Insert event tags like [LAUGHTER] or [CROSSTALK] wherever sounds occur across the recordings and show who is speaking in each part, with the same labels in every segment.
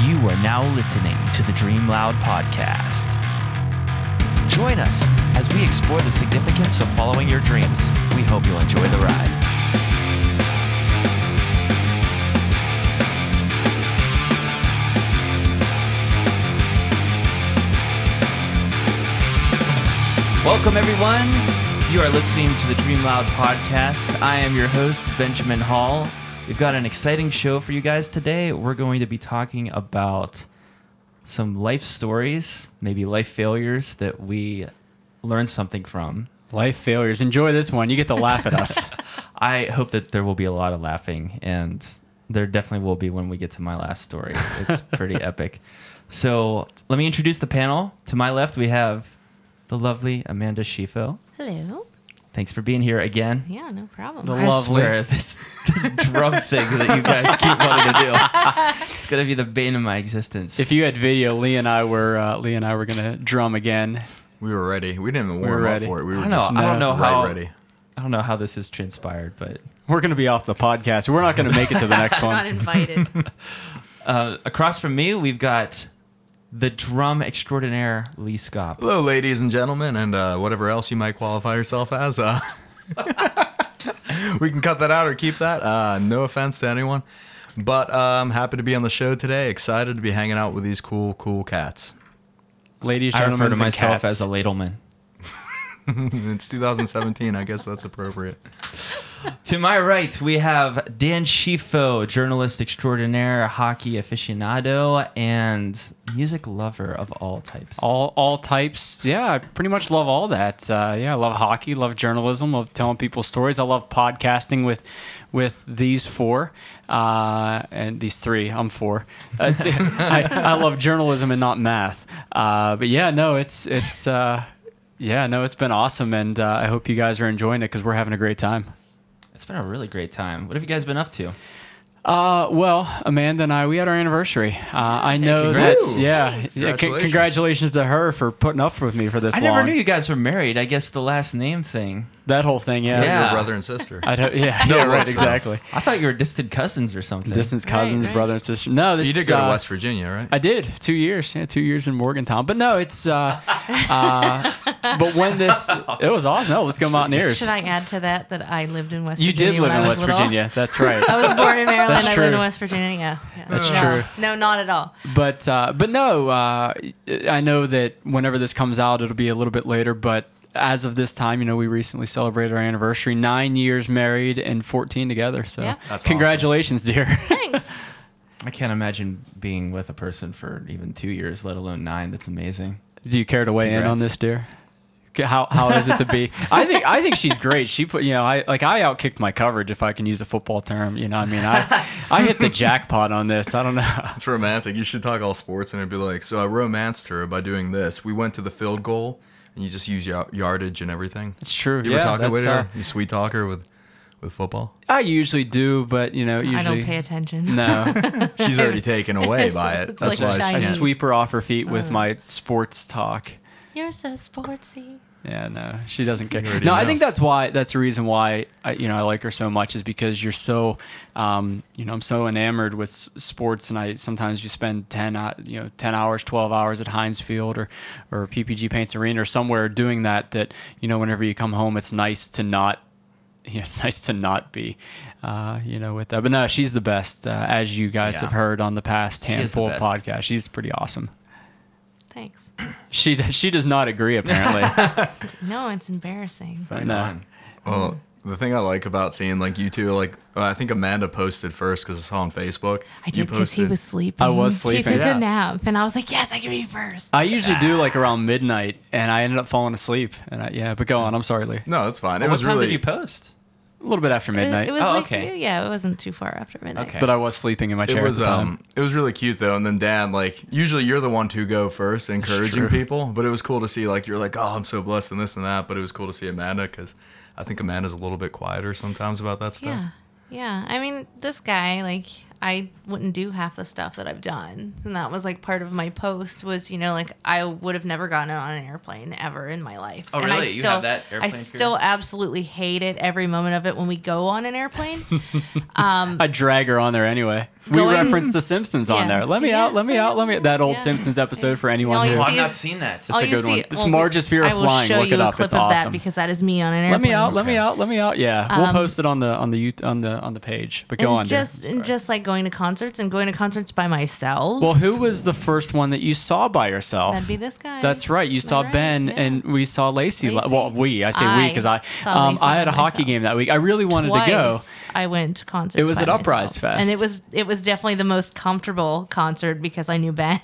Speaker 1: You are now listening to the Dream Loud podcast. Join us as we explore the significance of following your dreams. We hope you'll enjoy the ride. Welcome, everyone. You are listening to the Dream Loud podcast. I am your host, Benjamin Hall. We've got an exciting show for you guys today. We're going to be talking about some life stories, maybe life failures that we learned something from.
Speaker 2: Life failures. Enjoy this one. You get to laugh at
Speaker 3: [LAUGHS]
Speaker 2: us.
Speaker 1: I hope that there will be a lot of laughing, and there definitely will be when we get to my last story.
Speaker 2: [LAUGHS]
Speaker 1: It's pretty epic. So let me introduce the panel. To my left, we have the lovely Amanda Shefo.
Speaker 4: Hello.
Speaker 1: Thanks for being here again.
Speaker 4: Yeah, no problem.
Speaker 2: The-
Speaker 1: I
Speaker 2: Lovely.
Speaker 1: swear, this this drum thing that you guys keep wanting to do. It's gonna be the bane of my existence.
Speaker 2: if you had video, Lee and I were uh, Lee and I were gonna drum again.
Speaker 3: We were ready. We didn't even warm
Speaker 2: were
Speaker 3: up
Speaker 2: ready.
Speaker 3: for it. We
Speaker 1: I
Speaker 3: were
Speaker 1: don't know,
Speaker 3: just
Speaker 1: I don't
Speaker 2: not
Speaker 1: know
Speaker 3: right
Speaker 1: how
Speaker 3: ready.
Speaker 1: I don't know how this has transpired, but
Speaker 2: We're gonna be off the podcast. We're not gonna make it to
Speaker 1: [LAUGHS]
Speaker 2: the next
Speaker 4: Not
Speaker 2: one. [LAUGHS]
Speaker 4: invited.
Speaker 1: uh, across from me we've got the drum extraordinaire Lee Scott.
Speaker 3: Hello, ladies and gentlemen, and uh, whatever else you might qualify yourself as. Uh, [LAUGHS] we can cut that out or keep that. Uh, no offense to anyone. But uh, I'm happy to be on the show today. Excited to be hanging out with these cool, cool cats. [LAUGHS]
Speaker 2: Ladies,
Speaker 1: I
Speaker 2: gentlemen,
Speaker 1: refer to
Speaker 2: and
Speaker 1: myself
Speaker 2: cats.
Speaker 1: as a ladleman.
Speaker 3: It's 2017. I guess that's appropriate.
Speaker 1: To my right, we have Dan Schifo, journalist extraordinaire, hockey aficionado, and music lover of all types.
Speaker 2: all all types. Yeah, I pretty much love all that. Uh, yeah, I love hockey, love journalism, love telling people stories. I love podcasting with with these four uh, and these three. I'm four. Uh, [LAUGHS] see, I, I love journalism and not math. Uh, but yeah, no, it's it's uh, yeah, no, it's been awesome, and uh, I hope you guys are enjoying it because we're having a great time.
Speaker 1: It's been a really great time. What have you guys been up to?
Speaker 2: Uh, well, Amanda and I, we had our anniversary. Uh, I know
Speaker 1: congrats.
Speaker 2: that. Yeah, yeah c-
Speaker 3: Congratulations.
Speaker 2: congratulations to her for putting up with me for this
Speaker 1: I
Speaker 2: long.
Speaker 1: never knew you guys were married. I guess the last name thing.
Speaker 2: That whole thing, yeah.
Speaker 1: Yeah.
Speaker 3: Your brother and sister.
Speaker 2: I don't,
Speaker 3: [LAUGHS]
Speaker 2: yeah, yeah, right, [LAUGHS]
Speaker 3: works.
Speaker 2: exactly.
Speaker 1: I thought you were distant cousins or something.
Speaker 2: Distance
Speaker 4: Right,
Speaker 2: cousins,
Speaker 4: right.
Speaker 2: brother and sister. No, that's,
Speaker 3: you did go
Speaker 2: uh,
Speaker 3: to West Virginia, right?
Speaker 2: I did two years, yeah, two years in Morgantown. But no, it's.
Speaker 4: [LAUGHS]
Speaker 2: uh, uh But when this, it was awesome. No, let's go Mountaineers.
Speaker 4: Should I add to that that I lived in West
Speaker 2: you
Speaker 4: Virginia?
Speaker 2: did live
Speaker 4: when
Speaker 2: in
Speaker 4: I was
Speaker 2: West
Speaker 4: little?
Speaker 2: Virginia. That's
Speaker 4: [LAUGHS]
Speaker 2: right.
Speaker 4: I was
Speaker 2: [LAUGHS]
Speaker 4: born in Maryland.
Speaker 2: That's
Speaker 4: I lived
Speaker 2: true.
Speaker 4: in West Virginia. Yeah. yeah.
Speaker 2: That's
Speaker 4: no.
Speaker 2: true.
Speaker 4: No, not at all.
Speaker 2: but uh, but no, uh, I know that whenever this comes out, it'll be a little bit later. But as of this time, you know, we recently celebrated our anniversary, nine years married and fourteen together. So
Speaker 4: Yeah.
Speaker 3: That's awesome.
Speaker 2: congratulations, dear. [LAUGHS]
Speaker 4: Thanks.
Speaker 1: I can't imagine being with a person for even two years, let alone nine. That's amazing.
Speaker 2: Do you care to weigh in on
Speaker 1: Congrats.
Speaker 2: this, dear? K- How how is it to [LAUGHS] be? I think I think she's great. She put you know I like I outkicked my coverage if I can use a football term. You know what I mean I I hit the jackpot on this. I don't know.
Speaker 3: It's romantic. You should talk all sports, and it'd be like, so I romanced her by doing this. We went to the field goal, and you just use ya- yardage and everything.
Speaker 2: [LAUGHS] It's true.
Speaker 3: You
Speaker 2: yeah,
Speaker 3: ever talk with
Speaker 2: that's,
Speaker 3: her? You sweet talker with, with
Speaker 4: [LAUGHS]
Speaker 3: football?
Speaker 2: uh, I usually do, but you know usually
Speaker 4: I don't pay attention.
Speaker 2: no.
Speaker 3: She's already taken away by it.
Speaker 4: It's
Speaker 3: That's
Speaker 4: [LAUGHS] like Uh.
Speaker 3: why she
Speaker 2: I
Speaker 4: Chinese.
Speaker 3: can't.
Speaker 2: sweep her off her feet with my sports talk.
Speaker 4: You're so sportsy.
Speaker 2: Yeah, no, she doesn't care. No,
Speaker 3: already
Speaker 2: I
Speaker 3: know.
Speaker 2: think that's why. That's the reason why I, you know I like her so much is because you're so, um, you know, I'm so enamored with s- sports, and I sometimes you spend ten, hou- you know, ten hours, twelve hours at Heinz Field or or PPG Paints Arena or somewhere doing that. That you know, whenever you come home, it's nice to not. [LAUGHS] You know, it's nice to not be, uh, you know, with that. But no, she's the best, uh, as you guys
Speaker 1: Yeah.
Speaker 2: have heard on the past
Speaker 1: is the
Speaker 2: handful of
Speaker 1: best.
Speaker 2: podcasts. She's pretty awesome.
Speaker 4: Thanks.
Speaker 2: She d- she does not
Speaker 1: [LAUGHS]
Speaker 2: agree apparently.
Speaker 4: No, it's embarrassing.
Speaker 2: But
Speaker 1: Right
Speaker 2: no.
Speaker 1: on.
Speaker 3: Well, the thing I like about seeing like you two, like uh, I think Amanda posted first because I saw on Facebook.
Speaker 4: I
Speaker 3: You
Speaker 4: did because he
Speaker 3: posted-
Speaker 4: was sleeping.
Speaker 2: I was
Speaker 4: He
Speaker 2: sleeping.
Speaker 4: took
Speaker 3: Yeah.
Speaker 4: a nap, and I was like, "Yes, I can be first.
Speaker 2: I usually do like around midnight, and I ended up falling asleep. And I, yeah, but go on. I'm sorry, Lee.
Speaker 3: No, it's fine. It
Speaker 1: Well, what
Speaker 3: was
Speaker 1: time
Speaker 3: really.
Speaker 1: did you post?
Speaker 2: A little bit after
Speaker 4: It,
Speaker 2: midnight,
Speaker 4: it was
Speaker 1: Oh,
Speaker 4: like,
Speaker 1: okay.
Speaker 4: yeah, it wasn't too far after midnight.
Speaker 1: Okay.
Speaker 2: but I was sleeping in my
Speaker 3: it
Speaker 2: chair
Speaker 3: was
Speaker 2: at the time.
Speaker 3: um, it was really cute though. And then Dan, like usually you're the one to go first, encouraging
Speaker 2: true.
Speaker 3: people. But it was cool to see like you're like, oh, I'm so blessed and this and that. But it was cool to see Amanda because I think Amanda's a little bit quieter sometimes about that stuff.
Speaker 4: Yeah. Yeah. I mean, this guy, like, I wouldn't do half the stuff that I've done. And that was like part of my post was, you know, like I would have never gotten on an airplane ever in my life.
Speaker 1: Oh,
Speaker 4: and I
Speaker 1: really? You have that
Speaker 4: I
Speaker 1: airplane fear?
Speaker 4: still absolutely hate it every moment of it when we go on
Speaker 2: [LAUGHS]
Speaker 4: an airplane.
Speaker 3: um,
Speaker 2: I drag her on there anyway. We
Speaker 4: Going-
Speaker 2: reference The Simpsons on
Speaker 4: Yeah.
Speaker 2: there. Let me
Speaker 4: Yeah.
Speaker 2: out. Let me out. Let me that old
Speaker 4: Yeah.
Speaker 2: Simpsons episode for anyone.
Speaker 4: No,
Speaker 2: who
Speaker 4: you
Speaker 1: Oh, I've
Speaker 4: see
Speaker 1: not
Speaker 4: is-
Speaker 1: seen that.
Speaker 4: All
Speaker 2: a
Speaker 4: you
Speaker 2: good one.
Speaker 4: see-
Speaker 2: It's Marge's fear of
Speaker 4: I will
Speaker 2: flying.
Speaker 4: show
Speaker 2: Look
Speaker 4: you
Speaker 2: it
Speaker 4: a
Speaker 2: up.
Speaker 4: clip
Speaker 2: It's
Speaker 4: of that
Speaker 2: awesome.
Speaker 4: because that is me on an airplane.
Speaker 2: let me out. Let me
Speaker 3: Okay.
Speaker 2: out. Let me out. Yeah, we'll
Speaker 4: Um,
Speaker 2: post it on the on the yout- on the on the page. But go
Speaker 4: and
Speaker 2: on. Dan.
Speaker 4: just and just like going to concerts and going to concerts by myself.
Speaker 2: Well, who was the first one that you saw by yourself?
Speaker 4: that'd be this guy.
Speaker 2: That's right. You
Speaker 4: Am I
Speaker 2: saw
Speaker 4: right?
Speaker 2: Ben,
Speaker 4: Yeah.
Speaker 2: and we saw Lacey. li-
Speaker 4: Lacey.
Speaker 2: Well, we. I say we because I.
Speaker 4: I saw
Speaker 2: Um,
Speaker 4: Lacey
Speaker 2: I had a
Speaker 4: by
Speaker 2: hockey
Speaker 4: myself.
Speaker 2: game that week. I really wanted
Speaker 4: Twice
Speaker 2: to go.
Speaker 4: I went to concerts.
Speaker 2: It was
Speaker 4: by
Speaker 2: at Uprise
Speaker 4: myself.
Speaker 2: Fest.
Speaker 4: and it was it was definitely the most comfortable concert because I knew Ben.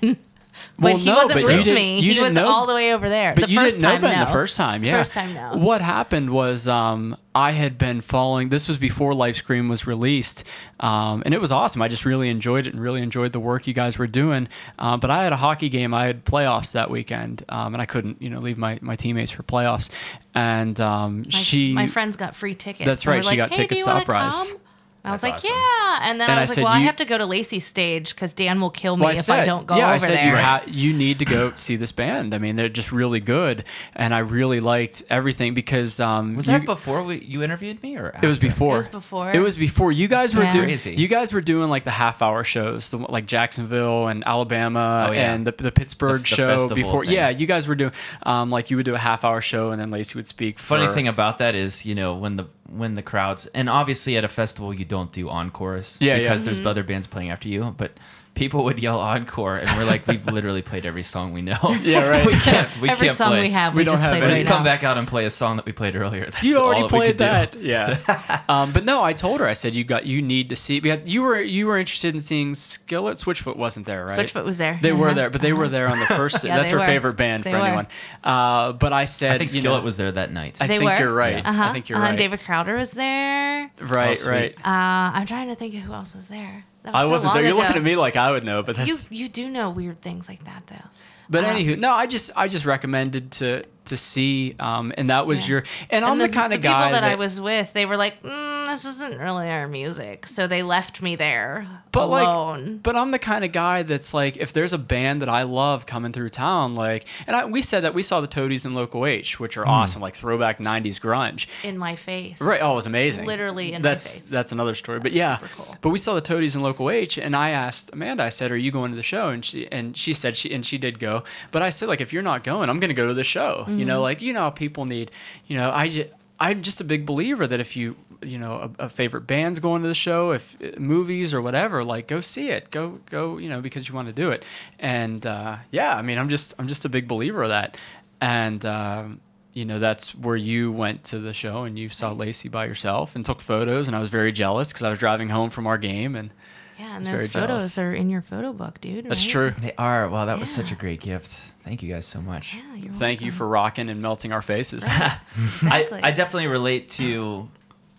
Speaker 4: but
Speaker 2: Well,
Speaker 4: he
Speaker 2: no,
Speaker 4: wasn't
Speaker 2: but
Speaker 4: with
Speaker 2: you didn't-
Speaker 4: me.
Speaker 2: you
Speaker 4: He
Speaker 2: didn't
Speaker 4: was
Speaker 2: know-
Speaker 4: all the way over there.
Speaker 2: But
Speaker 4: the
Speaker 2: you
Speaker 4: first
Speaker 2: didn't know
Speaker 4: time,
Speaker 2: Ben
Speaker 4: no.
Speaker 2: the first time, yeah.
Speaker 4: First time, no.
Speaker 2: What happened was um, I had been following. This was before Life Scream was released, um, and it was awesome. I just really enjoyed it and really enjoyed the work you guys were doing. Uh, but I had a hockey game. I had playoffs that weekend, um, and I couldn't, you know, leave my, my teammates for playoffs. And um,
Speaker 4: My,
Speaker 2: she,
Speaker 4: my friends got free tickets.
Speaker 2: That's
Speaker 4: and
Speaker 2: right,
Speaker 4: were
Speaker 2: she
Speaker 4: like,
Speaker 2: got
Speaker 4: "Hey,
Speaker 2: tickets
Speaker 4: do you
Speaker 2: to
Speaker 4: wanna
Speaker 2: Uprise.
Speaker 4: come?" And I was
Speaker 1: That's
Speaker 4: like,
Speaker 1: awesome.
Speaker 4: yeah. And then
Speaker 2: And I
Speaker 4: I was
Speaker 2: said,
Speaker 4: like, well, I
Speaker 2: you-
Speaker 4: have to go to Lacey's stage because Dan will kill me
Speaker 2: Well,
Speaker 4: if
Speaker 2: said-
Speaker 4: I don't go
Speaker 2: yeah, I
Speaker 4: over
Speaker 2: said
Speaker 4: there.
Speaker 2: You, ha- you need to go see this band. I mean, they're just really good, and I really liked everything because um,
Speaker 1: Was
Speaker 2: you-
Speaker 1: that before we, you interviewed me, or
Speaker 2: It was
Speaker 1: after?
Speaker 2: before.
Speaker 4: It was before.
Speaker 2: It was before. You guys were
Speaker 4: Yeah.
Speaker 2: doing.
Speaker 1: Crazy.
Speaker 2: You guys were doing like the half hour shows, the, one- like Jacksonville and Alabama
Speaker 1: Oh, yeah.
Speaker 2: and the, the Pittsburgh
Speaker 1: The- the
Speaker 2: show
Speaker 1: festival
Speaker 2: before.
Speaker 1: thing.
Speaker 2: Yeah, you guys were doing. Um, like you would do a half hour show and then Lacey would speak. For,
Speaker 1: Funny thing about that is, you know, when the when the crowds and obviously at a festival you don't do encores
Speaker 2: Yeah, yeah.
Speaker 1: because
Speaker 4: Mm-hmm.
Speaker 1: there's other bands playing after you, but people would yell encore and we're like we've literally played every song we know.
Speaker 2: [LAUGHS] Yeah, right.
Speaker 1: [LAUGHS] we can't we
Speaker 4: Every
Speaker 1: can't
Speaker 4: song
Speaker 1: play.
Speaker 4: we have,
Speaker 2: We
Speaker 4: we,
Speaker 2: don't
Speaker 4: just
Speaker 2: have
Speaker 4: played
Speaker 1: But
Speaker 2: any.
Speaker 4: right
Speaker 1: just come
Speaker 4: now.
Speaker 1: back out and play a song that we played earlier. That's
Speaker 2: you already
Speaker 1: all that we
Speaker 2: played
Speaker 1: could do. [LAUGHS]
Speaker 2: that, yeah. um, but no, I told her. I said you got you need to see. Because you were you were interested in seeing Skillet. Switchfoot wasn't there, right?
Speaker 4: Switchfoot was there.
Speaker 2: They were
Speaker 4: Uh-huh.
Speaker 2: there, but they were there
Speaker 4: [LAUGHS]
Speaker 2: on the first.
Speaker 4: Yeah,
Speaker 2: that's
Speaker 4: they
Speaker 2: her
Speaker 4: were.
Speaker 2: favorite band
Speaker 4: They
Speaker 2: for
Speaker 4: were.
Speaker 2: anyone. Uh, but I said,
Speaker 1: I think
Speaker 2: you
Speaker 1: Skillet
Speaker 2: know,
Speaker 1: was there that night.
Speaker 2: I
Speaker 4: They
Speaker 2: think
Speaker 4: were.
Speaker 2: you're right.
Speaker 1: Yeah.
Speaker 4: Uh-huh.
Speaker 2: I think you're
Speaker 4: Uh,
Speaker 2: right.
Speaker 4: David Crowder was there.
Speaker 1: Oh,
Speaker 2: right,
Speaker 1: sweet.
Speaker 2: right.
Speaker 4: Uh, I'm trying to think of who else was there. That was
Speaker 2: I
Speaker 4: so
Speaker 2: wasn't
Speaker 4: long
Speaker 2: there. You're
Speaker 4: ago.
Speaker 2: looking at me like I would know, but that's.
Speaker 4: You you do know weird things like that though.
Speaker 2: but
Speaker 4: Uh,
Speaker 2: anywho, no, I just I just recommended to to see, um, and that was
Speaker 4: Yeah.
Speaker 2: your. And, I'm the, kind of
Speaker 4: people
Speaker 2: guy
Speaker 4: that, I was with, they were like, mm, "This wasn't really our music," so they left me there
Speaker 2: But
Speaker 4: alone.
Speaker 2: like, but I'm the kind of guy that's like, if there's a band that I love coming through town, like, and I, we said that we saw the Toadies in Local H, which
Speaker 4: Hmm.
Speaker 2: are awesome, like throwback '90s grunge.
Speaker 4: in my face,
Speaker 2: Right. Oh, it was amazing.
Speaker 4: Literally in my
Speaker 2: that's
Speaker 4: face.
Speaker 2: that's another story. But
Speaker 4: was
Speaker 2: yeah,
Speaker 4: super cool.
Speaker 2: but we saw the Toadies in local H, and I asked Amanda. I said, "Are you going to the show?" And she and she said she and she did go. But I said, like, if you're not going, I'm going to go to the show. You
Speaker 4: Mm-hmm.
Speaker 2: know, like you know how people need. You know, I ju- I'm just a big believer that if you you know a, a favorite band's going to the show, if uh, movies or whatever, like go see it. Go go you know because you want to do it. And uh, yeah, I mean, I'm just I'm just a big believer of that. And um, you know that's where you went to the show and you saw Lacey by yourself and took photos and I was very jealous because I was driving home from our game and
Speaker 4: Yeah, and
Speaker 2: I was
Speaker 4: those
Speaker 2: very
Speaker 4: photos
Speaker 2: jealous.
Speaker 4: are in your photo book, dude.
Speaker 2: that's
Speaker 4: right?
Speaker 2: true.
Speaker 1: They are. Wow, that was
Speaker 4: Yeah.
Speaker 1: such a great gift. Thank you guys so much.
Speaker 4: Yeah, you're
Speaker 2: Thank you
Speaker 4: welcome.
Speaker 2: for rocking and melting our faces. [LAUGHS]
Speaker 4: exactly.
Speaker 1: I, I definitely relate to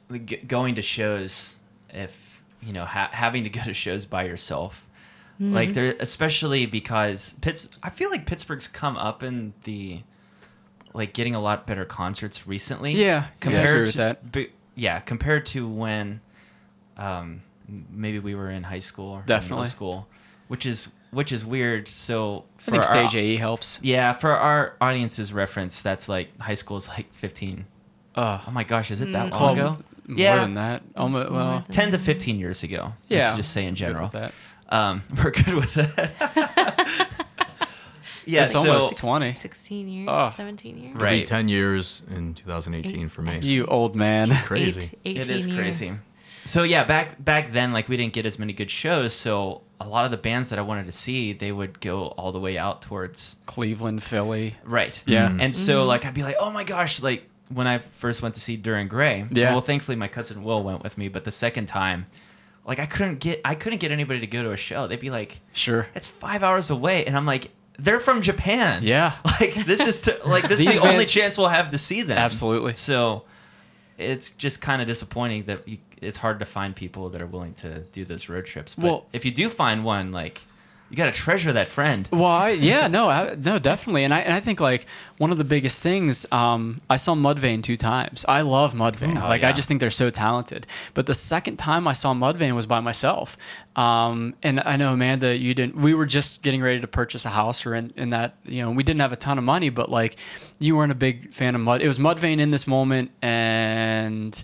Speaker 1: the g- going to shows if you know ha- having to go to shows by yourself like there especially because Pitts I feel like Pittsburgh's come up in the like getting a lot better concerts recently
Speaker 2: Yeah, yeah, I
Speaker 1: compared
Speaker 2: agree
Speaker 1: to
Speaker 2: with that.
Speaker 1: be- yeah compared to when um m- maybe we were in high school or middle
Speaker 2: Definitely.
Speaker 1: school which is which is weird so
Speaker 2: I think
Speaker 1: our-
Speaker 2: stage AE E helps.
Speaker 1: yeah, for our audience's reference, that's like high school's like 15.
Speaker 2: Uh,
Speaker 1: Oh my gosh, is it that long
Speaker 2: club
Speaker 1: ago?
Speaker 2: more
Speaker 1: yeah,
Speaker 2: than that. Almost,
Speaker 4: more
Speaker 2: well,
Speaker 4: than-
Speaker 1: 10 to 15 years ago.
Speaker 2: yeah.
Speaker 1: Let's just say in
Speaker 2: I'm good with
Speaker 1: general.
Speaker 2: that.
Speaker 1: Um, [LAUGHS] we're good with
Speaker 2: [LAUGHS]
Speaker 1: that. yeah,
Speaker 2: It's
Speaker 1: so
Speaker 2: almost 20.
Speaker 4: 16 years,
Speaker 2: Oh.
Speaker 4: 17 years.
Speaker 1: Right.
Speaker 3: It'll be 10 years in 2018 for me.
Speaker 2: You old man.
Speaker 3: Crazy.
Speaker 4: Eight, 18
Speaker 1: it is
Speaker 4: years.
Speaker 1: crazy. So yeah, back back then like we didn't get as many good shows, so a lot of the bands that I wanted to see, they would go all the way out towards
Speaker 2: Cleveland, Philly.
Speaker 1: Right.
Speaker 2: Yeah.
Speaker 1: And
Speaker 2: Mm-hmm.
Speaker 1: so like I'd be like, oh my gosh, like when I first went to see Duran Gray.
Speaker 2: Yeah.
Speaker 1: Well, thankfully my cousin Will went with me, but the second time, like I couldn't get I couldn't get anybody to go to a show. They'd be like,
Speaker 2: Sure.
Speaker 1: it's five hours away, and I'm like, they're from Japan.
Speaker 2: Yeah.
Speaker 1: [LAUGHS] Like this is to, like this is
Speaker 2: These
Speaker 1: the only
Speaker 2: bands-
Speaker 1: chance we'll have to see them.
Speaker 2: Absolutely.
Speaker 1: So it's just kind of disappointing that you, it's hard to find people that are willing to do those road trips. But
Speaker 2: Well-
Speaker 1: if you do find one, like you got to treasure that friend.
Speaker 2: Well, I, yeah, no, I, no, definitely, and I, and I think like one of the biggest things. Um, I saw Mudvayne two times. I love Mudvayne.
Speaker 1: Oh,
Speaker 2: like
Speaker 1: yeah.
Speaker 2: I just think they're so talented. But the second time I saw Mudvayne was by myself. Um, and I know Amanda, you didn't. We were just getting ready to purchase a house, or in, in that you know we didn't have a ton of money, but like you weren't a big fan of Mud. It was Mudvayne in this moment, and.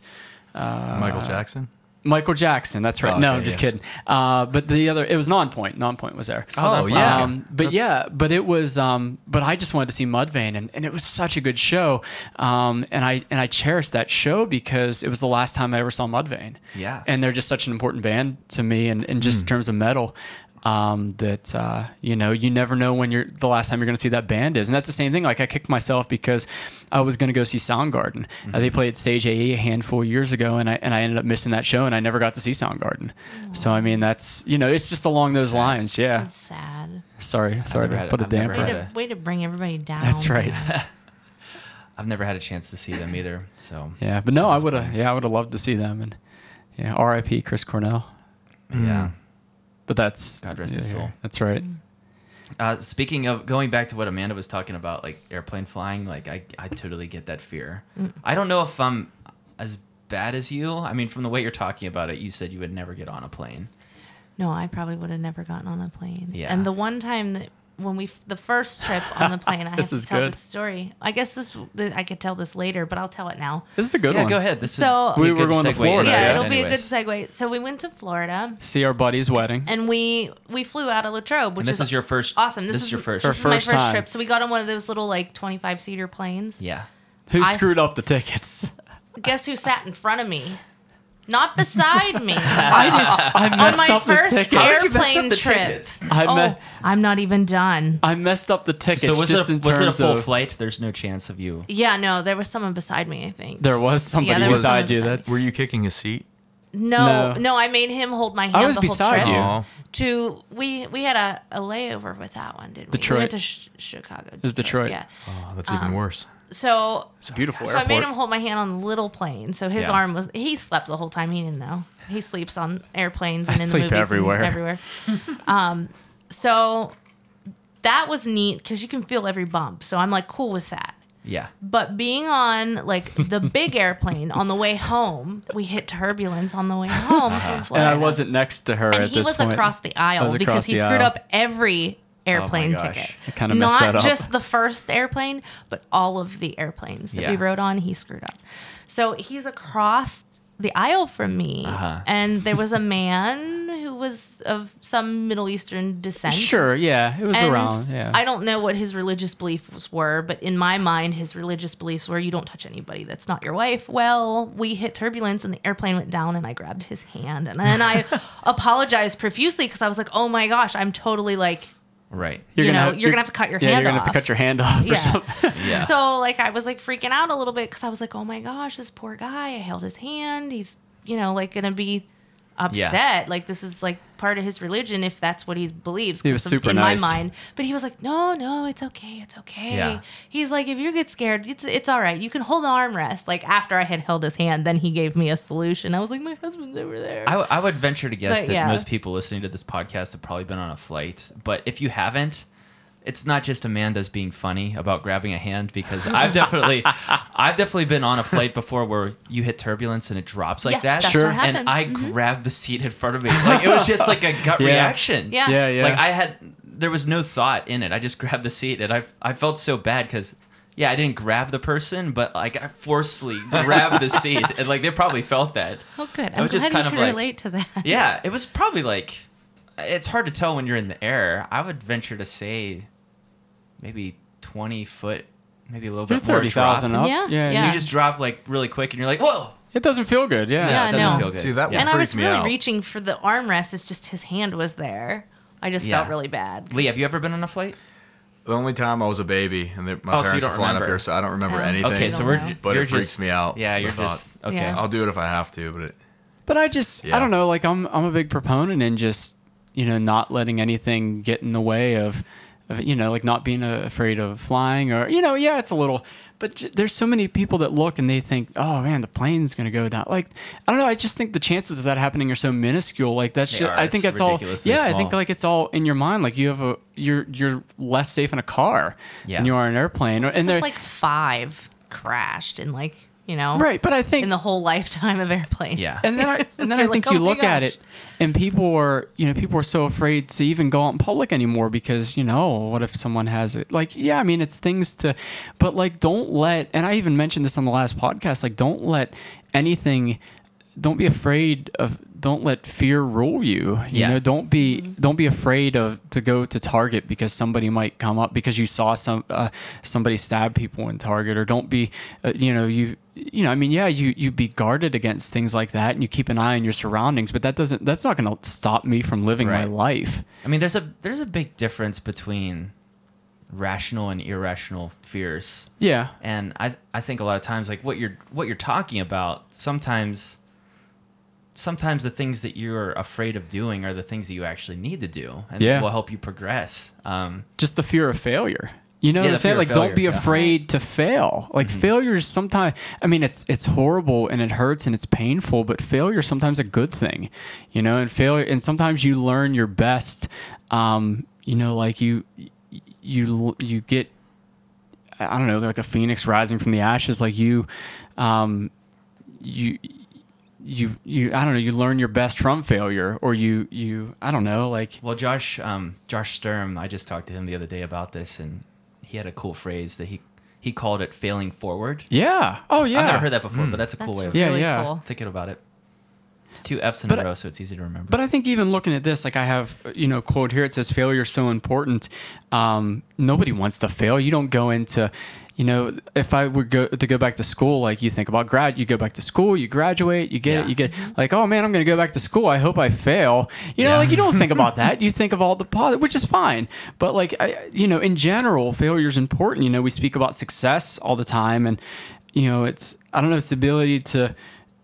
Speaker 2: Uh,
Speaker 3: Michael Jackson.
Speaker 2: Michael Jackson. That's right.
Speaker 3: Oh,
Speaker 2: no,
Speaker 3: okay,
Speaker 2: I'm just
Speaker 3: yes.
Speaker 2: kidding. Uh, but the other, it was Nonpoint. Nonpoint was there.
Speaker 3: Oh, yeah.
Speaker 2: Um, but yeah, but it was. Um, but I just wanted to see Mudvayne, and, and it was such a good show. Um, and I and I cherished that show because it was the last time I ever saw Mudvayne.
Speaker 1: Yeah. Hmm.
Speaker 2: And they're just such an important band to me, and, and just in terms of metal. Um, that uh, you know, you never know when you're the last time you're going to see that band is, and that's the same thing. Like I kicked myself because I was going to go see Soundgarden. Uh,
Speaker 1: Mm-hmm.
Speaker 2: they played at Stage AE a handful of years ago, and I and I ended up missing that show, and I never got to see Soundgarden. So I mean, that's you know, it's just along those
Speaker 1: Sad.
Speaker 2: lines. Yeah,
Speaker 4: That's sad.
Speaker 2: Sorry, sorry
Speaker 1: never
Speaker 2: to
Speaker 1: had-
Speaker 2: put a
Speaker 1: I've never
Speaker 2: damper.
Speaker 4: Way
Speaker 1: Right.
Speaker 4: to, way to bring everybody down.
Speaker 2: That's right.
Speaker 1: I've never had a chance to see them either. So
Speaker 2: Yeah, but no, I would have. Yeah, I would have loved to see them. And yeah, R.I.P. Chris Cornell.
Speaker 1: yeah.
Speaker 2: But that's
Speaker 1: God rest his
Speaker 2: yeah,
Speaker 1: soul.
Speaker 2: That's right.
Speaker 4: Mm.
Speaker 1: Uh, speaking of going back to what Amanda was talking about, like airplane flying, like I, I totally get that fear.
Speaker 4: Mm.
Speaker 1: I don't know if I'm as bad as you. I mean, from the way you're talking about it, you said you would never get on a plane.
Speaker 4: No, I probably would have never gotten on a plane.
Speaker 1: Yeah.
Speaker 4: And the one time that when we the first trip on the plane, I have
Speaker 2: This
Speaker 4: to
Speaker 2: is
Speaker 4: tell
Speaker 2: good.
Speaker 4: this story. I guess this I could tell this later, but I'll tell it now.
Speaker 2: This is a good
Speaker 1: yeah,
Speaker 2: one.
Speaker 1: go ahead. This
Speaker 4: So-
Speaker 1: is be a
Speaker 2: We were
Speaker 1: good
Speaker 2: going to
Speaker 1: segue
Speaker 2: Florida,
Speaker 1: into
Speaker 4: yeah,
Speaker 1: it
Speaker 4: it'll be a
Speaker 1: anyways.
Speaker 4: good segue. So we went to Florida
Speaker 2: See our buddy's wedding.
Speaker 4: and we we flew out of Latrobe, which
Speaker 1: And this is, your first.
Speaker 4: awesome. This,
Speaker 1: This, is your first.
Speaker 4: This is my
Speaker 2: Her first
Speaker 4: first
Speaker 2: time.
Speaker 4: trip. So we got on one of those little like twenty five seater planes.
Speaker 1: yeah.
Speaker 2: Who
Speaker 4: I-
Speaker 2: screwed up
Speaker 1: [LAUGHS]
Speaker 2: the tickets?
Speaker 4: Guess who sat in front of me? Not beside me.
Speaker 2: I
Speaker 4: on
Speaker 2: messed
Speaker 4: my
Speaker 2: up the
Speaker 4: first
Speaker 2: tickets.
Speaker 1: you mess up
Speaker 4: airplane
Speaker 1: the
Speaker 4: trip.
Speaker 1: tickets?
Speaker 2: I,
Speaker 4: oh,
Speaker 2: me-
Speaker 4: I'm not even done.
Speaker 2: I messed up the tickets.
Speaker 1: So was
Speaker 2: just
Speaker 1: it a,
Speaker 2: in
Speaker 1: was it a
Speaker 2: terms
Speaker 1: full
Speaker 2: of,
Speaker 1: flight? There's no chance of you.
Speaker 4: Yeah, no, there was someone beside me. I think.
Speaker 2: There was somebody
Speaker 4: there
Speaker 3: was
Speaker 2: beside
Speaker 4: someone
Speaker 2: you.
Speaker 4: beside
Speaker 2: That's
Speaker 3: Were you kicking a seat?
Speaker 4: No,
Speaker 2: No.
Speaker 4: no, I made him hold my hand.
Speaker 2: was
Speaker 4: the whole
Speaker 2: beside
Speaker 4: trip.
Speaker 2: you.
Speaker 3: Aw.
Speaker 4: To we we had a, a layover with that one, didn't we?
Speaker 2: Detroit.
Speaker 4: We went to sh- Chicago. It
Speaker 2: was Detroit.
Speaker 4: Yeah.
Speaker 3: Oh,
Speaker 1: Uh,
Speaker 3: that's even worse.
Speaker 4: So
Speaker 2: it's a beautiful
Speaker 4: so I
Speaker 2: airport.
Speaker 4: made him hold my hand on the little plane. So his
Speaker 1: Yeah.
Speaker 4: arm was he slept the whole time. He didn't know. He sleeps on
Speaker 2: [LAUGHS]
Speaker 4: airplanes
Speaker 2: I
Speaker 4: and in
Speaker 2: sleep
Speaker 4: the movies
Speaker 2: everywhere. [LAUGHS]
Speaker 4: And everywhere. um, so that was neat because you can feel every bump. So I'm like cool with that.
Speaker 1: Yeah.
Speaker 4: But being on like the
Speaker 2: [LAUGHS]
Speaker 4: big airplane on the way home, we hit turbulence on the way home from Florida.
Speaker 2: Uh-huh. and I wasn't next to her
Speaker 4: and
Speaker 2: at
Speaker 4: he
Speaker 2: this
Speaker 4: was
Speaker 2: point.
Speaker 4: across the
Speaker 2: I
Speaker 4: aisle
Speaker 2: was
Speaker 4: because
Speaker 2: across
Speaker 4: he
Speaker 2: the
Speaker 4: screwed
Speaker 2: aisle. Oh
Speaker 4: up every airplane
Speaker 1: gosh.
Speaker 4: ticket.
Speaker 1: I
Speaker 2: kinda messed
Speaker 4: Not
Speaker 2: that up.
Speaker 4: just the first airplane, but all of the airplanes that we
Speaker 1: Yeah.
Speaker 4: rode on, he screwed up. So he's across the aisle from me,
Speaker 1: Uh-huh.
Speaker 4: and there was a man who was of some Middle Eastern descent.
Speaker 2: Sure, yeah, it was
Speaker 4: And
Speaker 2: around. Yeah,
Speaker 4: I don't know what his religious beliefs were, but in my mind, his religious beliefs were you don't touch anybody that's not your wife. Well, we hit turbulence and the airplane went down, and I grabbed his hand. And
Speaker 2: [LAUGHS]
Speaker 4: then I apologized profusely because I was like, oh my gosh, I'm totally like,
Speaker 1: Right.
Speaker 4: you know, you're gonna have to cut your
Speaker 2: yeah,
Speaker 4: hand
Speaker 2: you're gonna have
Speaker 4: off.
Speaker 2: to cut your hand off or
Speaker 4: yeah.
Speaker 2: something.
Speaker 1: Yeah.
Speaker 4: So, like, I was like freaking out a little bit because I was like, oh my gosh, this poor guy. I held his hand. He's, you know, like gonna be upset. Like, this is like part of his religion if that's what he believes.
Speaker 2: He was
Speaker 4: 'cause
Speaker 2: super
Speaker 4: in
Speaker 2: nice.
Speaker 4: my mind. But he was like, no, no, it's okay. It's okay.
Speaker 1: Yeah.
Speaker 4: He's like, if you get scared, it's it's all right. You can hold the armrest. Like, after I had held his hand, then he gave me a solution. I was like, my husband's over there.
Speaker 1: I, I would venture to guess
Speaker 4: But,
Speaker 1: that
Speaker 4: yeah.
Speaker 1: most people listening to this podcast have probably been on a flight. But if you haven't, it's not just Amanda's being funny about grabbing a hand because I've
Speaker 4: [LAUGHS]
Speaker 1: definitely, I've definitely been on a flight before where you hit turbulence and it drops like
Speaker 4: Yeah,
Speaker 1: that.
Speaker 4: that's what Sure.
Speaker 1: And
Speaker 4: happened. Mm-hmm.
Speaker 1: I grabbed the seat in front of me. Like it was just like a gut
Speaker 2: Yeah.
Speaker 1: reaction.
Speaker 4: Yeah.
Speaker 2: Yeah,
Speaker 1: [LAUGHS]
Speaker 2: yeah.
Speaker 1: Like I had, there was no thought in it. I just grabbed the seat and I, I felt so bad because. Yeah, I didn't grab the person, but like I forcefully grabbed the seat, and like they probably felt that.
Speaker 4: oh, good.
Speaker 1: I
Speaker 4: I'm
Speaker 1: was
Speaker 4: glad
Speaker 1: just
Speaker 4: you
Speaker 1: kind of
Speaker 4: can
Speaker 1: like-
Speaker 4: relate to that.
Speaker 1: Yeah, it was probably like it's hard to tell when you're in the air. I would venture to say maybe 20 foot, maybe a little
Speaker 2: You're
Speaker 1: bit more
Speaker 2: thirty thousand
Speaker 1: drop.
Speaker 2: up.
Speaker 4: Yeah,
Speaker 2: yeah.
Speaker 4: yeah.
Speaker 1: You just drop like really quick, and you're like, whoa.
Speaker 2: It doesn't feel good. Yeah.
Speaker 4: Yeah.
Speaker 1: it doesn't
Speaker 4: no.
Speaker 1: feel good.
Speaker 3: See, that
Speaker 1: yeah.
Speaker 4: and I
Speaker 3: freaked
Speaker 4: was
Speaker 3: me
Speaker 4: really
Speaker 3: out.
Speaker 4: reaching for the armrest. It's just his hand was there. I just
Speaker 1: Yeah.
Speaker 4: felt really bad.
Speaker 1: Lee, have you ever been on a flight?
Speaker 3: The only time I was a baby, and the, my
Speaker 1: Oh, so you
Speaker 3: parents
Speaker 1: don't
Speaker 3: were flying
Speaker 1: remember.
Speaker 3: up here, so I don't remember
Speaker 4: Oh.
Speaker 3: anything.
Speaker 1: Okay,
Speaker 4: I
Speaker 1: so
Speaker 4: don't
Speaker 1: we're
Speaker 4: know.
Speaker 1: j-
Speaker 3: But
Speaker 1: you're
Speaker 3: it freaks
Speaker 1: just,
Speaker 3: me out,
Speaker 1: Yeah,
Speaker 3: the
Speaker 1: you're
Speaker 3: thought.
Speaker 1: just okay.
Speaker 4: Yeah.
Speaker 3: I'll do it if I have to, but it,
Speaker 2: But I just,
Speaker 3: Yeah.
Speaker 2: I don't know. Like I'm, I'm a big proponent in just, you know, not letting anything get in the way of, of, you know, like not being uh, afraid of flying or, you know, yeah, it's a little, but j- there's so many people that look and they think, oh man, the plane's going to go down. Like, I don't know. I just think the chances of that happening are so minuscule. Like that's,
Speaker 1: They
Speaker 2: ju-
Speaker 1: are.
Speaker 2: I think
Speaker 1: It's
Speaker 2: that's all.
Speaker 1: ridiculously
Speaker 2: Yeah. I think
Speaker 1: small.
Speaker 2: like it's all in your mind. Like you have a, you're, you're less safe in a car
Speaker 1: Yeah.
Speaker 2: than you are in an airplane. and they're
Speaker 4: Just like five crashed in like you know
Speaker 2: right. But I think
Speaker 4: in the whole lifetime of airplanes.
Speaker 1: Yeah.
Speaker 2: and then I and then I
Speaker 4: You're
Speaker 2: think
Speaker 4: like,
Speaker 2: you
Speaker 4: "Oh my
Speaker 2: look at
Speaker 4: gosh."
Speaker 2: it, and people are you know people are so afraid to even go out in public anymore because you know what if someone has it? Like yeah, I mean it's things to, but like don't let and I even mentioned this on the last podcast. Like don't let anything, don't be afraid of. Don't let fear rule you. You
Speaker 1: Yeah.
Speaker 2: know, don't be don't be afraid of to go to Target because somebody might come up because you saw some uh, somebody stab people in Target, or don't be, uh, you know, you you know, I mean, yeah, you you be guarded against things like that, and you keep an eye on your surroundings, but that doesn't that's not going to stop me from living my
Speaker 1: Right.
Speaker 2: life.
Speaker 1: I mean, there's a there's a big difference between rational and irrational fears.
Speaker 2: Yeah,
Speaker 1: and I I think a lot of times like what you're what you're talking about sometimes sometimes the things that you're afraid of doing are the things that you actually need to do and
Speaker 2: Yeah.
Speaker 1: will help you progress. Um,
Speaker 2: just the fear of failure. You know
Speaker 1: Yeah,
Speaker 2: what
Speaker 1: the
Speaker 2: I'm saying?
Speaker 1: fear of
Speaker 2: Like, don't be
Speaker 1: failure, yeah. Mm-hmm.
Speaker 2: afraid to fail. Like, failure is sometimes, I mean, it's it's horrible and it hurts and it's painful, but failure is sometimes a good thing, you know. And failure, and sometimes you learn your best. Um, you know, like you you you get I don't know, like a phoenix rising from the ashes. Like you, um, you, you, you. I don't know. You learn your best from failure, or you, you. I don't know. Like
Speaker 1: well, Josh um, Josh Sturm, I just talked to him the other day about this, and he had a cool phrase that he he called it failing forward.
Speaker 2: yeah. Oh yeah.
Speaker 1: I've never heard that before, but that's a cool
Speaker 4: That's
Speaker 1: way of
Speaker 2: Yeah,
Speaker 4: really
Speaker 2: yeah.
Speaker 4: cool.
Speaker 1: thinking about it. It's two F's in
Speaker 2: But
Speaker 1: a
Speaker 2: I-
Speaker 1: row, so it's easy to remember.
Speaker 2: But I think even looking at this, like I have, you know, quote here, it says failure is so important. Um, nobody wants to fail. You don't go into, you know, if I were go, to go back to school, like you think about grad, you go back to school, you graduate, you get
Speaker 1: Yeah.
Speaker 2: it, you get like, oh man, I'm going to go back to school. I hope I fail. You know,
Speaker 1: Yeah.
Speaker 2: like you don't think
Speaker 1: [LAUGHS]
Speaker 2: about that. You think of all the positive, which is fine. But like, I, you know, in general, failure is important. You know, we speak about success all the time and, you know, it's, I don't know, it's the ability to,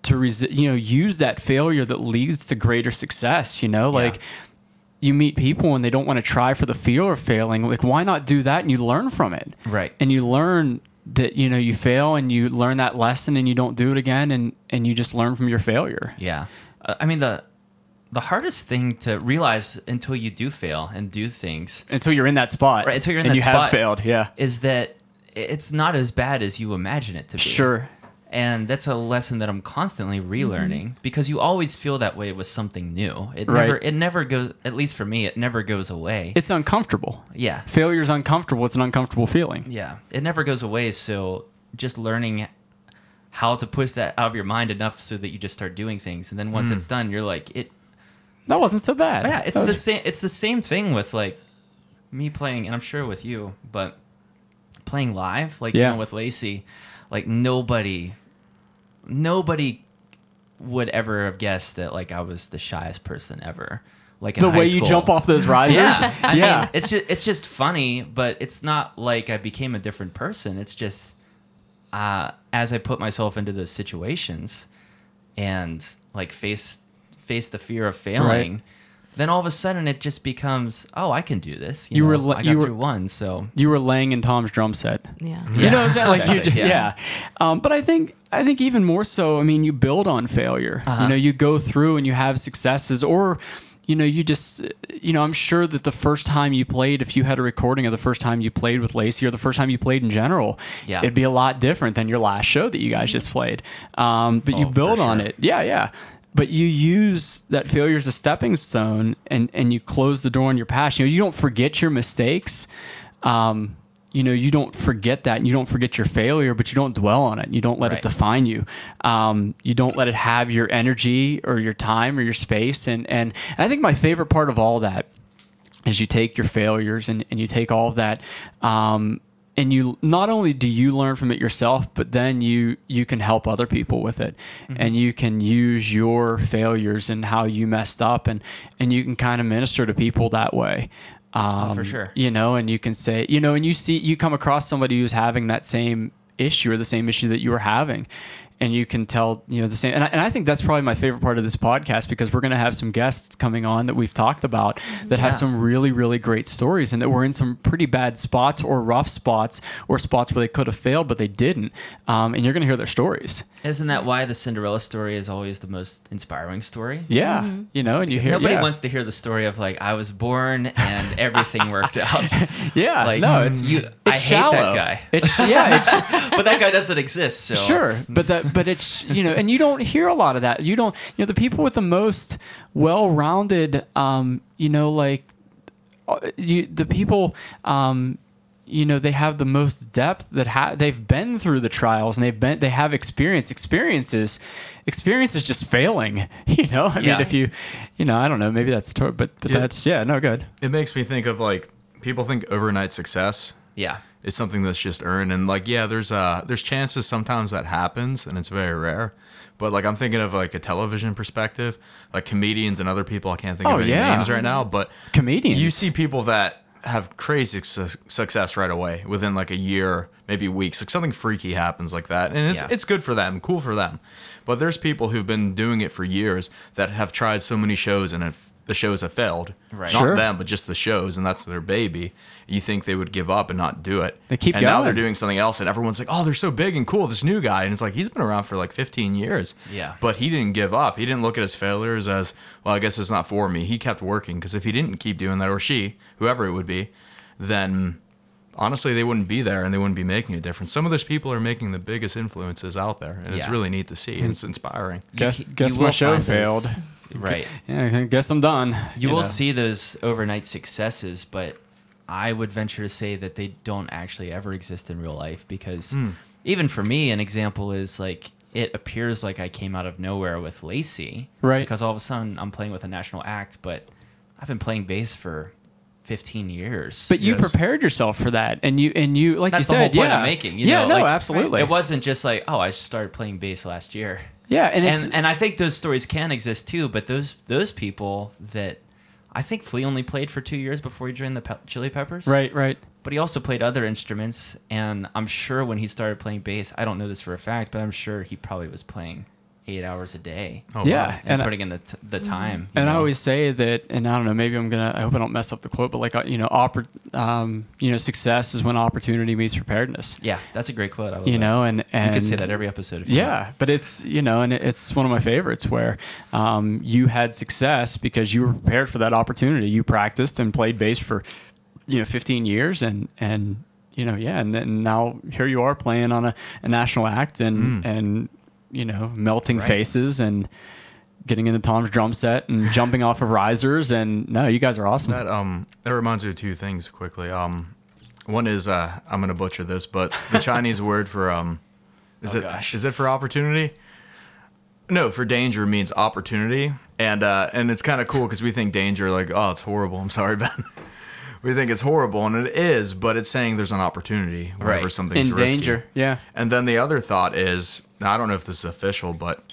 Speaker 2: to resi- you know use that failure that leads to greater success you know like you meet people and they don't want to try for the fear of failing like why not do that and you learn from it
Speaker 1: Right.
Speaker 2: and you learn that you know you fail and you learn that lesson and you don't do it again and and you just learn from your failure
Speaker 1: Yeah. Uh, I mean the the hardest thing to realize until you do fail and do things
Speaker 2: until you're in that spot
Speaker 1: Right, until you're in
Speaker 2: and
Speaker 1: that
Speaker 2: you
Speaker 1: spot.
Speaker 2: have failed yeah
Speaker 1: is that it's not as bad as you imagine it to be.
Speaker 2: sure Mm-hmm.
Speaker 1: And that's a lesson that I'm constantly relearning because you always feel that way with something new. It
Speaker 2: Right.
Speaker 1: never it never goes at least for me, it never goes away.
Speaker 2: it's uncomfortable
Speaker 1: yeah.
Speaker 2: failure's uncomfortable it's an uncomfortable feeling
Speaker 1: Yeah. It never goes away, so just learning how to push that out of your mind enough so that you just start doing things and then once
Speaker 2: Mm.
Speaker 1: it's done you're like it
Speaker 2: that wasn't so bad
Speaker 1: yeah it's
Speaker 2: That was-
Speaker 1: the same it's the same thing with like me playing and i'm sure with you but playing live like
Speaker 2: Yeah.
Speaker 1: you know with lacey like nobody nobody would ever have guessed that like i was the shyest person ever like in
Speaker 2: the
Speaker 1: high
Speaker 2: way you
Speaker 1: school.
Speaker 2: jump off those
Speaker 1: [LAUGHS]
Speaker 2: risers
Speaker 1: yeah i
Speaker 2: yeah.
Speaker 1: mean it's just it's just funny but it's not like i became a different person it's just uh as i put myself into those situations and like face face the fear of failing
Speaker 2: Right.
Speaker 1: then all of a sudden it just becomes oh i can do this you,
Speaker 2: You
Speaker 1: know,
Speaker 2: were le-
Speaker 1: i got
Speaker 2: you were-
Speaker 1: through one so
Speaker 2: you were laying in tom's drum set
Speaker 4: Yeah.
Speaker 2: You know what I'm saying? Like you,
Speaker 1: Exactly,
Speaker 2: yeah. yeah. Um, but I think I think even more so. I mean, you build on failure.
Speaker 1: Uh-huh.
Speaker 2: You know, you go through and you have successes, or you know, you just you know, I'm sure that the first time you played, if you had a recording of the first time you played with Lacey or the first time you played in general,
Speaker 1: Yeah. Mm-hmm.
Speaker 2: it'd be a lot different than your last show that you guys just played. Um, but you
Speaker 1: Oh, for
Speaker 2: build on
Speaker 1: sure.
Speaker 2: it. Yeah, yeah. But you use that failure as a stepping stone, and and you close the door on your past. You know, you don't forget your mistakes. Um, you know, you don't forget that, and you don't forget your failure, but you don't dwell on it. You don't let
Speaker 1: Right.
Speaker 2: it define you. Um, you don't let it have your energy or your time or your space. And and I think my favorite part of all that is you take your failures and, and you take all of that um, and you not only do you learn from it yourself but then you you can help other people with it
Speaker 1: Mm-hmm.
Speaker 2: and you can use your failures and how you messed up and and you can kind of minister to people that way um,
Speaker 1: Oh, for sure.
Speaker 2: you know and you can say you know and you see you come across somebody who's having that same issue or the same issue that you were having and you can tell you know the same. And I, and I think that's probably my favorite part of this podcast because we're going to have some guests coming on that we've talked about that have
Speaker 1: Yeah.
Speaker 2: some really really great stories and that were in some pretty bad spots or rough spots or spots where they could have failed but they didn't. Um, and you're going to hear their stories.
Speaker 1: Isn't that why the Cinderella story is always the most inspiring story?
Speaker 2: Yeah, you know, and you hear
Speaker 1: Nobody
Speaker 2: yeah.
Speaker 1: wants to hear the story of like I was born and everything
Speaker 2: [LAUGHS]
Speaker 1: worked out.
Speaker 2: Yeah,
Speaker 1: Like [LAUGHS]
Speaker 2: no, it's
Speaker 1: you. I
Speaker 2: it's
Speaker 1: hate
Speaker 2: shallow.
Speaker 1: that guy.
Speaker 2: It's
Speaker 1: [LAUGHS]
Speaker 2: yeah, it's
Speaker 1: but that guy doesn't exist. So mm.
Speaker 2: Sure, but that but it's you know, and you don't hear a lot of that. You don't you know the people with the most well-rounded, um, you know, like uh, you, the people. Um, you know they have the most depth that ha- they've been through the trials and they've been they have experience experiences experience is just failing [LAUGHS] you know i
Speaker 1: Yeah.
Speaker 2: mean if you you know i don't know maybe that's tor- but, but
Speaker 3: Yeah.
Speaker 2: that's yeah no good
Speaker 3: It makes me think of like people think overnight success
Speaker 1: Yeah.
Speaker 3: is something that's just earned and like yeah, there's uh there's chances sometimes that happens and it's very rare. But like I'm thinking of like a television perspective, like comedians and other people. I can't think
Speaker 2: Oh,
Speaker 3: of any
Speaker 2: yeah.
Speaker 3: names right now, but
Speaker 2: comedians
Speaker 3: you see people that have crazy su- success right away within like a year, maybe weeks. Like something freaky happens like that, and it's
Speaker 1: Yeah.
Speaker 3: it's good for them, cool for them. But there's people who've been doing it for years that have tried so many shows and have, the shows have failed.
Speaker 1: Right.
Speaker 3: Not
Speaker 2: Sure.
Speaker 3: them, but just the shows, and that's their baby. You think they would give up and not do it?
Speaker 2: They keep
Speaker 3: and now they're
Speaker 2: going.
Speaker 3: doing something else, and everyone's like, "Oh, they're so big and cool." This new guy, and it's like he's been around for like 15 years.
Speaker 1: Yeah.
Speaker 3: But he didn't give up. He didn't look at his failures as, well, I guess it's not for me. He kept working because if he didn't keep doing that, or she, whoever it would be, then honestly, they wouldn't be there and they wouldn't be making a difference. Some of those people are making the biggest influences out there, and it's
Speaker 1: Yeah.
Speaker 3: really neat to see, and it's inspiring.
Speaker 2: guess
Speaker 1: You- you
Speaker 2: guess
Speaker 1: will
Speaker 2: my show
Speaker 1: find those.
Speaker 2: failed [LAUGHS]
Speaker 1: Right.
Speaker 2: yeah I guess i'm done
Speaker 1: You, will
Speaker 2: know.
Speaker 1: see those overnight successes, but I would venture to say that they don't actually ever exist in real life because
Speaker 2: Hmm.
Speaker 1: even for me, an example is like it appears like I came out of nowhere with Lacey.
Speaker 2: Right.
Speaker 1: Because all of a sudden I'm playing with a national act, but I've been playing bass for 15 years.
Speaker 2: But you
Speaker 3: Yes.
Speaker 2: prepared yourself for that, and you and you like
Speaker 1: that's
Speaker 2: you
Speaker 1: the whole
Speaker 2: said,
Speaker 1: point
Speaker 2: yeah,
Speaker 1: I'm making. You
Speaker 2: yeah,
Speaker 1: know,
Speaker 2: no,
Speaker 1: like,
Speaker 2: absolutely,
Speaker 1: It wasn't just like, oh, I started playing bass last year.
Speaker 2: yeah, and it's
Speaker 1: and and I think those stories can exist too. But those those people that I think Flea only played for two years before he joined the Pe- Chili Peppers,
Speaker 2: right, right,
Speaker 1: But he also played other instruments, and I'm sure when he started playing bass, I don't know this for a fact, but I'm sure he probably was playing eight hours a day
Speaker 3: Oh,
Speaker 2: yeah,
Speaker 3: wow.
Speaker 1: and,
Speaker 2: and.
Speaker 1: putting in the t- the time. you
Speaker 2: and I
Speaker 1: know?
Speaker 2: always say that, and I don't know. Maybe I'm gonna. I hope I don't mess up the quote, but like uh, you know, oppor- um, you know, success is when opportunity meets preparedness.
Speaker 1: yeah, that's a great quote. I love
Speaker 2: You
Speaker 1: that.
Speaker 2: know, and and
Speaker 1: you could say that every episode. If you want.
Speaker 2: Yeah, but it's you know, and it- it's one of my favorites where um, you had success because you were prepared for that opportunity. You practiced and played bass for you know 15 years, and and you know, yeah, and then now here you are playing on a, a national act and and you know, melting
Speaker 1: Mm. Right.
Speaker 2: faces and getting into Tom's drum set and [LAUGHS] jumping off of risers. And no, you guys are awesome.
Speaker 3: That um that reminds me of two things quickly. Um one is uh I'm gonna butcher this, but
Speaker 2: [LAUGHS]
Speaker 3: the Chinese word for um
Speaker 2: Oh,
Speaker 3: is it is
Speaker 1: gosh.
Speaker 3: it for opportunity? No, for danger means opportunity. And uh and it's kinda cool because we think danger like, oh it's horrible. I'm sorry, Ben. [LAUGHS] we think it's horrible and it is, but it's saying there's an opportunity whenever
Speaker 1: Right.
Speaker 3: something's
Speaker 2: in
Speaker 3: risky.
Speaker 2: danger, yeah.
Speaker 3: And then the other thought is now, I don't know if this is official, but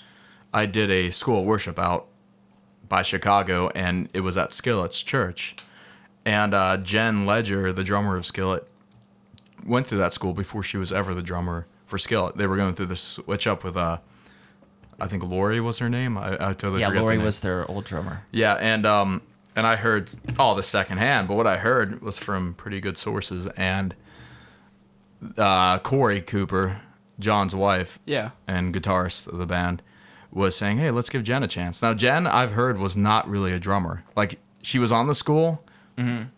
Speaker 3: I did a school of worship out by Chicago, and it was at Skillet's church. And uh, Jen Ledger, the drummer of Skillet, went through that school before she was ever the drummer for Skillet. They were going through the switch up with, uh, I think Lori was her name. I, I totally
Speaker 1: yeah.
Speaker 3: forget the
Speaker 1: Lori
Speaker 3: name.
Speaker 1: was their old drummer.
Speaker 3: Yeah, and um, and I heard all the secondhand, but what I heard was from pretty good sources. And uh, Corey Cooper, John's wife,
Speaker 2: Yeah.
Speaker 3: and guitarist of the band, was saying, "Hey, let's give Jen a chance." Now, Jen, I've heard, was not really a drummer. Like she was on the school,
Speaker 2: Mm-hmm.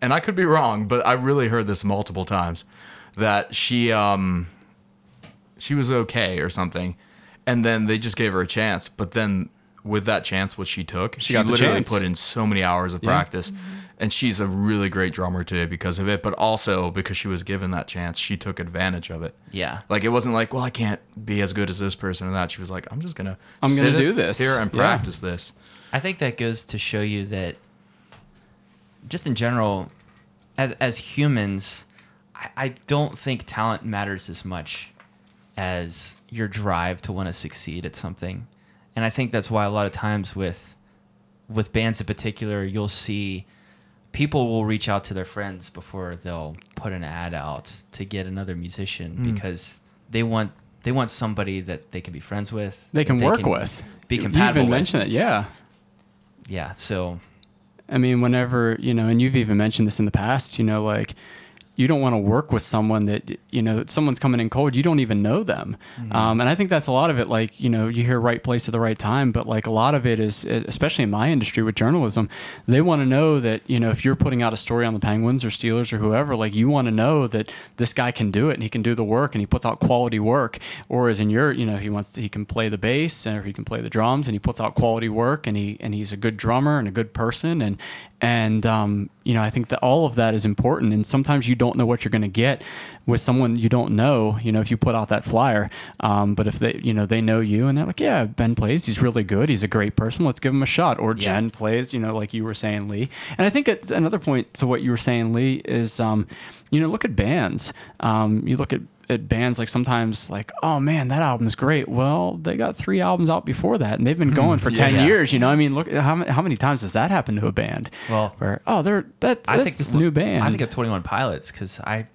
Speaker 3: and I could be wrong, but I really heard this multiple times that she um she was okay or something, and then they just gave her a chance. But then with that chance, what she took, she,
Speaker 2: got the
Speaker 3: literally
Speaker 2: chance.
Speaker 3: put in so many hours of
Speaker 2: Yeah.
Speaker 3: practice. And she's a really great drummer today because of it, but also because she was given that chance, she took advantage of it.
Speaker 1: Yeah.
Speaker 3: Like it wasn't like, well, I can't be as good as this person or that. She was like, I'm just gonna,
Speaker 2: I'm gonna
Speaker 3: sit
Speaker 2: do
Speaker 3: it
Speaker 2: this.
Speaker 3: here and
Speaker 2: Yeah.
Speaker 3: practice this.
Speaker 1: I think that goes to show you that just in general, as as humans, I, I don't think talent matters as much as your drive to want to succeed at something. And I think that's why a lot of times with with bands in particular, you'll see people will reach out to their friends
Speaker 2: Hmm.
Speaker 1: before they'll put an ad out to get another musician because they want They want somebody that they can be friends with.
Speaker 2: They
Speaker 1: that
Speaker 2: can work with.
Speaker 1: Be
Speaker 2: You
Speaker 1: compatible
Speaker 2: even
Speaker 1: with.
Speaker 2: mentioned it, yeah.
Speaker 1: Yeah. So
Speaker 2: I mean, whenever you know, and you've even mentioned this in the past, you know, like you don't want to work with someone that you know someone's coming in cold. You don't even know them, um, and I think that's a lot of it. Like you know, you hear right place at the right time, but like a lot of it is, e, especially in my industry with journalism, they want to know that you know if you're putting out a story on the Penguins or Steelers or whoever, like you want to know that this guy can do it and he can do the work and he puts out quality work. Or as in your, you know, he wants to, he can play the bass and or he can play the drums and he puts out quality work and he and he's a good drummer and a good person and and um, you know I think that all of that is important. And sometimes you don't know what you're going to get with someone you don't know. You know, if you put out that flyer, um, but if they you know they know you and they're like, yeah, Ben plays. He's really good. He's a great person. Let's give him a shot. Or
Speaker 1: Yeah.
Speaker 2: Jen plays, you know, like you were saying, Lee. And I think it's another point to what you were saying, Lee, is, um, you know, look at bands. Um, you look at, at bands like sometimes like, oh man, that album is great. Well, they got three albums out before that and they've been going for 10
Speaker 1: Yeah.
Speaker 2: years. You know, I mean, look, how, ma- how many times does that happen to a band?
Speaker 1: Well,
Speaker 2: Where, oh, they're, that, that's
Speaker 1: I think
Speaker 2: this new band.
Speaker 1: I think of Twenty One Pilots because I,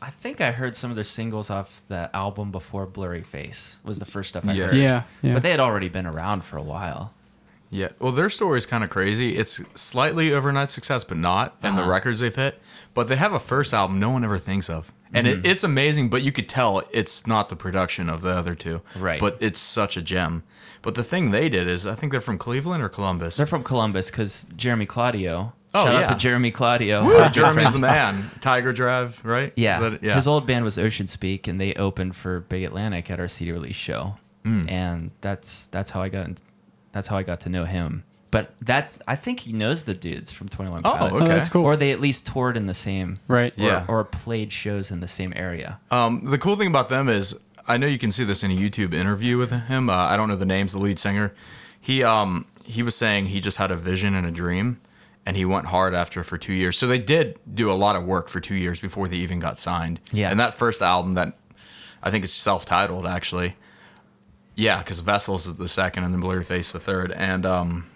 Speaker 1: I think I heard some of their singles off the album before Blurry Face was the first stuff I
Speaker 3: Yeah.
Speaker 1: heard.
Speaker 2: yeah, yeah.
Speaker 1: But they had already been around for a while.
Speaker 3: Yeah. Well, their story is kind of crazy. It's slightly overnight success, but not, and
Speaker 2: Uh-huh.
Speaker 3: the records they've hit. But they have a first album no one ever thinks of. And
Speaker 2: Mm-hmm.
Speaker 3: it, it's amazing, but you could tell it's not the production of the other two.
Speaker 1: Right.
Speaker 3: But it's such a gem. But the thing they did is, I think they're from Cleveland or Columbus.
Speaker 1: They're from Columbus because Jeremy Claudio.
Speaker 3: Oh,
Speaker 1: shout out
Speaker 3: yeah.
Speaker 1: to Jeremy Claudio.
Speaker 2: [LAUGHS]
Speaker 1: [LAUGHS]
Speaker 3: Or Jeremy's the man. Tiger Drive, right?
Speaker 1: Yeah.
Speaker 3: Is that- yeah.
Speaker 1: His old band was Ocean Speak, and they opened for Big Atlantic at our CD release show,
Speaker 3: Mm.
Speaker 1: and that's that's how I got in, that's how I got to know him. But that's I think he knows the dudes from Twenty One
Speaker 3: Oh,
Speaker 1: Pilots,
Speaker 2: oh,
Speaker 3: okay.
Speaker 2: that's cool.
Speaker 1: or they at least toured in the same
Speaker 2: right. Uh,
Speaker 1: or,
Speaker 3: Yeah.
Speaker 1: or played shows in the same area.
Speaker 3: Um, the cool thing about them is, I know you can see this in a YouTube interview with him. Uh, I don't know the names, the lead singer. He um, he was saying he just had a vision and a dream, and he went hard after it for two years. So they did do a lot of work for two years before they even got signed.
Speaker 1: Yeah.
Speaker 3: And that first album, that I think it's self-titled actually. Yeah, because Vessels is the second, and then Blurry Face the third, and um,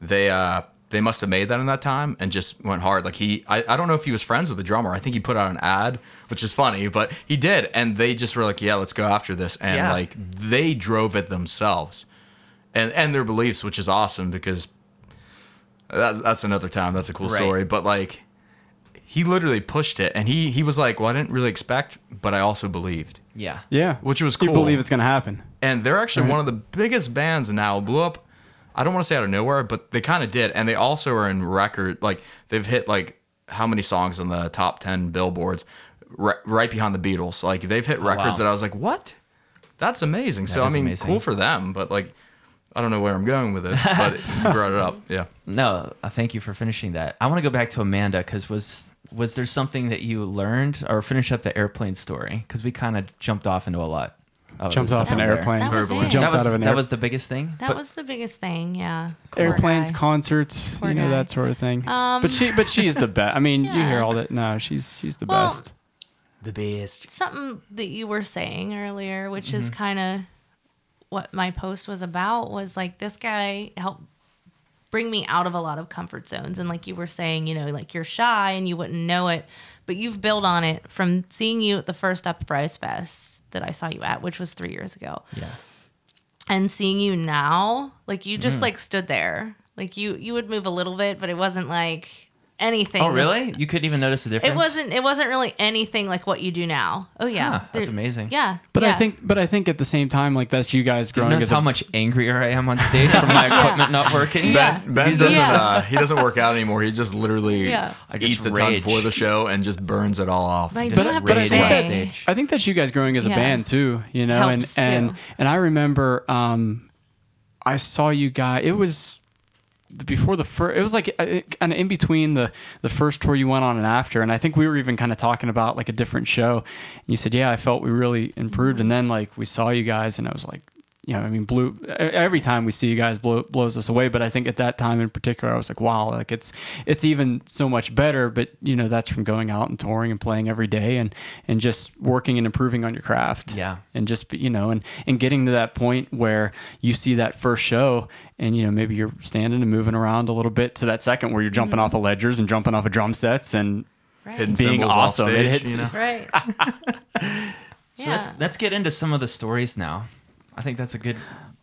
Speaker 3: they uh they must have made that in that time and just went hard like he I, I don't know if he was friends with the drummer i think he put out an ad which is funny but he did and they just were like yeah let's go after this and
Speaker 1: Yeah.
Speaker 3: like they drove it themselves and and their beliefs which is awesome because that, that's another time that's a cool
Speaker 1: Right.
Speaker 3: story but like he literally pushed it and he he was like well i didn't really expect but i also believed
Speaker 1: Yeah.
Speaker 2: Yeah.
Speaker 3: Which was
Speaker 2: You
Speaker 3: cool.
Speaker 2: believe it's going to happen.
Speaker 3: and they're actually
Speaker 2: Right.
Speaker 3: one of the biggest bands now. Blew up. I don't want to say out of nowhere, but they kind of did, and they also are in record. Like they've hit like how many songs on the top ten billboards, ri- right behind the Beatles. Like they've hit records
Speaker 1: wow.
Speaker 3: that I was like, what? That's amazing. so I
Speaker 1: is
Speaker 3: mean,
Speaker 1: amazing.
Speaker 3: cool for them, but like, I don't know where I'm going with this, but [LAUGHS] you brought it up. Yeah.
Speaker 1: No, uh, thank you for finishing that. I want to go back to Amanda because was was there something that you learned or finish up the airplane story because we kind of jumped off into a lot. Oh, of
Speaker 2: Jumped
Speaker 1: stuff
Speaker 2: off an
Speaker 1: in there.
Speaker 2: airplane.
Speaker 4: That was
Speaker 3: Verbally.
Speaker 4: it.
Speaker 2: Jumped
Speaker 1: That
Speaker 2: out
Speaker 1: was,
Speaker 2: of an
Speaker 1: that
Speaker 2: air-
Speaker 1: was the biggest thing.
Speaker 4: That
Speaker 1: but-
Speaker 4: was the biggest thing, yeah. Poor
Speaker 2: airplanes,
Speaker 4: guy.
Speaker 2: concerts,
Speaker 4: Poor
Speaker 2: you know
Speaker 4: guy.
Speaker 2: that sort of thing.
Speaker 4: Um,
Speaker 2: but she, but she is the best. I mean, you hear
Speaker 4: Yeah.
Speaker 2: all that. No, she's she's the
Speaker 4: Well,
Speaker 2: best.
Speaker 1: the best.
Speaker 4: Something that you were saying earlier, which is
Speaker 1: Mm-hmm.
Speaker 4: kind of what my post was about, was like this guy helped bring me out of a lot of comfort zones. And like you were saying, you know, like you're shy and you wouldn't know it, but you've built on it from seeing you at the first Uprise Fest that I saw you at, which was three years ago.
Speaker 1: Yeah.
Speaker 4: and seeing you now like you
Speaker 1: Mm.
Speaker 4: just like stood there like you you would move a little bit but it wasn't like anything
Speaker 1: Oh, really? You couldn't even notice the difference.
Speaker 4: it wasn't it wasn't really anything like what you do now oh yeah
Speaker 1: Huh, that's amazing.
Speaker 4: yeah
Speaker 2: But I
Speaker 4: yeah.
Speaker 2: think, but I think at the same time, like that's you guys
Speaker 1: You
Speaker 2: growing
Speaker 1: notice
Speaker 2: as a
Speaker 1: how much angrier I am on stage from
Speaker 4: [LAUGHS]
Speaker 1: my equipment not working.
Speaker 4: Yeah.
Speaker 3: Ben, ben doesn't.
Speaker 4: Yeah.
Speaker 3: Uh, he doesn't work out anymore. He just literally
Speaker 4: Yeah.
Speaker 1: I just
Speaker 3: eats a
Speaker 1: rage.
Speaker 3: ton for the show and just burns it all off.
Speaker 4: But I
Speaker 1: Just
Speaker 4: do have
Speaker 1: raid
Speaker 4: to
Speaker 2: but I think
Speaker 1: on
Speaker 4: say-
Speaker 2: that's
Speaker 1: stage.
Speaker 2: I think that's you guys growing as a
Speaker 4: Yeah.
Speaker 2: band too, you know,
Speaker 4: Helps, too.
Speaker 2: and and and I remember um, I saw you guys. It was the- before the first. It was like kind of in between the the first tour you went on and after. And I think we were even kind of talking about like a different show. And you said, yeah, I felt we really improved. And then like we saw you guys, and I was like. You know, I mean, blue. Every time we see you guys, blow, blows us away. But I think at that time in particular, I was like, wow, like it's it's even so much better. But you know, that's from going out and touring and playing every day, and and just working and improving on your craft
Speaker 1: Yeah.
Speaker 2: and just you know and and getting to that point where you see that first show and you know maybe you're standing and moving around a little bit to that second where you're jumping off of ledgers and jumping off of drum sets and
Speaker 4: right.
Speaker 3: Hidden
Speaker 2: being
Speaker 3: symbols off
Speaker 2: awesome. It
Speaker 3: stage,
Speaker 2: hits-
Speaker 3: you know?
Speaker 4: right
Speaker 1: [LAUGHS] So let's let's get into some of the stories now. I think that's a good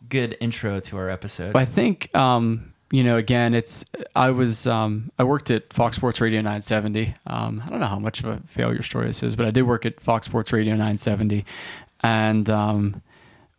Speaker 1: good intro to our episode.
Speaker 2: But I think um, you know, again, it's I was um, I worked at Fox Sports Radio 970. Um, I don't know how much of a failure story this is, but I did work at Fox Sports Radio 970, and um,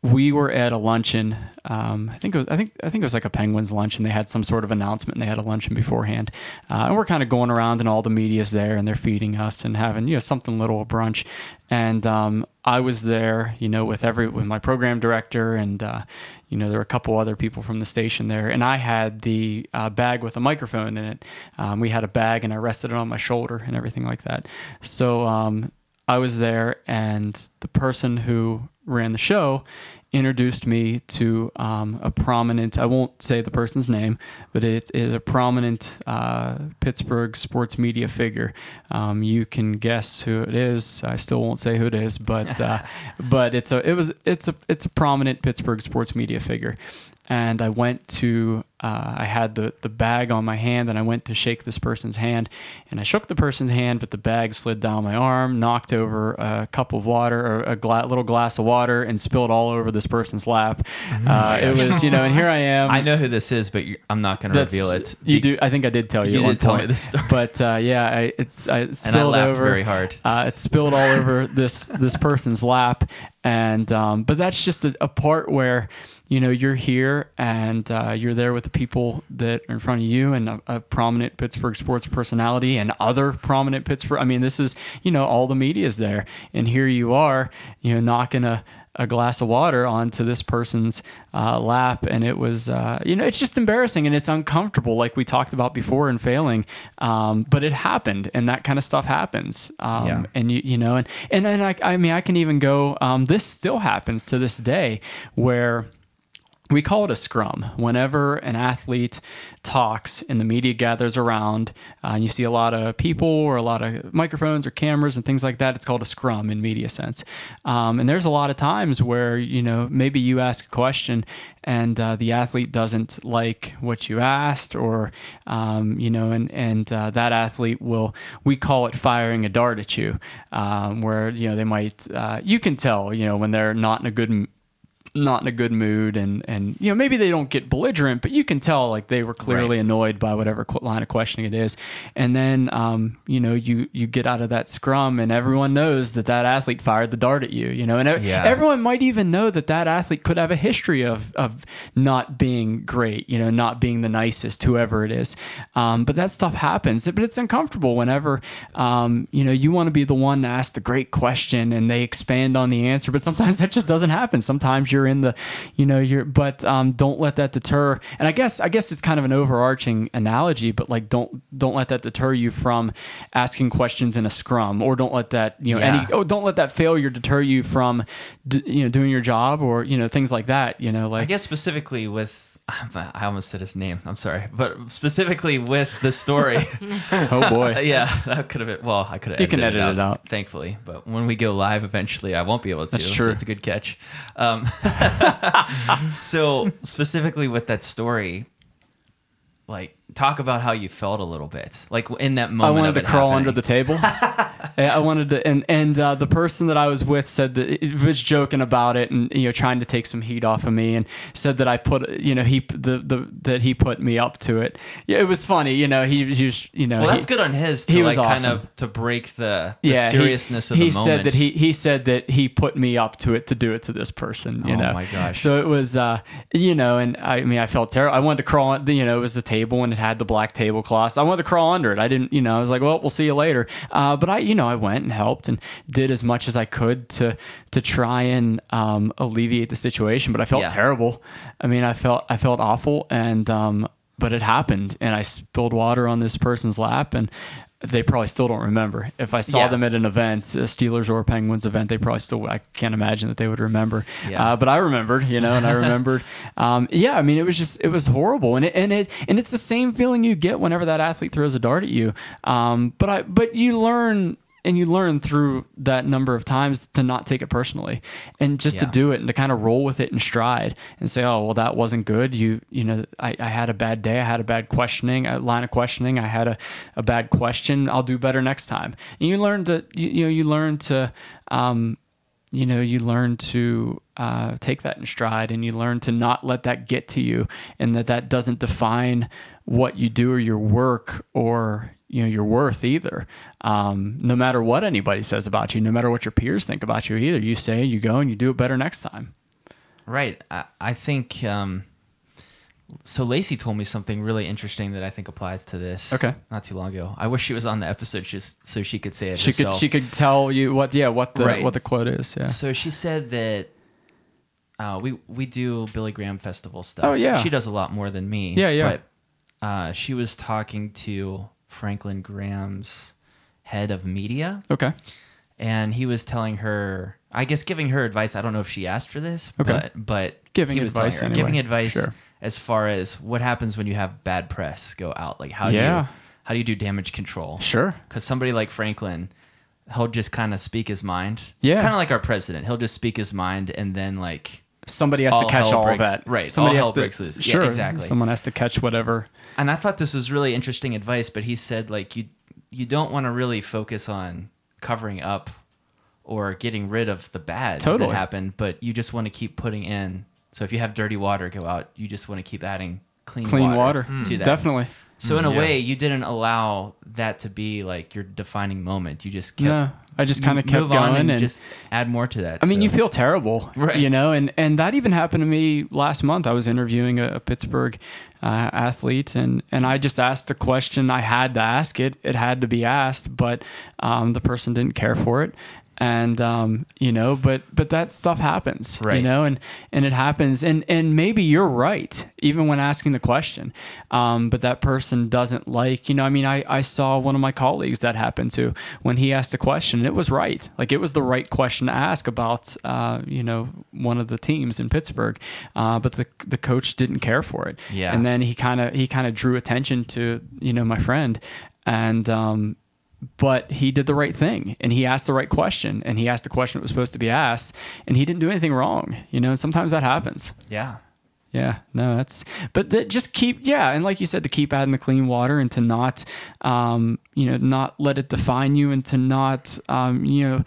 Speaker 2: we were at a luncheon. Um, I think it was I think I think it was like a Penguins luncheon. They had some sort of announcement. and They had a luncheon beforehand, uh, and we're kind of going around, and all the media's there, and they're feeding us and having you know something little a brunch. And um, I was there, you know, with every with my program director, and uh, you know there were a couple other people from the station there, and I had the uh, bag with a microphone in it. Um, we had a bag, and I rested it on my shoulder and everything like that. So. Um, I was there, and the person who ran the show introduced me to um, a prominent, I won't say the person's name, but it is a prominent uh, Pittsburgh sports media figure. Um, you can guess who it is. I still won't say who it is, but uh, but it's a it was it's a it's a prominent Pittsburgh sports media figure. And I went to uh, I had the the bag on my hand, and I went to shake this person's hand, and I shook the person's hand, but the bag slid down my arm, knocked over a cup of water or a gla- little glass of water, and spilled all over this person's lap. Uh, it was you know, and here I am.
Speaker 1: Mm-hmm. [LAUGHS] I know who this is, but you I'm not going to
Speaker 2: That's-
Speaker 1: reveal it.
Speaker 2: You do. I think I did tell you.
Speaker 1: You
Speaker 2: at one
Speaker 1: did tell me
Speaker 2: point.
Speaker 1: this story.
Speaker 2: But uh, yeah, I, it's I spilled
Speaker 1: laughed
Speaker 2: over
Speaker 1: very hard.
Speaker 2: Uh, it spilled all over this this person's lap, and um, but that's just a, a part where you know you're here and uh, you're there with the people that are in front of you and a, a prominent Pittsburgh sports personality and other prominent Pittsburgh. I mean, this is you know all the media's there, and here you are, you know, knocking a a glass of water onto this person's uh, lap, and it was, uh, you know, it's just embarrassing and it's uncomfortable, like we talked about before in failing. Um, but it happened, and that kind of stuff happens. Um,
Speaker 1: Yeah.
Speaker 2: And you, you know, and and then I, I mean, I can even go. Um, this still happens to this day, where we call it a scrum. Whenever an athlete talks and the media gathers around, uh, and you see a lot of people or a lot of microphones or cameras and things like that, it's called a scrum in media sense. Um, and there's a lot of times where you know maybe you ask a question and uh, the athlete doesn't like what you asked, or um, you know, and and uh, that athlete will we call it firing a dart at you, um, where you know they might uh, you can tell you know when they're not in a good m- not in a good mood and and you know maybe they don't get belligerent but you can tell like they were clearly annoyed by whatever qu- line of questioning it is and then um you know you you get out of that scrum and everyone knows that that athlete fired the dart at you you know and ev-
Speaker 1: Yeah.
Speaker 2: everyone might even know that that athlete could have a history of of not being great you know not being the nicest whoever it is um, but that stuff happens but it's uncomfortable whenever um, you know you want to be the one to ask the great question and they expand on the answer but sometimes [LAUGHS] that just doesn't happen sometimes you're in the you know you're but um, don't let that deter and i guess i guess it's kind of an overarching analogy but like don't don't let that deter you from asking questions in a scrum or don't let that you know
Speaker 1: Yeah.
Speaker 2: any oh don't let that failure deter you from d- you know doing your job or you know things like that you know
Speaker 1: [LAUGHS]
Speaker 2: like
Speaker 1: I guess specifically with [LAUGHS] I almost said his name. I'm sorry, but specifically with the story.
Speaker 2: [LAUGHS] oh boy
Speaker 1: Uh, yeah, [LAUGHS] that could have been. Well, I could have.
Speaker 2: You can
Speaker 1: edited
Speaker 2: edit it out.
Speaker 1: thankfully. But when we go live eventually, I won't be able to.
Speaker 2: That's
Speaker 1: so
Speaker 2: true.
Speaker 1: it's a good catch. Um, [LAUGHS] so specifically with that story, like talk about how you felt a little bit, like in that
Speaker 2: I
Speaker 1: moment.
Speaker 2: wanted
Speaker 1: of
Speaker 2: to
Speaker 1: it
Speaker 2: crawl
Speaker 1: happening.
Speaker 2: under the table.
Speaker 1: [LAUGHS]
Speaker 2: Yeah, I wanted to, and and uh, the person that I was with said that it was joking about it, and you know, trying to take some heat off of me, and said that I put, you know, he the, the that he put me up to it. Yeah, it was funny, you know. He was, he was- you know,
Speaker 1: Well,
Speaker 2: he-
Speaker 1: that's good on his. To
Speaker 2: he
Speaker 1: like
Speaker 2: was
Speaker 1: kind
Speaker 2: awesome.
Speaker 1: of to break the, the
Speaker 2: he-
Speaker 1: seriousness of
Speaker 2: he
Speaker 1: the moment.
Speaker 2: said that he he said that he put me up to it to do it to this person. You
Speaker 1: Oh
Speaker 2: know,
Speaker 1: my gosh.
Speaker 2: So it was, uh, you know, and I, mean, I felt terrible. I wanted to crawl. on- You know, it was the table and it had the black tablecloth. I wanted to crawl under it. I didn't. You know, I was like, well, we'll see you later. Uh, but I, you know, I went and helped and did as much as I could to to try and um, alleviate the situation. But I felt
Speaker 1: Yeah.
Speaker 2: terrible. I mean, I felt I felt awful and. Um, but it happened, and I spilled water on this person's lap, and they probably still don't remember. If I saw
Speaker 1: Yeah.
Speaker 2: them at an event, a Steelers or a Penguins event, they probably still, I can't imagine that they would remember.
Speaker 1: Yeah.
Speaker 2: Uh, but I remembered, you know, and I
Speaker 1: [LAUGHS]
Speaker 2: remembered. um, yeah, I mean, it was just, it was horrible. And it, and it, and it's the same feeling you get whenever that athlete throws a dart at you. Um, but I, but you learn, and you learn through that number of times to not take it personally and just
Speaker 1: Yeah.
Speaker 2: to do it and to kind of roll with it in stride and say oh well that wasn't good you you know i, I had a bad day i had a bad questioning a line of questioning i had a, a bad question i'll do better next time and you learn to you, you know you learn to um, you know, you learn to uh, take that in stride and you learn to not let that get to you and that that doesn't define what you do or your work or, you know, your worth either. Um, no matter what anybody says about you, no matter what your peers think about you either, you say, you go and you do it better next time.
Speaker 1: Right. I, I think um, so. Lacey told me something really interesting that I think applies to this.
Speaker 2: Okay.
Speaker 1: Not too long ago. I wish she was on the episode just so she could say it
Speaker 2: She
Speaker 1: herself.
Speaker 2: could, she could tell you what, yeah, what the,
Speaker 1: Right.
Speaker 2: what the quote is. Yeah.
Speaker 1: So she said that uh, we we do Billy Graham Festival stuff.
Speaker 2: Oh, yeah.
Speaker 1: She does a lot more than me.
Speaker 2: Yeah, yeah.
Speaker 1: But uh, she was talking to Franklin Graham's head of media,
Speaker 2: Okay.
Speaker 1: and he was telling her, I guess, giving her advice. I don't know if she asked for this,
Speaker 2: Okay.
Speaker 1: but but
Speaker 2: Giving
Speaker 1: he was telling
Speaker 2: advice
Speaker 1: her-
Speaker 2: anyway.
Speaker 1: giving advice
Speaker 2: Sure.
Speaker 1: as far as what happens when you have bad press go out. Like how do
Speaker 2: Yeah.
Speaker 1: you how do you do damage control?
Speaker 2: Sure.
Speaker 1: because somebody like Franklin, he'll just kind of speak his mind.
Speaker 2: Yeah.
Speaker 1: kind of like our president. He'll just speak his mind, and then like,
Speaker 2: Somebody has
Speaker 1: All
Speaker 2: to catch
Speaker 1: hell
Speaker 2: all
Speaker 1: breaks-
Speaker 2: of that.
Speaker 1: right, all
Speaker 2: Somebody has
Speaker 1: hell
Speaker 2: to,
Speaker 1: breaks loose. Yeah,
Speaker 2: Sure.
Speaker 1: exactly.
Speaker 2: Someone has to catch whatever.
Speaker 1: and I thought this was really interesting advice. But he said like you you don't want to really focus on covering up or getting rid of the bad
Speaker 2: Totally.
Speaker 1: that happened, but you just want to keep putting in. So if you have dirty water go out, you just want to keep adding clean
Speaker 2: Clean water. Hmm.
Speaker 1: Hmm. to that.
Speaker 2: Definitely.
Speaker 1: So in a
Speaker 3: yeah.
Speaker 1: way, you didn't allow that to be like your defining moment. You just kept.
Speaker 2: Yeah, I just kind of
Speaker 1: move
Speaker 2: kept
Speaker 1: on
Speaker 2: going, and,
Speaker 1: just add more to that.
Speaker 2: I mean,
Speaker 1: so.
Speaker 2: you feel terrible,
Speaker 1: Right.
Speaker 2: You know, and and that even happened to me last month. I was interviewing a, a Pittsburgh uh, athlete, and and I just asked the question. I had to ask it. It had to be asked, but um, the person didn't care for it. And um, you know, but but that stuff happens,
Speaker 1: Right.
Speaker 2: you know, and and it happens, and and maybe you're right, even when asking the question, um, but that person doesn't like, you know, I mean, I I saw one of my colleagues that happened to when he asked the question, and it was right, like it was the right question to ask about, uh, you know, one of the teams in Pittsburgh, uh, but the the coach didn't care for it,
Speaker 1: Yeah.
Speaker 2: and then he kind of he kind of drew attention to you know my friend, and um, but he did the right thing and he asked the right question and he asked the question that was supposed to be asked and he didn't do anything wrong you know and sometimes that happens
Speaker 1: yeah.
Speaker 2: yeah no that's but that just keep yeah and like you said to keep adding the clean water and to not um you know not let it define you and to not um you know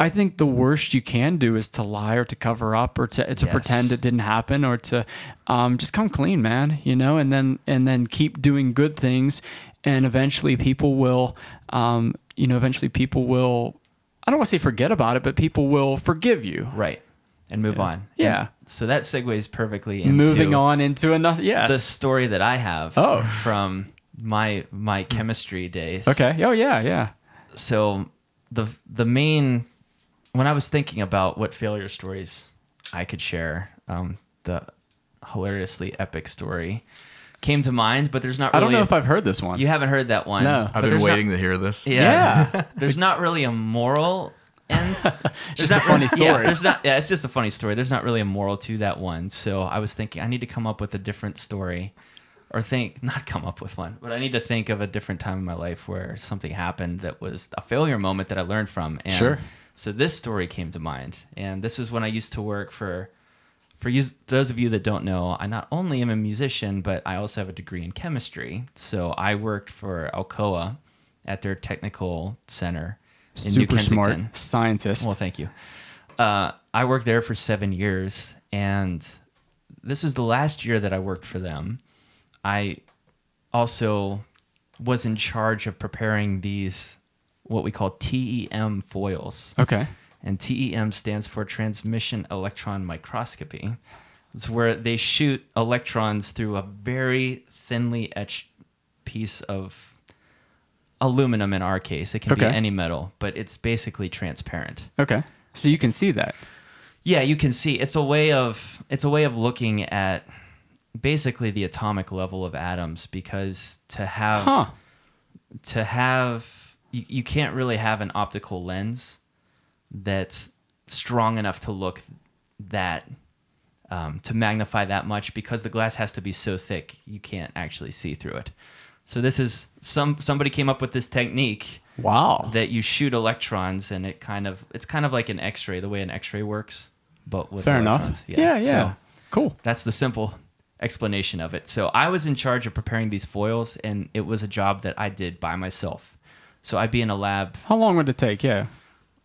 Speaker 2: I think the worst you can do is to lie or to cover up or to, to
Speaker 1: Yes.
Speaker 2: pretend it didn't happen or to um, just come clean, man. You know, and then and then keep doing good things, and eventually people will, um, you know, eventually people will. I don't want to say forget about it, but people will forgive you.
Speaker 1: Right. And move on. And
Speaker 2: Yeah.
Speaker 1: so that segues perfectly into
Speaker 2: Moving on into another. Yes.
Speaker 1: the story that I have
Speaker 2: Oh.
Speaker 1: from my my chemistry days.
Speaker 2: Okay. Oh yeah, yeah.
Speaker 1: So the the main when I was thinking about what failure stories I could share, um, the hilariously epic story came to mind, but there's not
Speaker 2: I
Speaker 1: really
Speaker 2: don't know if I've heard this one.
Speaker 1: you haven't heard that one.
Speaker 2: No.
Speaker 1: but
Speaker 3: I've been
Speaker 1: there's not-
Speaker 3: waiting to hear this.
Speaker 1: yeah.
Speaker 2: Yeah.
Speaker 1: [LAUGHS] there's not really a moral
Speaker 2: [LAUGHS]
Speaker 1: end.
Speaker 2: Just a funny
Speaker 1: Yeah,
Speaker 2: story.
Speaker 1: there's not. Yeah, it's just a funny story. There's not really a moral to that one. So I was thinking I need to come up with a different story, or think [LAUGHS] not come up with one, but I need to think of a different time in my life where something happened that was a failure moment that I learned from. And
Speaker 2: Sure.
Speaker 1: So this story came to mind, and this is when I used to work for. For you, those of you that don't know, I not only am a musician, but I also have a degree in chemistry. So I worked for Alcoa at their technical center in New
Speaker 2: Super
Speaker 1: Kensington.
Speaker 2: smart scientist.
Speaker 1: Well, thank you. Uh, I worked there for seven years, and this was the last year that I worked for them. I also was in charge of preparing these what we call TEM foils,
Speaker 2: okay.
Speaker 1: and TEM stands for transmission electron microscopy. It's where they shoot electrons through a very thinly etched piece of aluminum in our case. It can be
Speaker 2: Okay.
Speaker 1: any metal, but it's basically transparent.
Speaker 2: Okay. So you can see that.
Speaker 1: Yeah, you can see it's a way of it's a way of looking at basically the atomic level of atoms because to have
Speaker 2: Huh.
Speaker 1: to have you, you can't really have an optical lens that's strong enough to look that um, to magnify that much because the glass has to be so thick you can't actually see through it. So this is some somebody came up with this technique
Speaker 2: Wow.
Speaker 1: that you shoot electrons and it kind of it's kind of like an X-ray the way an X-ray works, but with
Speaker 2: Fair
Speaker 1: electrons.
Speaker 2: enough. Yeah, yeah.
Speaker 1: So
Speaker 2: cool.
Speaker 1: that's the simple explanation of it. So I was in charge of preparing these foils, and it was a job that I did by myself. So I'd be in a lab.
Speaker 2: How long would it take? Yeah.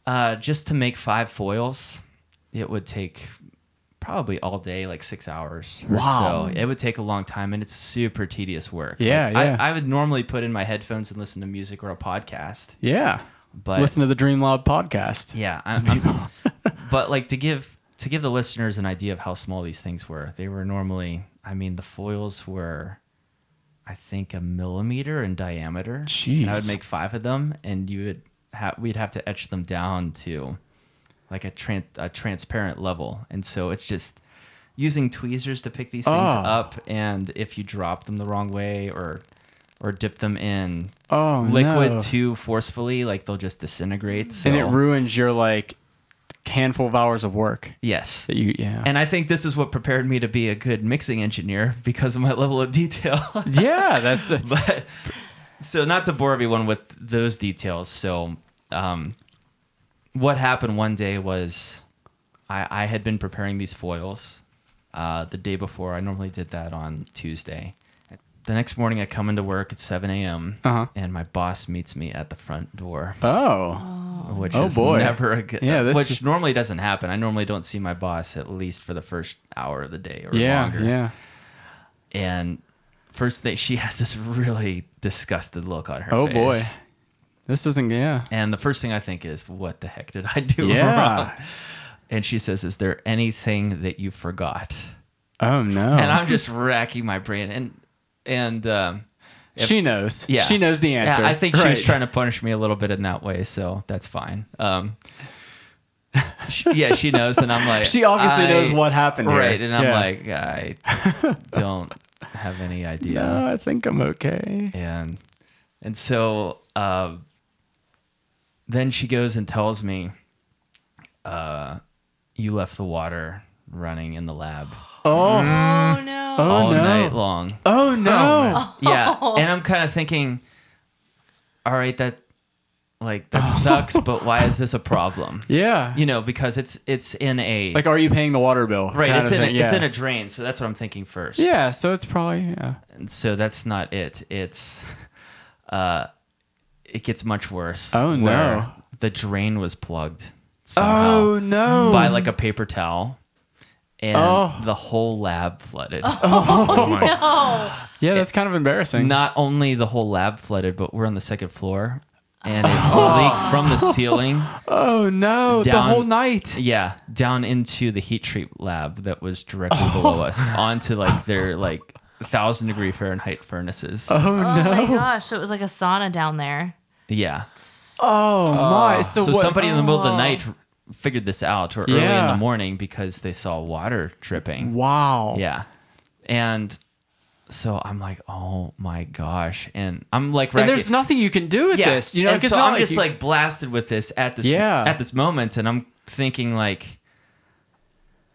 Speaker 1: Uh, just to make five foils, it would take probably all day, like six hours. or
Speaker 2: Wow.
Speaker 1: so. It would take a long time, and it's super tedious work.
Speaker 2: Yeah,
Speaker 1: Like,
Speaker 2: yeah.
Speaker 1: I, I would normally put in my headphones and listen to music or a podcast,
Speaker 2: Yeah.
Speaker 1: but
Speaker 2: Listen to the Dream Loud podcast.
Speaker 1: yeah,
Speaker 2: [LAUGHS]
Speaker 1: I'm, I'm- but like to give to give the listeners an idea of how small these things were. They were normally, I mean, the foils were, I think, a millimeter in diameter. And I would
Speaker 2: Jeez.
Speaker 1: make five of them, and you would have we'd have to etch them down to like a, tran- a transparent level. And so it's just using tweezers to pick these things
Speaker 2: Oh.
Speaker 1: up, and if you drop them the wrong way or or dip them in
Speaker 2: Oh,
Speaker 1: liquid
Speaker 2: no.
Speaker 1: too forcefully, like they'll just disintegrate. So.
Speaker 2: And it ruins your like handful of hours of work
Speaker 1: Yes.
Speaker 2: that you, yeah.
Speaker 1: And I think this is what prepared me to be a good mixing engineer [LAUGHS] because of my level of detail.
Speaker 2: [LAUGHS]
Speaker 1: [LAUGHS]
Speaker 2: yeah, that's a,
Speaker 1: but so not to bore everyone with those details. So um, what happened one day was I, I had been preparing these foils uh, the day before. I normally did that on Tuesday. The next morning, I come into work at 7 a.m.
Speaker 2: Uh-huh.
Speaker 1: and my boss meets me at the front door
Speaker 2: oh,
Speaker 1: which
Speaker 2: Oh,
Speaker 1: is
Speaker 2: boy.
Speaker 1: never a good.
Speaker 2: Yeah, this
Speaker 1: which
Speaker 2: is-
Speaker 1: normally doesn't happen. I normally don't see my boss at least for the first hour of the day or
Speaker 2: yeah,
Speaker 1: longer.
Speaker 2: yeah.
Speaker 1: And first thing, she [LAUGHS] has this really disgusted look on her.
Speaker 2: Oh
Speaker 1: face.
Speaker 2: boy, this isn't [LAUGHS] yeah.
Speaker 1: And the first thing I think is, what the heck did I do [LAUGHS]
Speaker 2: Yeah.
Speaker 1: wrong? And she says, "Is there anything that you forgot?"
Speaker 2: Oh no,
Speaker 1: And I'm just racking my brain, and and um, if-
Speaker 2: she knows.
Speaker 1: Yeah.
Speaker 2: she knows the answer.
Speaker 1: Yeah, I think she was
Speaker 2: Right.
Speaker 1: trying to punish me a little bit in that way, so that's fine. Um, [LAUGHS] she- yeah, she knows, and I'm like,
Speaker 2: [LAUGHS] She obviously
Speaker 1: I-
Speaker 2: knows what happened, here.
Speaker 1: right? And I'm
Speaker 2: Yeah.
Speaker 1: like, I
Speaker 2: [LAUGHS]
Speaker 1: don't have any idea,
Speaker 2: no, I think I'm okay.
Speaker 1: and and so uh, then she goes and tells me, uh, you left the water running in the lab
Speaker 4: Oh no.
Speaker 2: Oh
Speaker 1: all
Speaker 2: no.
Speaker 1: night
Speaker 2: [LAUGHS]
Speaker 1: long.
Speaker 2: Oh no.
Speaker 1: Yeah. And I'm kind of thinking, all right, that like
Speaker 2: [LAUGHS]
Speaker 1: that sucks, but why is this a problem?
Speaker 2: Oh. yeah.
Speaker 1: You know, because it's it's in a
Speaker 2: like, are you paying the water bill?
Speaker 1: right,
Speaker 2: kind
Speaker 1: it's
Speaker 2: of
Speaker 1: in a,
Speaker 2: thing, yeah.
Speaker 1: it's in a drain, so that's what I'm thinking first.
Speaker 2: Yeah, so it's probably yeah.
Speaker 1: And so that's not it. It's [LAUGHS] uh it gets much worse.
Speaker 2: Oh, no.
Speaker 1: where The drain was plugged somehow
Speaker 2: Oh
Speaker 1: [LAUGHS]
Speaker 2: no.
Speaker 1: by like a paper towel. And
Speaker 2: Oh.
Speaker 1: the whole lab flooded.
Speaker 3: Oh my god.
Speaker 2: yeah, that's kind of embarrassing.
Speaker 1: Not only the whole lab flooded, but we're on the second floor, and it leaked from
Speaker 2: [LAUGHS]
Speaker 1: the ceiling.
Speaker 2: oh no, the
Speaker 1: Down-
Speaker 2: whole night.
Speaker 1: Yeah, down into the heat treat lab that was directly below
Speaker 2: Oh.
Speaker 1: us, onto like their like thousand degree Fahrenheit furnaces.
Speaker 4: Oh my gosh. So it was like a sauna down there.
Speaker 1: Yeah.
Speaker 2: Oh my. So,
Speaker 1: So
Speaker 2: what,
Speaker 1: somebody in the middle of the
Speaker 4: Oh.
Speaker 1: night figured this out, or early in
Speaker 2: Yeah.
Speaker 1: the morning, because they saw water dripping.
Speaker 2: Wow.
Speaker 1: Yeah. And so I'm like, oh my gosh, and I'm like,
Speaker 2: And
Speaker 1: racking-
Speaker 2: there's nothing you can do with this. You know,
Speaker 1: and
Speaker 2: like, it's
Speaker 1: so
Speaker 2: not
Speaker 1: I'm
Speaker 2: like
Speaker 1: just
Speaker 2: you-
Speaker 1: like blasted with this at this
Speaker 2: Yeah.
Speaker 1: at this moment, and I'm thinking like,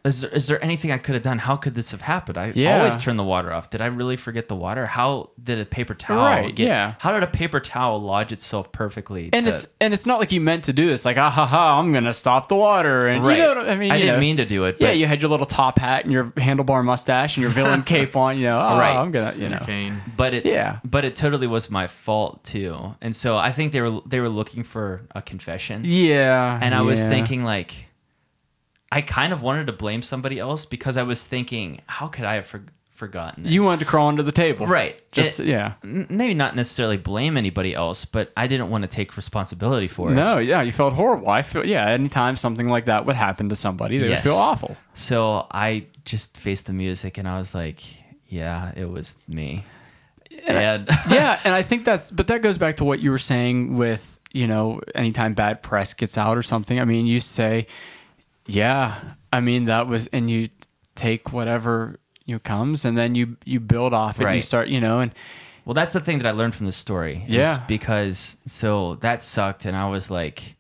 Speaker 1: is there, is there anything I could have done? How could this have happened? I
Speaker 2: Yeah.
Speaker 1: always turn the water off. Did I really forget the water? How did a paper towel?
Speaker 2: Right,
Speaker 1: get-
Speaker 2: yeah.
Speaker 1: How did a paper towel lodge itself perfectly?
Speaker 2: and
Speaker 1: to-
Speaker 2: it's and it's not like you meant to do this. Like ah ha ha, I'm gonna stop the water. And
Speaker 1: right.
Speaker 2: you know what I mean?
Speaker 1: I
Speaker 2: you
Speaker 1: didn't
Speaker 2: know.
Speaker 1: mean to do it.
Speaker 2: Yeah,
Speaker 1: but
Speaker 2: you had your little top hat and your handlebar mustache and
Speaker 1: [LAUGHS]
Speaker 2: your villain cape on. You know, oh,
Speaker 1: Right.
Speaker 2: I'm gonna, you know,
Speaker 3: Kane.
Speaker 1: but it
Speaker 2: Yeah.
Speaker 1: but it totally was my fault too. And so I think they were they were looking for a confession.
Speaker 2: yeah.
Speaker 1: and I was
Speaker 2: yeah.
Speaker 1: thinking like I kind of wanted to blame somebody else because I was thinking how could I have for- forgotten this?
Speaker 2: you wanted to crawl under the table,
Speaker 1: right?
Speaker 2: Just
Speaker 1: It-
Speaker 2: yeah.
Speaker 1: n- maybe not necessarily blame anybody else, but I didn't want to take responsibility for it.
Speaker 2: No, yeah, you felt horrible. I feel yeah. Anytime something like that would happen to somebody, they
Speaker 1: Yes.
Speaker 2: would feel
Speaker 1: [LAUGHS]
Speaker 2: awful.
Speaker 1: So I just faced the music and I was like, yeah, it was me. And
Speaker 2: [LAUGHS] yeah, and I think that's but that goes back to what you were saying with, you know, anytime bad press gets out or something. I mean, you say, yeah, I mean that was and you take whatever you know, comes and then you you build off it and you
Speaker 1: Right.
Speaker 2: start, you know, and
Speaker 1: Well, that's the thing that I learned from this story. is
Speaker 2: Yeah.
Speaker 1: Because so that sucked, and I was like,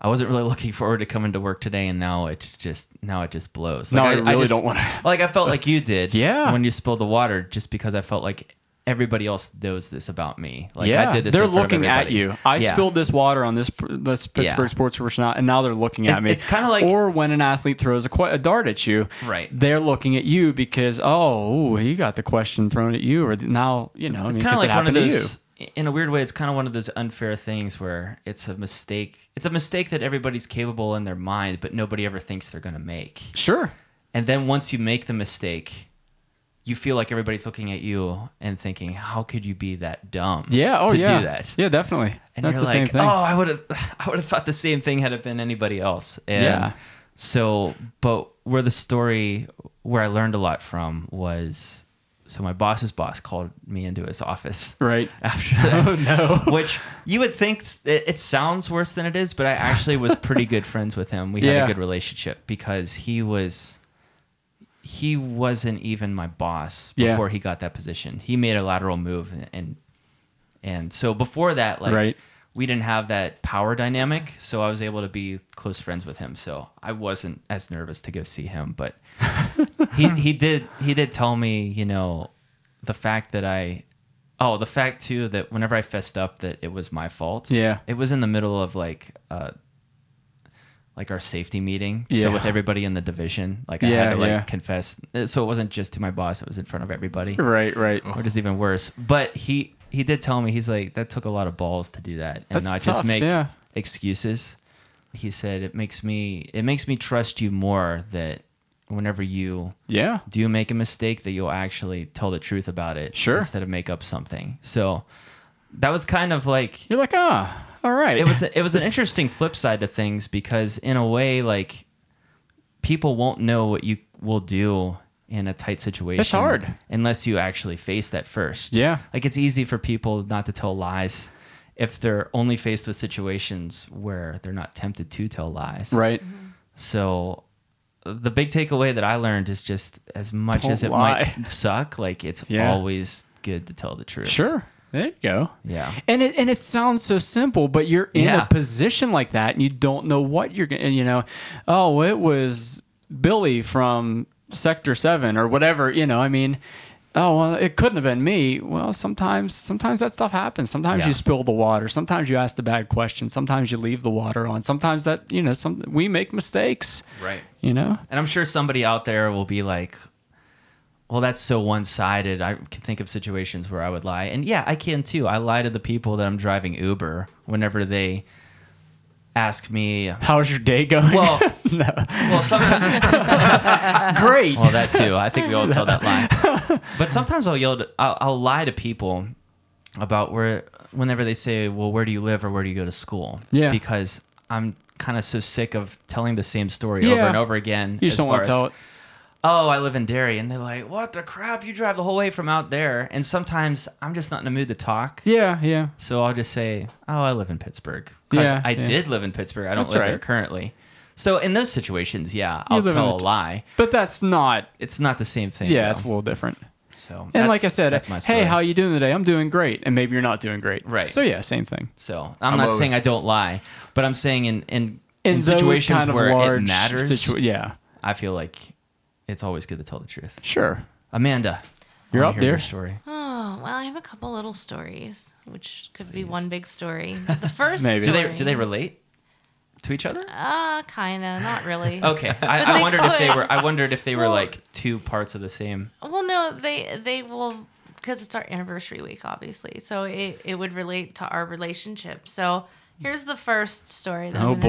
Speaker 1: I wasn't really [LAUGHS] looking forward to coming to work today, and now it's just now it just blows.
Speaker 2: Now
Speaker 1: I,
Speaker 2: I really
Speaker 1: just-
Speaker 2: don't wanna-
Speaker 1: [LAUGHS] Like I felt like you did.
Speaker 2: [LAUGHS] Yeah.
Speaker 1: When you spilled the water, just because I felt like everybody else knows this about me. Like
Speaker 2: yeah,
Speaker 1: I did this.
Speaker 2: they're
Speaker 1: in front of
Speaker 2: looking at
Speaker 1: everybody.
Speaker 2: you. I
Speaker 1: Yeah.
Speaker 2: spilled this water on this pr- this Pittsburgh sports person, out, and now they're looking at
Speaker 1: It-
Speaker 2: me.
Speaker 1: it's kinda like-
Speaker 2: or when an athlete throws a, que- a dart at you,
Speaker 1: Right.
Speaker 2: They're looking at you because oh, ooh, he got the question thrown at you, or th- now you know.
Speaker 1: It's
Speaker 2: I
Speaker 1: kind
Speaker 2: mean, 'cause
Speaker 1: of
Speaker 2: it
Speaker 1: like one of
Speaker 2: happened to you.
Speaker 1: those in a weird way, it's kind of one of those unfair things where it's a mistake. It's a mistake that everybody's capable in their mind, but nobody ever thinks they're gonna make.
Speaker 2: Sure.
Speaker 1: And then once you make the mistake, you feel like everybody's looking at you and thinking, "How could you be that dumb?"
Speaker 2: Yeah. Oh
Speaker 1: to
Speaker 2: yeah.
Speaker 1: do that.
Speaker 2: Yeah, definitely.
Speaker 1: And
Speaker 2: That's
Speaker 1: you're
Speaker 2: the
Speaker 1: like,
Speaker 2: same thing.
Speaker 1: Oh, I would have, [LAUGHS] I would have thought the same thing had it been anybody else. And
Speaker 2: Yeah.
Speaker 1: So, but where the story, where I learned a lot from was, so my boss's boss called me into his office
Speaker 2: Right.
Speaker 1: after
Speaker 2: [LAUGHS]
Speaker 1: that. Oh no! [LAUGHS] Which you would think s- it, it sounds worse than it is, but I actually was pretty good
Speaker 2: [LAUGHS]
Speaker 1: friends with him. We had
Speaker 2: Yeah.
Speaker 1: a good relationship because he was he wasn't even my boss
Speaker 2: Yeah.
Speaker 1: before he got that position. He made a lateral move and and, and so before that, like
Speaker 2: Right.
Speaker 1: we didn't have that power dynamic, so I was able to be close friends with him. So I wasn't as nervous to go see him, but he
Speaker 2: Hmm.
Speaker 1: he did he did tell me, you know, the fact that I oh, the fact too that whenever I fessed up that it was my fault.
Speaker 2: Yeah.
Speaker 1: It was in the middle of like uh like our safety meeting.
Speaker 2: Yeah.
Speaker 1: So with everybody in the division, like I had
Speaker 2: Yeah,
Speaker 1: to like
Speaker 2: yeah.
Speaker 1: confess. Uh, So it wasn't just to my boss, it was in front of everybody.
Speaker 2: Right. Right.
Speaker 1: Which is even worse. But he he did tell me he's like that took a lot of balls to do that and
Speaker 2: That's
Speaker 1: not
Speaker 2: tough,
Speaker 1: just make
Speaker 2: yeah.
Speaker 1: excuses. He said it makes me it makes me trust you more that whenever you
Speaker 2: Yeah.
Speaker 1: do you make a mistake that you'll actually tell the truth about it
Speaker 2: Sure.
Speaker 1: instead of make up something so that was kind of like
Speaker 2: You're like, ah, all right.
Speaker 1: it was it
Speaker 2: [LAUGHS]
Speaker 1: was an interesting flip side to things because in a way like people won't know what you will do in a tight situation
Speaker 2: It's hard.
Speaker 1: unless you actually face that first
Speaker 2: Yeah.
Speaker 1: like it's easy for people not to tell lies if they're only faced with situations where they're not tempted to tell lies
Speaker 2: right.
Speaker 1: so the big takeaway that I learned is just as much
Speaker 2: Don't
Speaker 1: as it
Speaker 2: lie. [LAUGHS]
Speaker 1: might suck, like it's
Speaker 2: Yeah.
Speaker 1: always good to tell the truth.
Speaker 2: Sure. There you go.
Speaker 1: Yeah.
Speaker 2: And it and it sounds so simple, but you're in
Speaker 1: Yeah.
Speaker 2: a position like that and you don't know what you're gonna you know, oh, it was Billy from Sector Seven or whatever, you know, I mean Oh well, it couldn't have been me. Well, sometimes, sometimes that stuff happens. Sometimes
Speaker 1: Yeah.
Speaker 2: you spill the water. Sometimes you ask the bad question. Sometimes you leave the water on. Sometimes that, you know, some we make mistakes.
Speaker 1: Right.
Speaker 2: You know.
Speaker 1: And I'm sure somebody out there will be like, well, that's so one sided. I can think of situations where I would lie. And yeah, I can too. I lie to the people that I'm driving Uber whenever they ask
Speaker 2: [LAUGHS]
Speaker 1: me.
Speaker 2: How's your day going?
Speaker 1: Well, well, sometimes
Speaker 2: [LAUGHS] great.
Speaker 1: Well, Oh, that too. I think we all tell that lie.
Speaker 2: [LAUGHS]
Speaker 1: But sometimes I'll yell. To, I'll, I'll lie to people about where whenever they say, "Well, where do you live?" or "Where do you go to school?"
Speaker 2: Yeah.
Speaker 1: because I'm kind of so sick of telling the same story over
Speaker 2: Yeah.
Speaker 1: and over again.
Speaker 2: you just
Speaker 1: as
Speaker 2: don't want to
Speaker 1: far as,
Speaker 2: tell it.
Speaker 1: Oh, I live in Derry, and they're like, "What the crap? You drive the whole way from out there." And sometimes I'm just not in the mood to talk.
Speaker 2: Yeah, yeah.
Speaker 1: So I'll just say, "Oh, I live in Pittsburgh." Because
Speaker 2: Yeah,
Speaker 1: I
Speaker 2: yeah.
Speaker 1: did live in Pittsburgh. I don't
Speaker 2: That's
Speaker 1: live there
Speaker 2: right.
Speaker 1: currently. So in those situations, yeah,
Speaker 2: You
Speaker 1: I'll
Speaker 2: live in
Speaker 1: tell a
Speaker 2: a-
Speaker 1: lie.
Speaker 2: But that's not.
Speaker 1: It's not the same thing.
Speaker 2: Yeah,
Speaker 1: though.
Speaker 2: it's a little different.
Speaker 1: So
Speaker 2: And
Speaker 1: that's-
Speaker 2: like I said,
Speaker 1: that's my story.
Speaker 2: hey, how you doing today? I'm doing great, and maybe you're not doing great.
Speaker 1: Right.
Speaker 2: So yeah, same thing.
Speaker 1: so I'm,
Speaker 3: I'm
Speaker 1: not
Speaker 3: always-
Speaker 1: saying I don't lie, but I'm saying in in, in,
Speaker 2: In those
Speaker 1: situations
Speaker 2: kind of
Speaker 1: where
Speaker 2: large
Speaker 1: it matters,
Speaker 2: situa- yeah,
Speaker 1: I feel like it's always good to tell the truth.
Speaker 2: sure.
Speaker 1: Amanda, I
Speaker 2: You're
Speaker 1: wanna hear
Speaker 2: up,
Speaker 1: your
Speaker 2: dear.
Speaker 1: Story.
Speaker 4: Oh, well, I have a couple little stories, which could be one
Speaker 1: [LAUGHS]
Speaker 4: big story. But the first
Speaker 2: Maybe.
Speaker 1: Do
Speaker 4: story,
Speaker 1: they do they relate to each other?
Speaker 4: Uh, kind of, not
Speaker 1: [LAUGHS]
Speaker 4: really. [LAUGHS]
Speaker 1: Okay,
Speaker 4: But
Speaker 1: I, I
Speaker 4: they
Speaker 1: wondered if they
Speaker 4: could.
Speaker 1: were. I wondered if they were
Speaker 4: Well-
Speaker 1: like two parts of the same.
Speaker 4: Well, no, they they will because it's our anniversary week, obviously. So it, it would relate to our relationship. So here's the first story that
Speaker 2: Oh
Speaker 4: I'm going to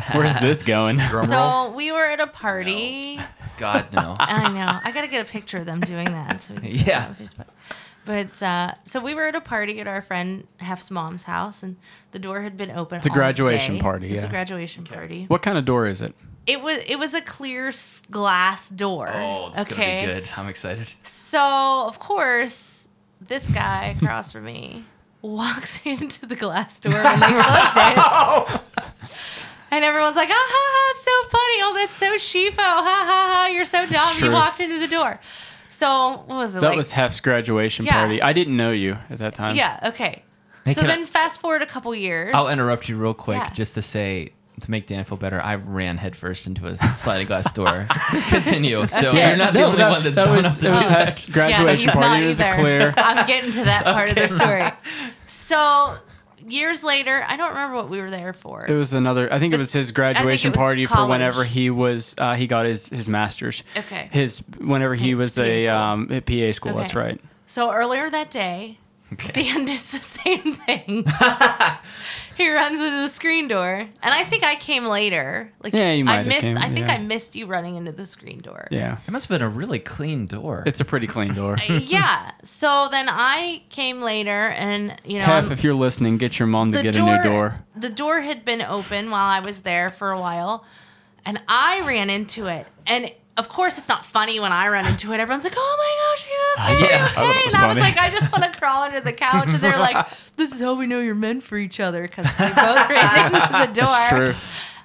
Speaker 1: [LAUGHS]
Speaker 2: [LAUGHS]
Speaker 4: tell.
Speaker 2: where's this going?
Speaker 3: Drum roll.
Speaker 4: So we were at a party.
Speaker 1: God no.
Speaker 4: [LAUGHS] I know. I got to get a picture of them doing that so we can
Speaker 1: Yeah.
Speaker 4: yeah. on Facebook. But uh, so we were at a party at our friend Hef's mom's house, and the door had been open. It's
Speaker 2: a graduation party,
Speaker 4: It's a
Speaker 2: yeah.
Speaker 4: graduation party.
Speaker 2: what kind of door is it?
Speaker 4: It was it was a clear s- glass door.
Speaker 1: Oh, it's gonna be good. I'm excited.
Speaker 4: So of course, this guy across from me walks [LAUGHS] into the glass door when they closed it. And everyone's like, ah, ha, ha, it's so funny. Oh, that's so sheepo. Ha, ha, ha. You're so dumb.
Speaker 2: Sure.
Speaker 4: You walked into the door. So, what was it?
Speaker 2: That
Speaker 4: like,
Speaker 2: was Hef's graduation
Speaker 4: Yeah.
Speaker 2: party. I didn't know you at that time.
Speaker 4: Yeah, okay.
Speaker 1: Hey,
Speaker 4: so
Speaker 1: can I-
Speaker 4: then fast forward a couple years.
Speaker 1: I'll interrupt you real quick
Speaker 4: Yeah.
Speaker 1: just to say to make Dan feel better. I ran headfirst into a sliding glass door. [LAUGHS]
Speaker 4: [LAUGHS]
Speaker 1: Continue. So
Speaker 4: Okay.
Speaker 1: you're not the
Speaker 2: No,
Speaker 1: only
Speaker 2: that,
Speaker 1: one that's
Speaker 2: that
Speaker 1: dumb
Speaker 2: was, uh,
Speaker 1: enough to
Speaker 2: it was
Speaker 1: do that. [LAUGHS]
Speaker 2: Hef's graduation
Speaker 4: he's
Speaker 2: party.
Speaker 4: not
Speaker 2: It was a
Speaker 4: either.
Speaker 2: clear.
Speaker 4: [LAUGHS] I'm getting to that part of the story. So years later, I don't remember what we were there for.
Speaker 2: It was another. I think it
Speaker 4: But
Speaker 2: was his
Speaker 4: it
Speaker 2: graduation
Speaker 4: was
Speaker 2: party for
Speaker 4: college.
Speaker 2: whenever he was uh, he got his his master's.
Speaker 4: Okay.
Speaker 2: His whenever he
Speaker 4: His
Speaker 2: was
Speaker 4: PA
Speaker 2: a
Speaker 4: school.
Speaker 2: um, at PA school. That's
Speaker 4: Okay.
Speaker 2: right.
Speaker 4: So earlier that day, Dan does the same
Speaker 2: [LAUGHS]
Speaker 4: thing. he runs into the screen door, and I think I came later. Like
Speaker 2: Yeah, you might
Speaker 4: I
Speaker 2: have
Speaker 4: missed.
Speaker 2: came,
Speaker 4: I think
Speaker 2: yeah.
Speaker 4: I missed you running into the screen door.
Speaker 2: Yeah.
Speaker 1: It must have been a really clean door.
Speaker 2: It's a pretty clean door.
Speaker 4: yeah. So then I came later, and
Speaker 2: [LAUGHS]
Speaker 4: you know,
Speaker 2: Hef,
Speaker 4: I'm-
Speaker 2: if you're listening, get your mom to get a new door.
Speaker 4: The door had been open while I was there for a while, and I ran into it. And of course, it's not funny when I run into it. Everyone's like, "Oh my
Speaker 2: Uh,
Speaker 4: gosh, you okay?
Speaker 1: Yeah, I
Speaker 4: Yeah,
Speaker 2: thought it
Speaker 4: okay.
Speaker 2: Oh, was
Speaker 4: and I was
Speaker 2: funny.
Speaker 4: like, "I just want to crawl under the couch." And they're
Speaker 2: [LAUGHS]
Speaker 4: like, "This is how we know you're meant for each other because we
Speaker 2: [LAUGHS]
Speaker 4: both ran into the door."
Speaker 2: That's true.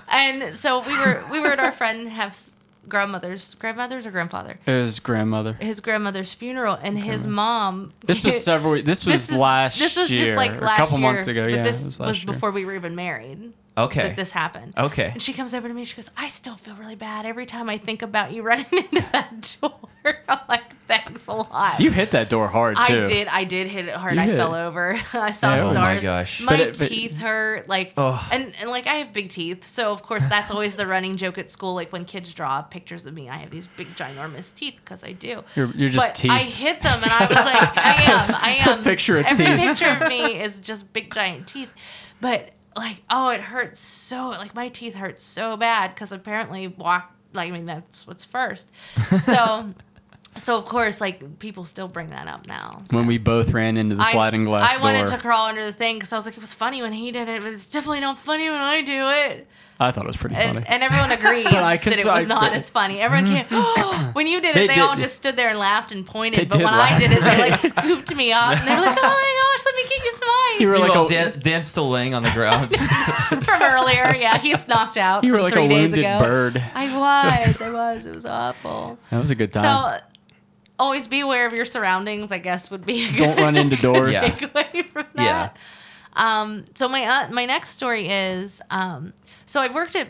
Speaker 4: And so we were we were at our friend Hef's grandmother's grandmother's or grandfather
Speaker 2: His grandmother.
Speaker 4: his grandmother's funeral, and his mom.
Speaker 2: This
Speaker 4: [LAUGHS]
Speaker 2: was several. This was
Speaker 4: This is-
Speaker 2: last.
Speaker 4: This was
Speaker 2: year,
Speaker 4: just like
Speaker 2: or
Speaker 4: last
Speaker 2: a couple
Speaker 4: year,
Speaker 2: months ago.
Speaker 4: But
Speaker 2: Yeah,
Speaker 4: this
Speaker 2: it was
Speaker 4: was,
Speaker 2: last year. Oh,
Speaker 4: before we were even married
Speaker 1: okay.
Speaker 4: that this happened.
Speaker 1: Okay.
Speaker 4: And she comes over to me. She goes, "I still feel really bad every time I think about you running [LAUGHS] into that door." I'm like, "Thanks a lot."
Speaker 2: You hit that door hard too.
Speaker 4: I did. I did hit it hard.
Speaker 2: You
Speaker 4: I
Speaker 2: hit
Speaker 4: fell
Speaker 2: it.
Speaker 4: over. [LAUGHS] I saw
Speaker 2: Yeah, oh
Speaker 4: stars.
Speaker 2: my
Speaker 1: gosh.
Speaker 4: My
Speaker 2: But it- but- Oh.
Speaker 4: teeth hurt. Like,
Speaker 1: Ugh.
Speaker 4: and and like I have big teeth, so of course that's always the running joke at school. Like when kids draw pictures of me, I have these big, ginormous teeth because I do.
Speaker 2: You're- you're just
Speaker 4: but I
Speaker 2: teeth.
Speaker 4: hit them, and I was
Speaker 2: [LAUGHS]
Speaker 4: like, I am, I am.
Speaker 2: Picture of
Speaker 4: Every
Speaker 2: teeth.
Speaker 4: picture
Speaker 2: [LAUGHS]
Speaker 4: of me is just big, giant teeth, but. Like oh, it hurts so like my teeth hurt so bad because apparently walk like I mean that's what's first, so so of course like people still bring that up now. so.
Speaker 2: When we both ran into the
Speaker 4: I s-
Speaker 2: sliding glass
Speaker 4: I
Speaker 2: door.
Speaker 4: wanted to crawl under the thing because I was like, it was funny when he did it, but it's definitely not funny when I do it.
Speaker 2: I thought it was pretty
Speaker 4: And,
Speaker 2: funny. [LAUGHS]
Speaker 4: and everyone agreed
Speaker 2: But I can
Speaker 4: that it
Speaker 2: say I
Speaker 4: was not
Speaker 2: did.
Speaker 4: as funny.
Speaker 2: [LAUGHS]
Speaker 4: Everyone came, oh, when you did it,
Speaker 2: They
Speaker 4: they, all
Speaker 2: did.
Speaker 4: just stood there and laughed and
Speaker 2: They
Speaker 4: pointed. But
Speaker 2: did
Speaker 4: when I
Speaker 2: laugh. [LAUGHS]
Speaker 4: did it, they like scooped me up and they were like, oh my gosh, let me get you some ice
Speaker 2: You were
Speaker 1: like
Speaker 2: like
Speaker 1: well,
Speaker 2: a-
Speaker 1: Dan, Dan's still laying on the
Speaker 4: [LAUGHS]
Speaker 1: ground.
Speaker 4: from earlier. Yeah, he's knocked
Speaker 2: [LAUGHS]
Speaker 4: out.
Speaker 2: you were
Speaker 4: from
Speaker 2: like a
Speaker 4: three days
Speaker 2: wounded
Speaker 4: ago.
Speaker 2: bird.
Speaker 4: I
Speaker 2: [LAUGHS]
Speaker 4: was, I was. It was awful.
Speaker 2: That was a good time.
Speaker 4: [LAUGHS] So always be aware of your surroundings, I guess, would be a good [LAUGHS]
Speaker 2: Don't run into doors.
Speaker 1: Yeah.
Speaker 4: take away from that.
Speaker 1: Yeah.
Speaker 4: Um, so my uh, my next story is um, so I've worked at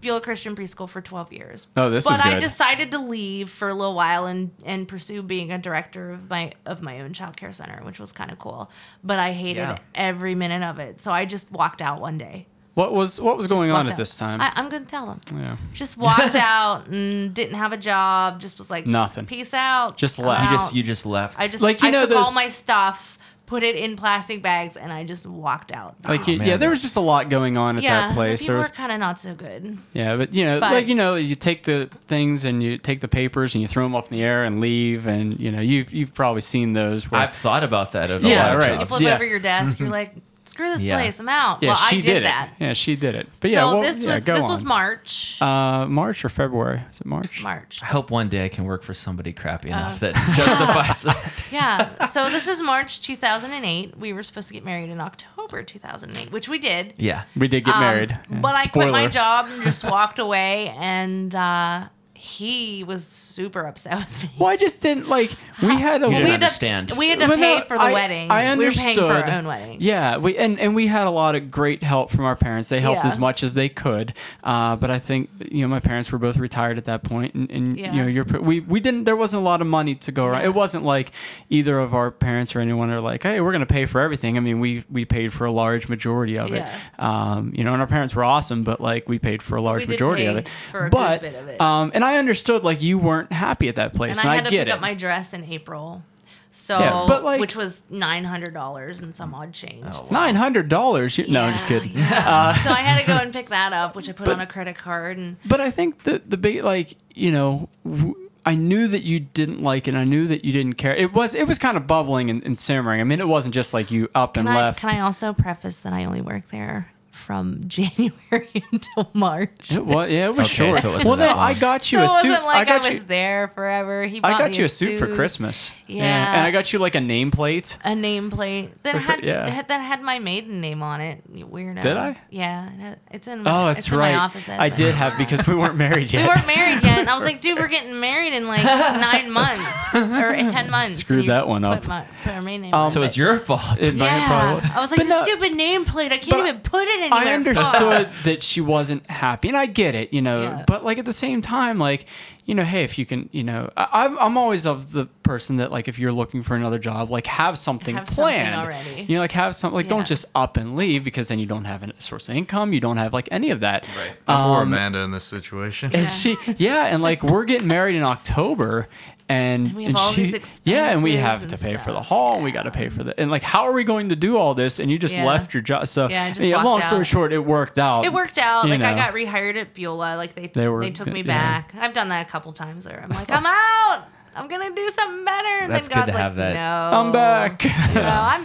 Speaker 4: Beulah Christian Preschool for 12 years.
Speaker 2: Oh, this
Speaker 4: but
Speaker 2: is
Speaker 4: I
Speaker 2: good.
Speaker 4: decided to leave for a little while and and pursue being a director of my of my own childcare center, which was kind of cool. But I hated
Speaker 1: Yeah.
Speaker 4: every minute of it. So I just walked out one day.
Speaker 2: What was what was going
Speaker 4: Just
Speaker 2: on
Speaker 4: walked
Speaker 2: at
Speaker 4: out.
Speaker 2: this time?
Speaker 4: I, I'm gonna tell them.
Speaker 2: yeah.
Speaker 4: Just walked out and didn't have a job. Just was like
Speaker 2: Nothing.
Speaker 4: Peace out.
Speaker 2: Just
Speaker 4: I'm
Speaker 2: left.
Speaker 1: You
Speaker 2: You
Speaker 1: just
Speaker 4: out."
Speaker 1: you just left.
Speaker 4: I just
Speaker 2: Like, you
Speaker 4: I
Speaker 2: know
Speaker 4: took
Speaker 2: those-
Speaker 4: all my stuff, put it in plastic bags, and I just walked out.
Speaker 2: Like
Speaker 1: Oh,
Speaker 2: y-
Speaker 1: man.
Speaker 2: yeah, there was just a lot going on at
Speaker 4: yeah,
Speaker 2: that place.
Speaker 4: the
Speaker 2: There
Speaker 4: people
Speaker 2: was
Speaker 4: are kind of not so good.
Speaker 2: yeah, but you know,
Speaker 4: But-
Speaker 2: like you know, you take the things and you take the papers and you throw them up in the air and leave, and you know, you've you've probably seen those. Where,
Speaker 1: I've thought about that at a
Speaker 2: Yeah,
Speaker 1: lot of
Speaker 2: right.
Speaker 4: You
Speaker 1: jobs.
Speaker 4: flip
Speaker 2: Yeah.
Speaker 4: over your desk, you're like, screw this
Speaker 1: Yeah.
Speaker 4: place, I'm out.
Speaker 2: yeah,
Speaker 4: well,
Speaker 2: she
Speaker 4: I did,
Speaker 2: did, it.
Speaker 4: that.
Speaker 2: Yeah, she did it. But
Speaker 4: So
Speaker 2: yeah, well,
Speaker 4: this
Speaker 2: yeah,
Speaker 4: was
Speaker 2: go
Speaker 4: this
Speaker 2: on.
Speaker 4: was March.
Speaker 2: Uh, March or February? Is it March?
Speaker 4: March.
Speaker 1: I hope one day I can work for somebody crappy enough
Speaker 4: Uh.
Speaker 1: that justifies
Speaker 4: [LAUGHS]
Speaker 1: that.
Speaker 4: Yeah. so this is March 2008. We were supposed to get married in October 2008, which we did.
Speaker 1: Yeah.
Speaker 2: We did get
Speaker 4: Um,
Speaker 2: married. Yeah,
Speaker 4: But I quit my
Speaker 2: spoiler.
Speaker 4: job
Speaker 2: [LAUGHS]
Speaker 4: and just walked away, and uh, he was super upset with me.
Speaker 2: Well, I just didn't like. We had a
Speaker 1: You
Speaker 4: Well,
Speaker 1: didn't
Speaker 4: we had
Speaker 1: understand.
Speaker 4: To, we had to
Speaker 2: Well,
Speaker 4: pay
Speaker 2: no,
Speaker 4: for the
Speaker 2: I-
Speaker 4: wedding.
Speaker 2: I
Speaker 4: We were paying for
Speaker 2: understood.
Speaker 4: our own wedding.
Speaker 2: Yeah, we and, and we had a lot of great help from our parents. They helped
Speaker 4: Yeah.
Speaker 2: as much as they could, uh, but I think you know my parents were both retired at that point, and, and
Speaker 4: Yeah.
Speaker 2: you know your, pa- we we didn't there wasn't a lot of money to go around.
Speaker 4: Yeah.
Speaker 2: It wasn't like either of our parents or anyone are like, hey, we're gonna pay for everything. I mean, we we paid for a large majority of
Speaker 4: Yeah.
Speaker 2: it, um, you know, and our parents were awesome, but like we paid for a large
Speaker 4: did
Speaker 2: majority of
Speaker 4: pay
Speaker 2: it.
Speaker 4: for a good
Speaker 2: but
Speaker 4: bit of it.
Speaker 2: Um, and I understood like you weren't happy at that place,
Speaker 4: And
Speaker 2: and,
Speaker 4: I had to
Speaker 2: get
Speaker 4: pick
Speaker 2: it.
Speaker 4: up my dress in April. So,
Speaker 2: Yeah, but, like-
Speaker 4: which was nine hundred dollars and some odd change.
Speaker 2: Nine hundred dollars. No, I'm just
Speaker 4: Yeah,
Speaker 2: kidding. [LAUGHS] Uh,
Speaker 4: yeah. so I had to go and pick that up, which I put
Speaker 2: But-
Speaker 4: on a credit card.
Speaker 2: [LAUGHS]
Speaker 4: And
Speaker 2: But I think the the big like you know. W- I knew that you didn't like it. I knew that you didn't care. It was it was kind of bubbling and, and simmering. I mean, it wasn't just like you up
Speaker 4: can
Speaker 2: and
Speaker 4: I,
Speaker 2: left.
Speaker 4: can I also preface that I only work there from [LAUGHS] January [LAUGHS] until March? So
Speaker 2: It wa- yeah, it was
Speaker 1: Okay,
Speaker 2: short.
Speaker 1: so it wasn't
Speaker 2: well, no,
Speaker 1: that long.
Speaker 2: I got you
Speaker 4: it
Speaker 2: a suit.
Speaker 4: wasn't like I,
Speaker 2: got
Speaker 4: was
Speaker 2: you.
Speaker 4: there forever. He
Speaker 2: I
Speaker 4: bought
Speaker 2: got
Speaker 4: me
Speaker 2: you a suit, for Christmas.
Speaker 4: Yeah.
Speaker 2: and I got you like a nameplate.
Speaker 4: a nameplate that
Speaker 2: For-
Speaker 4: had
Speaker 2: yeah.
Speaker 4: had- that had my maiden name on it. You weirdo.
Speaker 2: Did I?
Speaker 4: Yeah, it's in.
Speaker 2: Oh, that's
Speaker 4: it's in
Speaker 2: right.
Speaker 4: my office.
Speaker 2: I did have because we weren't
Speaker 4: [LAUGHS]
Speaker 2: married
Speaker 4: We
Speaker 2: yet.
Speaker 4: weren't married yet,
Speaker 2: [LAUGHS]
Speaker 4: and I was like, "Dude, we're getting married in like nine months or ten months." and
Speaker 2: Screwed
Speaker 4: you
Speaker 2: that one
Speaker 4: put
Speaker 2: up.
Speaker 4: My, put our maiden name.
Speaker 2: Um,
Speaker 4: on
Speaker 1: So
Speaker 4: it.
Speaker 1: it's your fault.
Speaker 2: It-
Speaker 4: Yeah,
Speaker 2: Mine probably-
Speaker 4: I was like,
Speaker 2: But
Speaker 4: "This
Speaker 2: no-
Speaker 4: stupid nameplate. I can't
Speaker 2: but
Speaker 4: even put it anywhere."
Speaker 2: I
Speaker 4: Fuck.
Speaker 2: understood that she wasn't happy, and I get it, you know.
Speaker 4: Yeah.
Speaker 2: But like at the same time, like you know, hey, if you can, you know, I, I'm- I'm always of the person that like if you're looking for another job, like have something
Speaker 4: Have something
Speaker 2: planned
Speaker 4: already.
Speaker 2: You know, like have some like
Speaker 4: Yeah.
Speaker 2: don't just up and leave because then you don't have a source of income, you don't have like any of that.
Speaker 3: Right. I'm more
Speaker 2: Um,
Speaker 3: Amanda in this situation.
Speaker 2: and she yeah and like we're getting married in october and,
Speaker 4: And we have
Speaker 2: and
Speaker 4: all
Speaker 2: she,
Speaker 4: these
Speaker 2: yeah and we
Speaker 4: expenses
Speaker 2: have to
Speaker 4: and
Speaker 2: pay for the
Speaker 4: stuff.
Speaker 2: hall and we got to pay for the and like how are we going to do all this and you just
Speaker 4: Yeah.
Speaker 2: left your job so
Speaker 4: Yeah, I just walked
Speaker 2: long story
Speaker 4: out.
Speaker 2: short it worked out
Speaker 4: It worked out.
Speaker 2: Um, you
Speaker 4: Like I
Speaker 2: know.
Speaker 4: got rehired at Beulah. Like they
Speaker 2: They
Speaker 4: they,
Speaker 2: were-
Speaker 4: took me
Speaker 2: yeah.
Speaker 4: back. I've done that a couple times. There, I'm
Speaker 2: [LAUGHS]
Speaker 4: like, I'm out. I'm gonna do something better. And
Speaker 1: That's good
Speaker 4: then God's
Speaker 1: to
Speaker 4: like,
Speaker 1: have that.
Speaker 4: No,
Speaker 2: i'm back
Speaker 4: No, I'm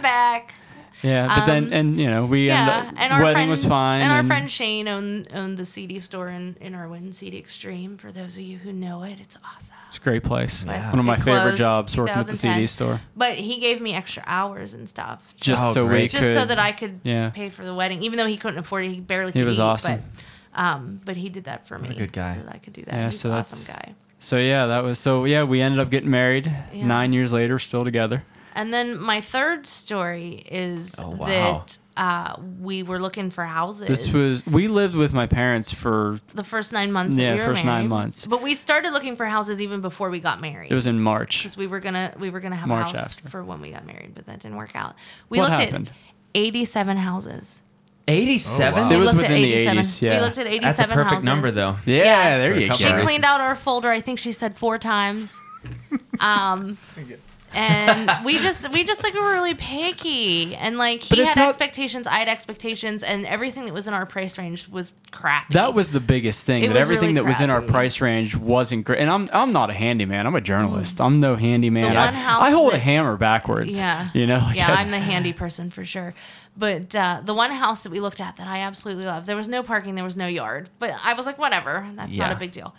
Speaker 2: Oh.
Speaker 4: back.
Speaker 2: [LAUGHS] yeah but then [LAUGHS]
Speaker 4: Um,
Speaker 2: and you know we
Speaker 4: Yeah,
Speaker 2: end up,
Speaker 4: and our
Speaker 2: wedding
Speaker 4: friend
Speaker 2: was fine
Speaker 4: And our friend Shane owned owned the CD store in in Irwin, CD Extreme. For those of you who know it, it's awesome.
Speaker 2: it's a great place
Speaker 1: Yeah.
Speaker 2: one of my
Speaker 4: It
Speaker 2: favorite
Speaker 4: closed
Speaker 2: jobs working at the
Speaker 4: 2010.
Speaker 2: cd store
Speaker 4: But he gave me extra hours and stuff
Speaker 2: just
Speaker 1: Oh,
Speaker 2: so we
Speaker 1: great.
Speaker 2: could
Speaker 4: just so that I could
Speaker 2: yeah.
Speaker 4: pay for the wedding, even though he couldn't afford it. He barely could
Speaker 2: was
Speaker 4: eat,
Speaker 2: awesome.
Speaker 4: But, um, but he did that for me.
Speaker 1: a good guy.
Speaker 4: So that I could do that.
Speaker 2: Yeah,
Speaker 4: He's
Speaker 2: so
Speaker 4: an
Speaker 2: that's-
Speaker 4: awesome guy.
Speaker 2: so yeah that was so yeah we ended up getting married
Speaker 4: Yeah.
Speaker 2: nine years later still together
Speaker 4: And then my third story is
Speaker 1: Oh, wow.
Speaker 4: that uh, we were looking for houses.
Speaker 2: this was we lived with my parents for
Speaker 4: the first nine months. that
Speaker 2: Yeah,
Speaker 4: we were
Speaker 2: first nine
Speaker 4: married.
Speaker 2: months.
Speaker 4: But we started looking for houses even before we got married.
Speaker 2: it was in march
Speaker 4: because we were gonna we were gonna have
Speaker 2: March
Speaker 4: a house
Speaker 2: after.
Speaker 4: for when we got married, but that didn't work out. We
Speaker 2: What
Speaker 4: looked
Speaker 2: happened?
Speaker 4: at eighty-seven houses.
Speaker 1: 87?
Speaker 3: Oh, wow.
Speaker 4: We
Speaker 2: It was
Speaker 4: looked at
Speaker 2: within the
Speaker 4: 87.
Speaker 2: 80s, yeah.
Speaker 4: We looked at eighty-seven.
Speaker 1: That's a perfect
Speaker 4: houses.
Speaker 1: number, though.
Speaker 2: Yeah,
Speaker 4: Yeah.
Speaker 2: there
Speaker 1: For a
Speaker 2: you go.
Speaker 1: couple
Speaker 4: She
Speaker 1: Sorry.
Speaker 4: cleaned out our folder. I think she said four
Speaker 2: [LAUGHS]
Speaker 4: times. Um, and we just we just like were really picky, and like
Speaker 2: But
Speaker 4: he
Speaker 2: it's
Speaker 4: had
Speaker 2: not-
Speaker 4: expectations, I had expectations, and everything that was in our price range was crap.
Speaker 2: That was the biggest thing.
Speaker 4: It
Speaker 2: That
Speaker 4: was
Speaker 2: everything
Speaker 4: really
Speaker 2: that was in our
Speaker 4: crappy.
Speaker 2: price range wasn't great. And I'm I'm not a handyman. I'm a journalist. I'm no handyman.
Speaker 4: Mm. The
Speaker 2: I,
Speaker 4: one house
Speaker 2: I hold a
Speaker 4: that-
Speaker 2: hammer backwards.
Speaker 4: Yeah.
Speaker 2: You know. like
Speaker 4: yeah, I'm
Speaker 2: that's-
Speaker 4: the handy person for sure. But uh, the one house that we looked at that I absolutely love, there was no parking, there was no yard. But I was like, whatever, that's
Speaker 1: Yeah.
Speaker 4: not a big deal.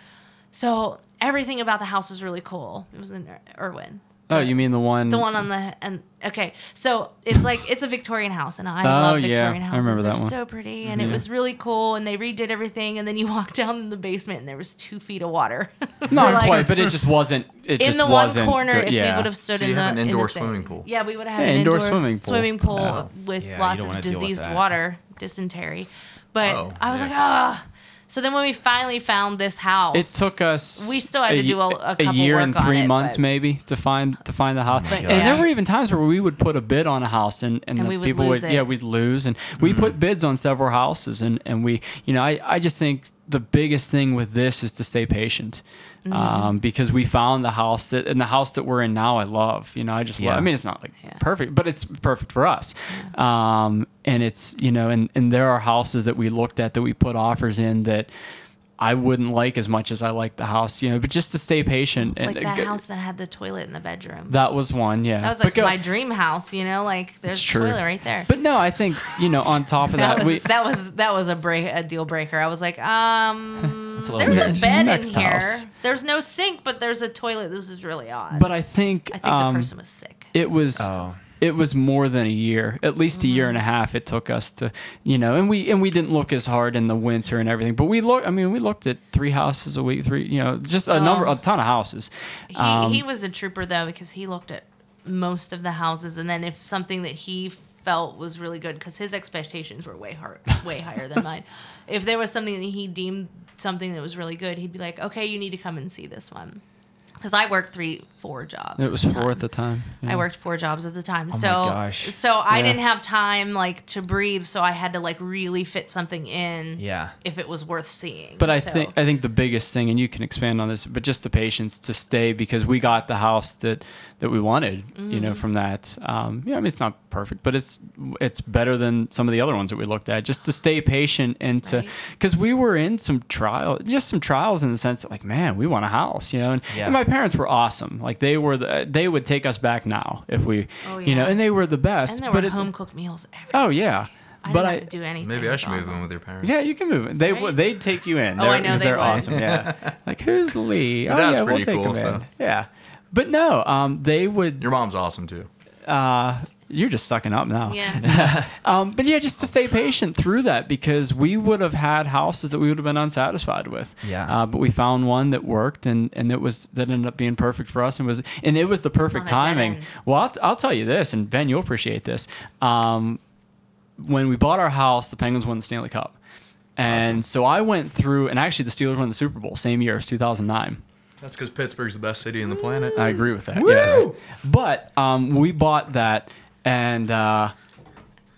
Speaker 4: So everything about the house was really cool. It was in Ir- Irwin.
Speaker 2: oh, you mean the one?
Speaker 4: The one on the and okay, so it's like it's a Victorian house, and I
Speaker 2: Oh,
Speaker 4: love
Speaker 2: yeah,
Speaker 4: Victorian
Speaker 2: I
Speaker 4: houses.
Speaker 2: remember
Speaker 4: They're
Speaker 2: that one.
Speaker 4: so pretty, and it was really cool. And they redid everything, and then you [LAUGHS] walk down in the basement, and there was two feet of water.
Speaker 2: Not
Speaker 4: We're like,
Speaker 2: quite, but it just wasn't. It
Speaker 4: in
Speaker 2: just
Speaker 4: the one
Speaker 2: wasn't
Speaker 4: corner,
Speaker 2: good.
Speaker 4: if
Speaker 2: yeah.
Speaker 4: we would have stood
Speaker 3: So
Speaker 4: in
Speaker 3: you
Speaker 4: the
Speaker 3: have an
Speaker 4: in the
Speaker 3: indoor
Speaker 4: thing.
Speaker 3: swimming pool.
Speaker 4: Yeah, we would have
Speaker 2: Yeah,
Speaker 4: had an
Speaker 2: indoor
Speaker 4: indoor,
Speaker 2: swimming
Speaker 4: swimming
Speaker 2: pool.
Speaker 4: pool,
Speaker 2: No.
Speaker 4: with
Speaker 1: Yeah, you
Speaker 4: lots
Speaker 1: don't
Speaker 4: of
Speaker 1: wanna deal with
Speaker 4: diseased
Speaker 1: that.
Speaker 4: water, dysentery. But
Speaker 3: Oh,
Speaker 4: I was
Speaker 3: yes.
Speaker 4: like, ah. So then when we finally found this house,
Speaker 2: It took us.
Speaker 4: We still had to
Speaker 2: ye-
Speaker 4: do a- a couple
Speaker 2: year
Speaker 4: work
Speaker 2: and
Speaker 4: on
Speaker 2: three
Speaker 4: it,
Speaker 2: months
Speaker 4: but-
Speaker 2: maybe to find to find the house.
Speaker 4: But
Speaker 2: and
Speaker 4: yeah.
Speaker 2: there were even times where we would put a bid on a house and and,
Speaker 4: And
Speaker 2: the
Speaker 4: we would
Speaker 2: people
Speaker 4: lose
Speaker 2: would
Speaker 4: it.
Speaker 2: yeah we'd lose and we put bids on several houses and and we you know I I just think the biggest thing with this is to stay patient.
Speaker 4: Mm-hmm.
Speaker 2: Um, because we found the house that and the house that we're in now, I love. You know, I just
Speaker 1: Yeah.
Speaker 2: love. I mean, it's not like
Speaker 4: Yeah.
Speaker 2: perfect, but it's perfect for us. Um, and it's you know, and and there are houses that we looked at that we put offers in that I wouldn't like as much as I like the house, you know, but just to stay patient and
Speaker 4: like that
Speaker 2: g-
Speaker 4: house that had the toilet in the bedroom.
Speaker 2: that was one, yeah.
Speaker 4: That was
Speaker 2: But
Speaker 4: like
Speaker 2: go-
Speaker 4: my dream house, you know, like there's
Speaker 2: It's
Speaker 4: a
Speaker 2: true.
Speaker 4: toilet right there.
Speaker 2: But no, I think, you know, on
Speaker 4: [LAUGHS]
Speaker 2: top of that,
Speaker 4: that was
Speaker 2: we
Speaker 4: that was that was a break a deal breaker. I was
Speaker 2: [LAUGHS]
Speaker 4: like, um,
Speaker 1: a little
Speaker 4: there's a
Speaker 1: weird.
Speaker 4: bed
Speaker 2: Next
Speaker 4: in here.
Speaker 2: house.
Speaker 4: There's no sink, but there's a toilet. This is really odd.
Speaker 2: but I think
Speaker 4: I think
Speaker 2: um,
Speaker 4: the person was sick.
Speaker 2: it was
Speaker 1: Oh.
Speaker 2: it was more than a year at least a year
Speaker 4: Mm-hmm.
Speaker 2: and a half it took us to you know and we and we didn't look as hard in the winter and everything but we look i mean we looked at three houses a week three you know just a number a ton of houses
Speaker 4: Oh. He,
Speaker 2: Um,
Speaker 4: he was a trooper though because he looked at most of the houses, and then if something that he felt was really good, because his expectations were way hard, way higher than
Speaker 2: [LAUGHS]
Speaker 4: mine. If there was something that he deemed something that was really good, he'd be like, "Okay, you need to come and see this one," because I worked three, four jobs.
Speaker 2: it was
Speaker 4: the
Speaker 2: four
Speaker 4: time.
Speaker 2: at the time yeah.
Speaker 4: I worked four jobs at the time.
Speaker 1: my
Speaker 4: so
Speaker 1: gosh.
Speaker 4: so I
Speaker 2: Oh Yeah.
Speaker 4: didn't have time like to breathe, so I had to like really fit something in
Speaker 1: Yeah.
Speaker 4: if it was worth seeing.
Speaker 2: But I
Speaker 4: So-
Speaker 2: think I think the biggest thing, and you can expand on this, but just the patience to stay because we got the house that that we wanted, you
Speaker 4: Mm-hmm.
Speaker 2: know, from that. Um, yeah, I mean it's not perfect, but it's it's better than some of the other ones that we looked at. Just to stay patient and to
Speaker 4: Right.
Speaker 2: because we were in some trial, just some trials in the sense that like, man, we want a house, you know. And,
Speaker 1: Yeah.
Speaker 2: and my parents were awesome. Like they were, the, they would take us back now if we,
Speaker 4: Oh,
Speaker 2: you know,
Speaker 4: yeah.
Speaker 2: and they were the best.
Speaker 4: and there
Speaker 2: but
Speaker 4: were
Speaker 2: it-
Speaker 4: home cooked meals every
Speaker 2: Oh yeah,
Speaker 4: I
Speaker 2: but
Speaker 4: didn't
Speaker 2: I.
Speaker 4: have to do anything.
Speaker 3: [LAUGHS] Maybe
Speaker 4: It
Speaker 3: I
Speaker 4: was
Speaker 3: should move
Speaker 4: awesome.
Speaker 3: in with your parents.
Speaker 2: Yeah, you can move. They
Speaker 4: Right?
Speaker 2: they'd take you in.
Speaker 4: Oh, I
Speaker 2: They're-
Speaker 4: know they
Speaker 2: they're
Speaker 4: would.
Speaker 2: awesome.
Speaker 4: [LAUGHS]
Speaker 2: Yeah, like who's Lee?
Speaker 3: Your
Speaker 2: oh
Speaker 3: dad's
Speaker 2: yeah, we'll
Speaker 3: pretty
Speaker 2: take
Speaker 3: cool,
Speaker 2: him in.
Speaker 3: so.
Speaker 2: Yeah, but no, um, they would.
Speaker 3: Your mom's awesome too.
Speaker 2: Uh, you're just sucking up now. [LAUGHS]
Speaker 4: Yeah.
Speaker 2: Um, but yeah, just to stay patient through that because we would have had houses that we would have been unsatisfied with.
Speaker 1: Yeah.
Speaker 2: Uh, but we found one that worked and and that was that ended up being perfect for us and was and it was the perfect
Speaker 4: on a dead
Speaker 2: timing.
Speaker 4: end.
Speaker 2: Well, I'll, I'll tell you this, and Ben, you'll appreciate this. Um, when we bought our house, the Penguins won the Stanley Cup. And so I went through, and actually the Steelers won the Super Bowl same year, it was 2009.
Speaker 3: That's because Pittsburgh's the best city in the planet.
Speaker 2: I agree with that. Yes. But um, we bought that, and uh,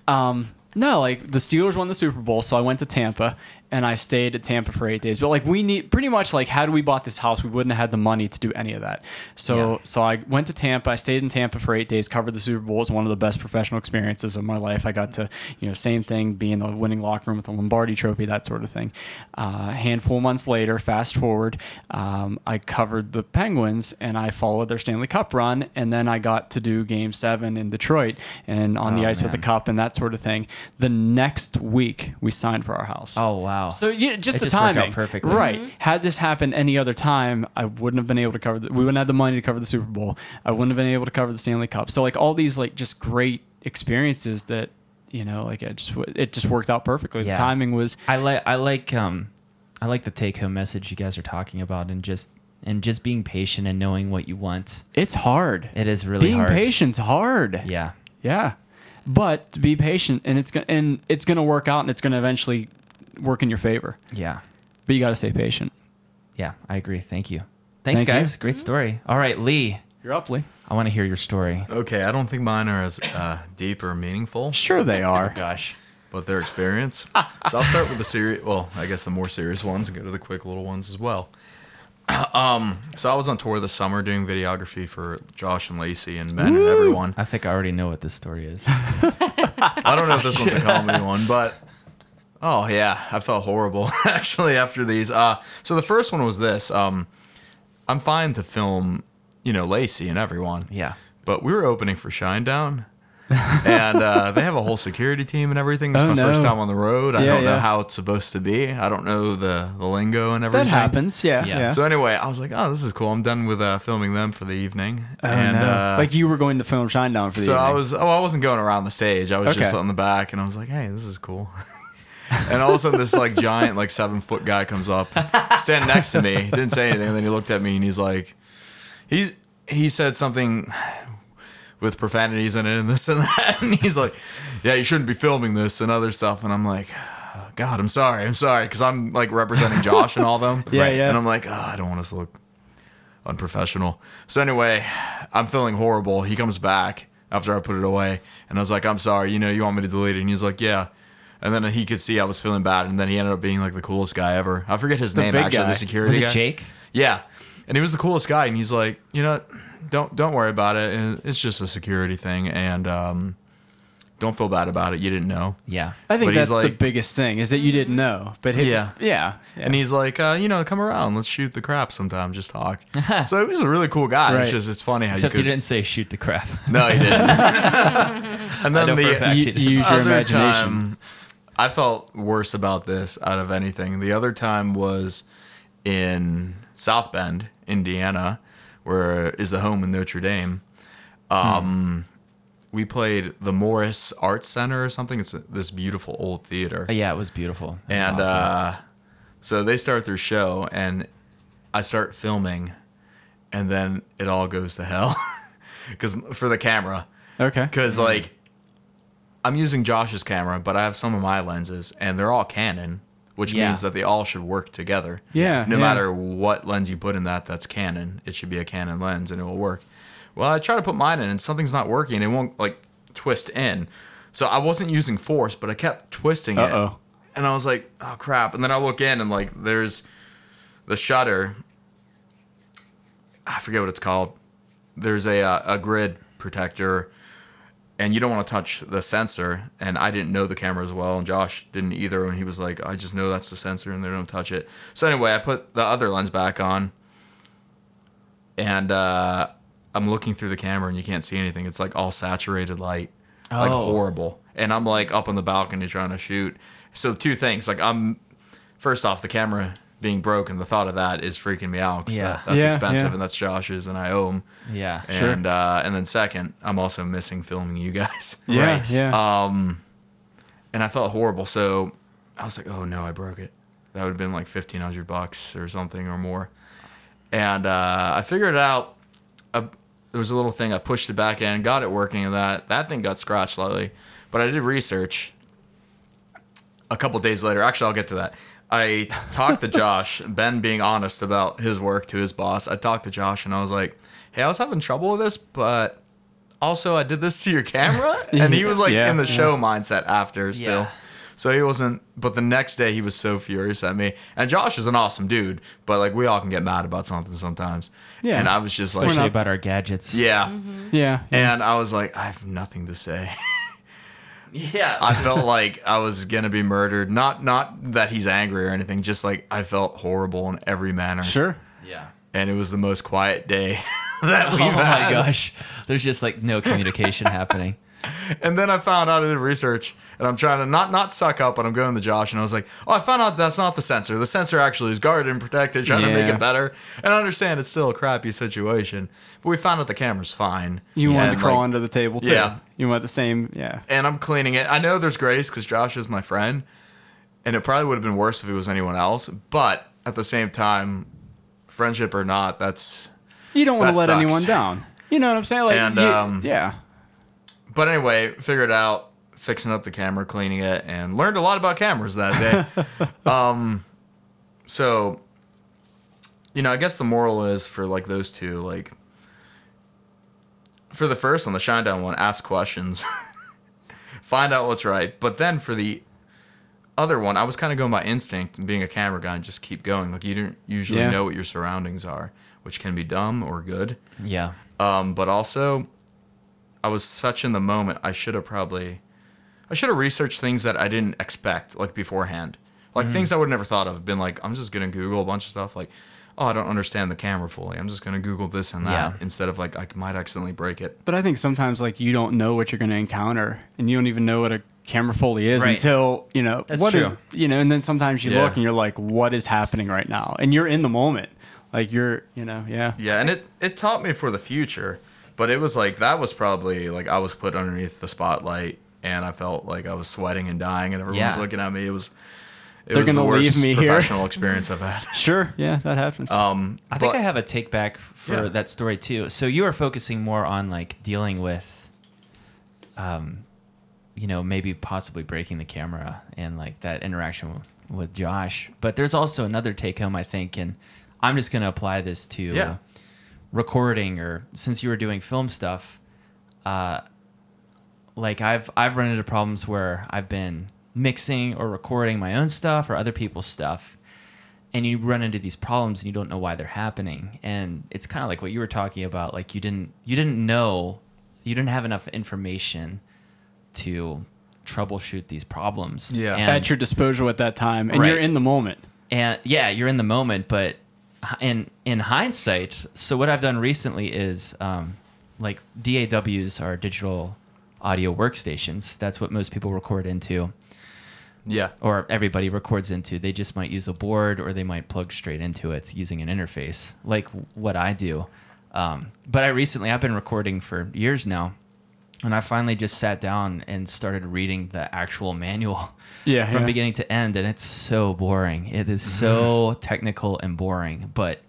Speaker 2: um, no, like the Steelers won the Super Bowl, so I went to Tampa and I stayed at Tampa for eight days. But like we need pretty much like had we bought this house, we wouldn't have had the money to do any of that. So
Speaker 1: Yeah.
Speaker 2: so I went to Tampa. I stayed in Tampa for eight days, covered the Super Bowl. It was one of the best professional experiences of my life. I got to you know same thing, be in the winning locker room with the Lombardi Trophy, that sort of thing. Uh, a handful of months later, fast forward, um, I covered the Penguins and I followed their Stanley Cup run, and then I got to do Game Seven in Detroit and on the
Speaker 1: Oh,
Speaker 2: ice with
Speaker 1: man.
Speaker 2: the Cup and that sort of thing. The next week, we signed for our house.
Speaker 1: Oh wow.
Speaker 2: So yeah, just
Speaker 1: It
Speaker 2: the
Speaker 1: just worked out
Speaker 2: timing,
Speaker 1: perfectly.
Speaker 2: Right. Mm-hmm. Had this happened any other time, I wouldn't have been able to cover. The, we wouldn't have the money to cover the Super Bowl. I wouldn't have been able to cover the Stanley Cup. So like all these like just great experiences that you know like it just w- it just worked out perfectly.
Speaker 1: Yeah.
Speaker 2: The timing was
Speaker 1: I like I like um I like the take home message you guys are talking about and just and just being patient and knowing what you want.
Speaker 2: it's hard.
Speaker 1: It is really
Speaker 2: Being
Speaker 1: hard.
Speaker 2: patient's hard.
Speaker 1: Yeah.
Speaker 2: Yeah. But be patient and it's gonna and it's gonna work out and it's gonna eventually work in your favor.
Speaker 1: Yeah.
Speaker 2: But you gotta stay patient.
Speaker 1: Yeah, I agree. Thank you. Thanks
Speaker 2: Thank you.
Speaker 1: guys. Great story. All right, Lee,
Speaker 2: You're up, Lee.
Speaker 1: I want to hear your story.
Speaker 3: Okay, I don't think mine are as uh, deep or meaningful,
Speaker 2: Sure they
Speaker 3: [LAUGHS]
Speaker 2: are.
Speaker 1: Gosh.
Speaker 3: but
Speaker 2: [LAUGHS]
Speaker 3: their experience. so I'll start with the serious. Well, I guess the more serious ones and go to the quick little ones as well. [CLEARS THROAT] um, so I was on tour this summer doing videography for Josh and Lacey and Ben and everyone.
Speaker 1: I think I already know what this story
Speaker 2: [LAUGHS]
Speaker 1: is.
Speaker 3: I don't know if this one's a comedy one, but oh yeah, I felt horrible [LAUGHS] actually after these. Uh, so the first one was this. Um, I'm fine to film, you know, Lacey and everyone.
Speaker 1: Yeah.
Speaker 3: but we were opening
Speaker 2: [LAUGHS]
Speaker 3: for Shinedown. and uh, they have a whole security team and everything. This is
Speaker 2: Oh,
Speaker 3: my
Speaker 2: no.
Speaker 3: first time on the road. I
Speaker 2: Yeah,
Speaker 3: don't know
Speaker 2: yeah.
Speaker 3: how it's supposed to be. I don't know the, the lingo and everything.
Speaker 2: That happens, yeah.
Speaker 1: Yeah.
Speaker 2: Yeah.
Speaker 3: So anyway, I was like, oh, this is cool. I'm done with uh, filming them for the evening.
Speaker 2: Oh,
Speaker 3: and
Speaker 2: no.
Speaker 3: uh,
Speaker 2: like you were going to film Shinedown for the
Speaker 3: so I
Speaker 2: evening.
Speaker 3: was, oh, I wasn't going around the stage. I was just
Speaker 2: Okay.
Speaker 3: on the back, and I was like, hey, this is cool. [LAUGHS] and all of a sudden, this like giant, like seven foot guy comes up, standing next to me. He Didn't say anything. And then he looked at me, and he's like, he's he said something with profanities in it, and this and that. [LAUGHS] And he's like, yeah, you shouldn't be filming this and other stuff. And I'm like. God, I'm sorry. I'm sorry because I'm like representing Josh and all them.
Speaker 2: [LAUGHS] Yeah, yeah.
Speaker 3: And I'm like, oh, I don't want us to look unprofessional. So anyway, I'm feeling horrible. He comes back after I put it away, and I was like, "I'm sorry, you know, you want me to delete it?" And he's like, "Yeah." And then he could see I was feeling bad, and then he ended up being like the coolest guy ever. I forget his name
Speaker 2: big
Speaker 3: actually.
Speaker 2: guy.
Speaker 3: The security
Speaker 1: Was it
Speaker 3: guy.
Speaker 1: Jake?
Speaker 3: Yeah, and he was the coolest guy, and he's like, you know, don't don't worry about it. It- It's just a security thing, and um, don't feel bad about it. You didn't know.
Speaker 1: Yeah.
Speaker 2: I think
Speaker 3: But he's
Speaker 2: that's the
Speaker 3: like-
Speaker 2: biggest thing is that you didn't know. But he-
Speaker 3: Yeah.
Speaker 2: yeah, yeah.
Speaker 3: And he's like, uh, you know, come around. Let's shoot the crap sometime.
Speaker 1: [LAUGHS]
Speaker 3: Just talk. so he was a really cool guy. It's
Speaker 2: Right.
Speaker 3: just it's funny how
Speaker 1: Except
Speaker 3: you
Speaker 1: you
Speaker 3: could.
Speaker 1: didn't say shoot the crap. [LAUGHS]
Speaker 3: No, he [LAUGHS] didn't. and
Speaker 1: know
Speaker 3: then
Speaker 1: for a
Speaker 3: the
Speaker 1: fact.
Speaker 2: You- you use your
Speaker 3: other
Speaker 2: imagination.
Speaker 3: time, I felt worse about this out of anything. The other time was in South Bend, Indiana, where is the home in Notre Dame. Um, We played the Morris Arts Center or something. It's this beautiful old theater
Speaker 1: yeah, it was beautiful. It was
Speaker 3: and
Speaker 1: awesome.
Speaker 3: uh, so they start their show and i start filming and then it all goes to hell [LAUGHS] because for the camera
Speaker 2: Okay.
Speaker 3: because like i'm using josh's camera but i have some of my lenses and they're all canon which
Speaker 1: Yeah.
Speaker 3: means that they all should work together
Speaker 2: Yeah,
Speaker 3: no
Speaker 2: yeah.
Speaker 3: matter what lens you put in that that's canon it should be a canon lens and it will work well i try to put mine in and something's not working it won't like twist in so i wasn't using force but i kept twisting it
Speaker 2: Uh-oh.
Speaker 3: and i was like oh crap and then i look in and like there's the shutter i forget what it's called there's a, uh, a grid protector and you don't want to touch the sensor. And I didn't know the camera as well, and Josh didn't either. And he was like, I just know that's the sensor, and they don't touch it. So anyway, I put the other lens back on, and uh, I'm looking through the camera, and you can't see anything. It's like all saturated light, like
Speaker 1: Oh.
Speaker 3: horrible. And I'm like up on the balcony trying to shoot. So two things, like I'm first off the camera being broken. The thought of that is freaking me out. 'cause
Speaker 1: Yeah.
Speaker 3: that- that's
Speaker 2: Yeah,
Speaker 3: expensive,
Speaker 2: yeah.
Speaker 3: and that's Josh's, and I owe him.
Speaker 1: yeah.
Speaker 2: Sure.
Speaker 3: And uh, and then second, I'm also missing filming you guys.
Speaker 2: yeah,
Speaker 1: Right.
Speaker 2: yeah.
Speaker 3: And I felt horrible. So I was like, oh no, I broke it. That would have been like fifteen hundred bucks or something or more. And uh, I figured it out. Uh, there was a little thing. I pushed it back in, got it working, and that that thing got scratched slightly. But I did research. a couple days later, actually, I'll get to that. I talked to Josh, [LAUGHS] Ben being honest about his work to his boss. I talked to Josh and I was like, hey, I was having trouble with this, but also I did this to your camera. And he was like
Speaker 2: Yeah.
Speaker 3: in the show mindset after still.
Speaker 1: Yeah.
Speaker 3: So he wasn't, but the next day he was so furious at me. And Josh is an awesome dude, but like we all can get mad about something sometimes.
Speaker 2: Yeah.
Speaker 3: And I was just like,
Speaker 1: Especially
Speaker 2: not-
Speaker 1: about our gadgets.
Speaker 3: yeah.
Speaker 2: Yeah.
Speaker 3: Um, And I was like, I have nothing to say.
Speaker 1: Yeah.
Speaker 3: I felt like I was gonna be murdered. Not not that he's angry or anything. Just like I felt horrible in every manner.
Speaker 2: Sure.
Speaker 1: yeah.
Speaker 3: And it was the most quiet day that we've
Speaker 1: [LAUGHS] Oh my
Speaker 3: had.
Speaker 1: gosh. There's just like no communication happening.
Speaker 3: And then I found out I did research, and I'm trying to not not suck up, but I'm going to Josh, and I was like, oh, I found out that's not the sensor. The sensor actually is guarded and protected, trying to make
Speaker 2: Yeah.
Speaker 3: it better. And I understand it's still a crappy situation, but we found out the camera's fine.
Speaker 2: You wanted
Speaker 3: And,
Speaker 2: to crawl
Speaker 3: like,
Speaker 2: under the table too.
Speaker 3: Yeah.
Speaker 2: You want the same. Yeah.
Speaker 3: and I'm cleaning it. I know there's grace because Josh is my friend, and it probably would have been worse if it was anyone else. But at the same time, friendship or not, that's.
Speaker 2: You don't want
Speaker 3: That
Speaker 2: to let
Speaker 3: sucks.
Speaker 2: anyone down. You know what I'm saying? Like,
Speaker 3: And,
Speaker 2: you-
Speaker 3: um,
Speaker 2: yeah.
Speaker 3: But anyway, figured out fixing up the camera, cleaning it, and learned a lot about cameras that day. um, so, you know, I guess the moral is for like those two, like for the first one, the shine down one, ask questions, [LAUGHS] find out what's right. But then for the other one, I was kind of going by instinct and being a camera guy and just keep going. Like you don't usually
Speaker 2: Yeah.
Speaker 3: know what your surroundings are, which can be dumb or good.
Speaker 1: Yeah.
Speaker 3: Um, but also, I was such in the moment. I should have probably, I should have researched things that I didn't expect like beforehand, like things I would never thought of. Been like, I'm just gonna Google a bunch of stuff. Like, oh, I don't understand the camera fully. I'm just gonna Google this and that
Speaker 1: Yeah.
Speaker 3: instead of like I might accidentally break it.
Speaker 2: But I think sometimes like you don't know what you're going to encounter, and you don't even know what a camera foley is
Speaker 1: Right.
Speaker 2: until you know
Speaker 1: That's
Speaker 2: what is-
Speaker 1: true.
Speaker 2: you know, and then sometimes you
Speaker 3: Yeah.
Speaker 2: look and you're like, what is happening right now? And you're in the moment, like you're you know, yeah,
Speaker 3: Yeah, and it it taught me for the future, but it was like that was probably like I was put underneath the spotlight and I felt like I was sweating and dying and everyone was
Speaker 1: Yeah.
Speaker 3: looking at me. It was. It
Speaker 2: They're
Speaker 3: was the
Speaker 2: gonna leave
Speaker 3: worst
Speaker 2: me here.
Speaker 3: professional experience I've had.
Speaker 2: sure, yeah, that happens.
Speaker 3: Um,
Speaker 1: I think
Speaker 3: but-
Speaker 1: I have a take back for
Speaker 2: Yeah.
Speaker 1: that story too. So you were focusing more on like dealing with, um, you know, maybe possibly breaking the camera and like that interaction w- with Josh. But there's also another take home, I think, and I'm just going to apply this to
Speaker 3: Yeah.
Speaker 1: recording or since you were doing film stuff. Uh, like I've I've run into problems where I've been mixing or recording my own stuff or other people's stuff and you run into these problems and you don't know why they're happening and it's kind of like what you were talking about like you didn't you didn't know you didn't have enough information to troubleshoot these problems
Speaker 3: Yeah.
Speaker 1: and,
Speaker 2: At your disposal at that time, and you're
Speaker 1: Right.
Speaker 2: in the moment.
Speaker 1: and yeah you're in the moment but h- in in hindsight so what i've done recently is um like daws are digital audio workstations that's what most people record into
Speaker 3: yeah.
Speaker 1: or everybody records into. They just might use a board or they might plug straight into it using an interface, like what I do. Um, but I recently, I've been recording for years now, and I finally just sat down and started reading the actual manual [LAUGHS]
Speaker 2: Yeah,
Speaker 1: from
Speaker 2: yeah.
Speaker 1: beginning to end, and it's so boring. It is so technical and boring, but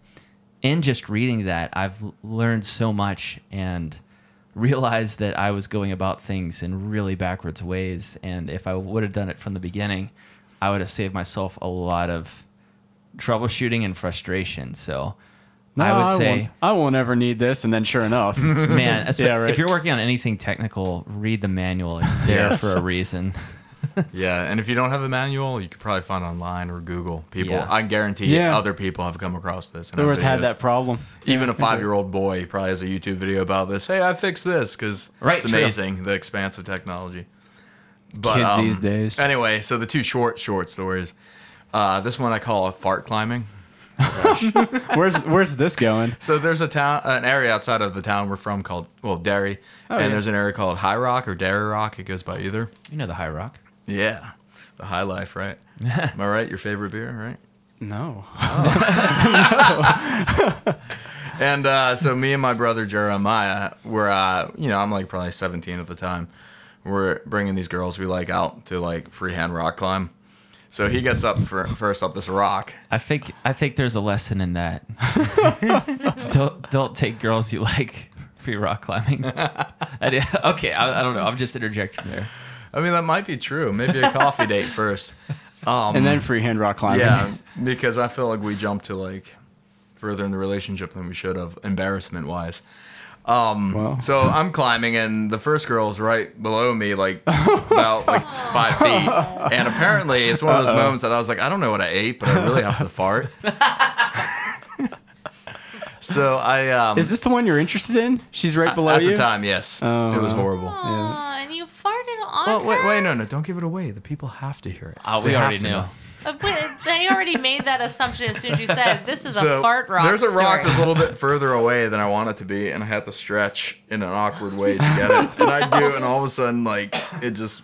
Speaker 1: in just reading that, I've l- learned so much and realized that I was going about things in really backwards ways. And if I would have done it from the beginning, I would have saved myself a lot of troubleshooting and frustration. So I would
Speaker 2: No,
Speaker 1: say,
Speaker 2: won't, I won't ever need this, and then sure
Speaker 3: [LAUGHS]
Speaker 2: enough, [LAUGHS]
Speaker 1: man, espe-
Speaker 2: Yeah, right.
Speaker 1: if you're working on anything technical, read the manual.
Speaker 2: [LAUGHS]
Speaker 1: It's there
Speaker 3: Yes.
Speaker 1: for a reason. [LAUGHS]
Speaker 3: Yeah, and if you don't have the manual, you could probably find online or Google. People,
Speaker 1: Yeah.
Speaker 3: I guarantee
Speaker 2: Yeah.
Speaker 3: other people have come across this. and have
Speaker 2: whoever's had
Speaker 3: videos.
Speaker 2: that problem,
Speaker 3: Even a five-year-old boy probably has a YouTube video about this. Hey, I fixed this because
Speaker 1: Right,
Speaker 3: it's
Speaker 1: true.
Speaker 3: amazing the expanse of technology. But, um,
Speaker 2: Kids these days.
Speaker 3: Anyway, so the two short short stories. Uh, this one I call fart climbing.
Speaker 2: [LAUGHS] where's where's this going?
Speaker 3: So there's a town, an area outside of the town we're from called well Derry,
Speaker 2: Oh,
Speaker 3: and
Speaker 2: yeah.
Speaker 3: there's an area called High Rock or Derry Rock. It goes by either.
Speaker 1: You know the High Rock.
Speaker 3: Yeah, the high life, right? Am I right? Your favorite beer, right?
Speaker 2: No,
Speaker 3: And uh, so me and my brother Jeremiah were, uh, you know, I'm like probably 17 at the time. We're bringing these girls we like out to like freehand rock climb. So he gets up for, first up this rock.
Speaker 1: I think I think there's a lesson in that. [LAUGHS] don't don't take girls you
Speaker 3: [LAUGHS]
Speaker 1: like for your rock climbing. I did- okay, I, I don't know. I'm just interjecting there.
Speaker 3: I mean, that might be true. Maybe a coffee date first. Um,
Speaker 2: and then freehand rock climbing.
Speaker 3: yeah, because I feel like we jumped to like further in the relationship than we should have, embarrassment wise. Um,
Speaker 2: Wow.
Speaker 3: so I'm climbing, and the first girl's right below me, like
Speaker 2: [LAUGHS]
Speaker 3: about like five feet. And apparently, it's one of those moments that I was like, I don't know what I ate, but I really
Speaker 2: [LAUGHS]
Speaker 3: have to fart. so I um,
Speaker 2: Is this the one you're interested in? She's right below
Speaker 3: at
Speaker 2: you.
Speaker 3: the time, yes,
Speaker 2: Oh,
Speaker 3: it was
Speaker 2: wow.
Speaker 3: horrible.
Speaker 4: Aw, and you farted on
Speaker 3: Well, wait,
Speaker 4: her?
Speaker 3: wait, no, no, don't give it away. The people have to hear it.
Speaker 1: Oh, we
Speaker 3: They have
Speaker 1: already
Speaker 3: to
Speaker 1: knew.
Speaker 3: know.
Speaker 4: Uh, but They already made that assumption as soon as you said this is a
Speaker 3: So,
Speaker 4: fart rock.
Speaker 3: There's a rock
Speaker 4: story."
Speaker 3: that's a little bit further away than I want it to be, and I had to stretch in an awkward way to get it. And I do, and all of a sudden, like it just,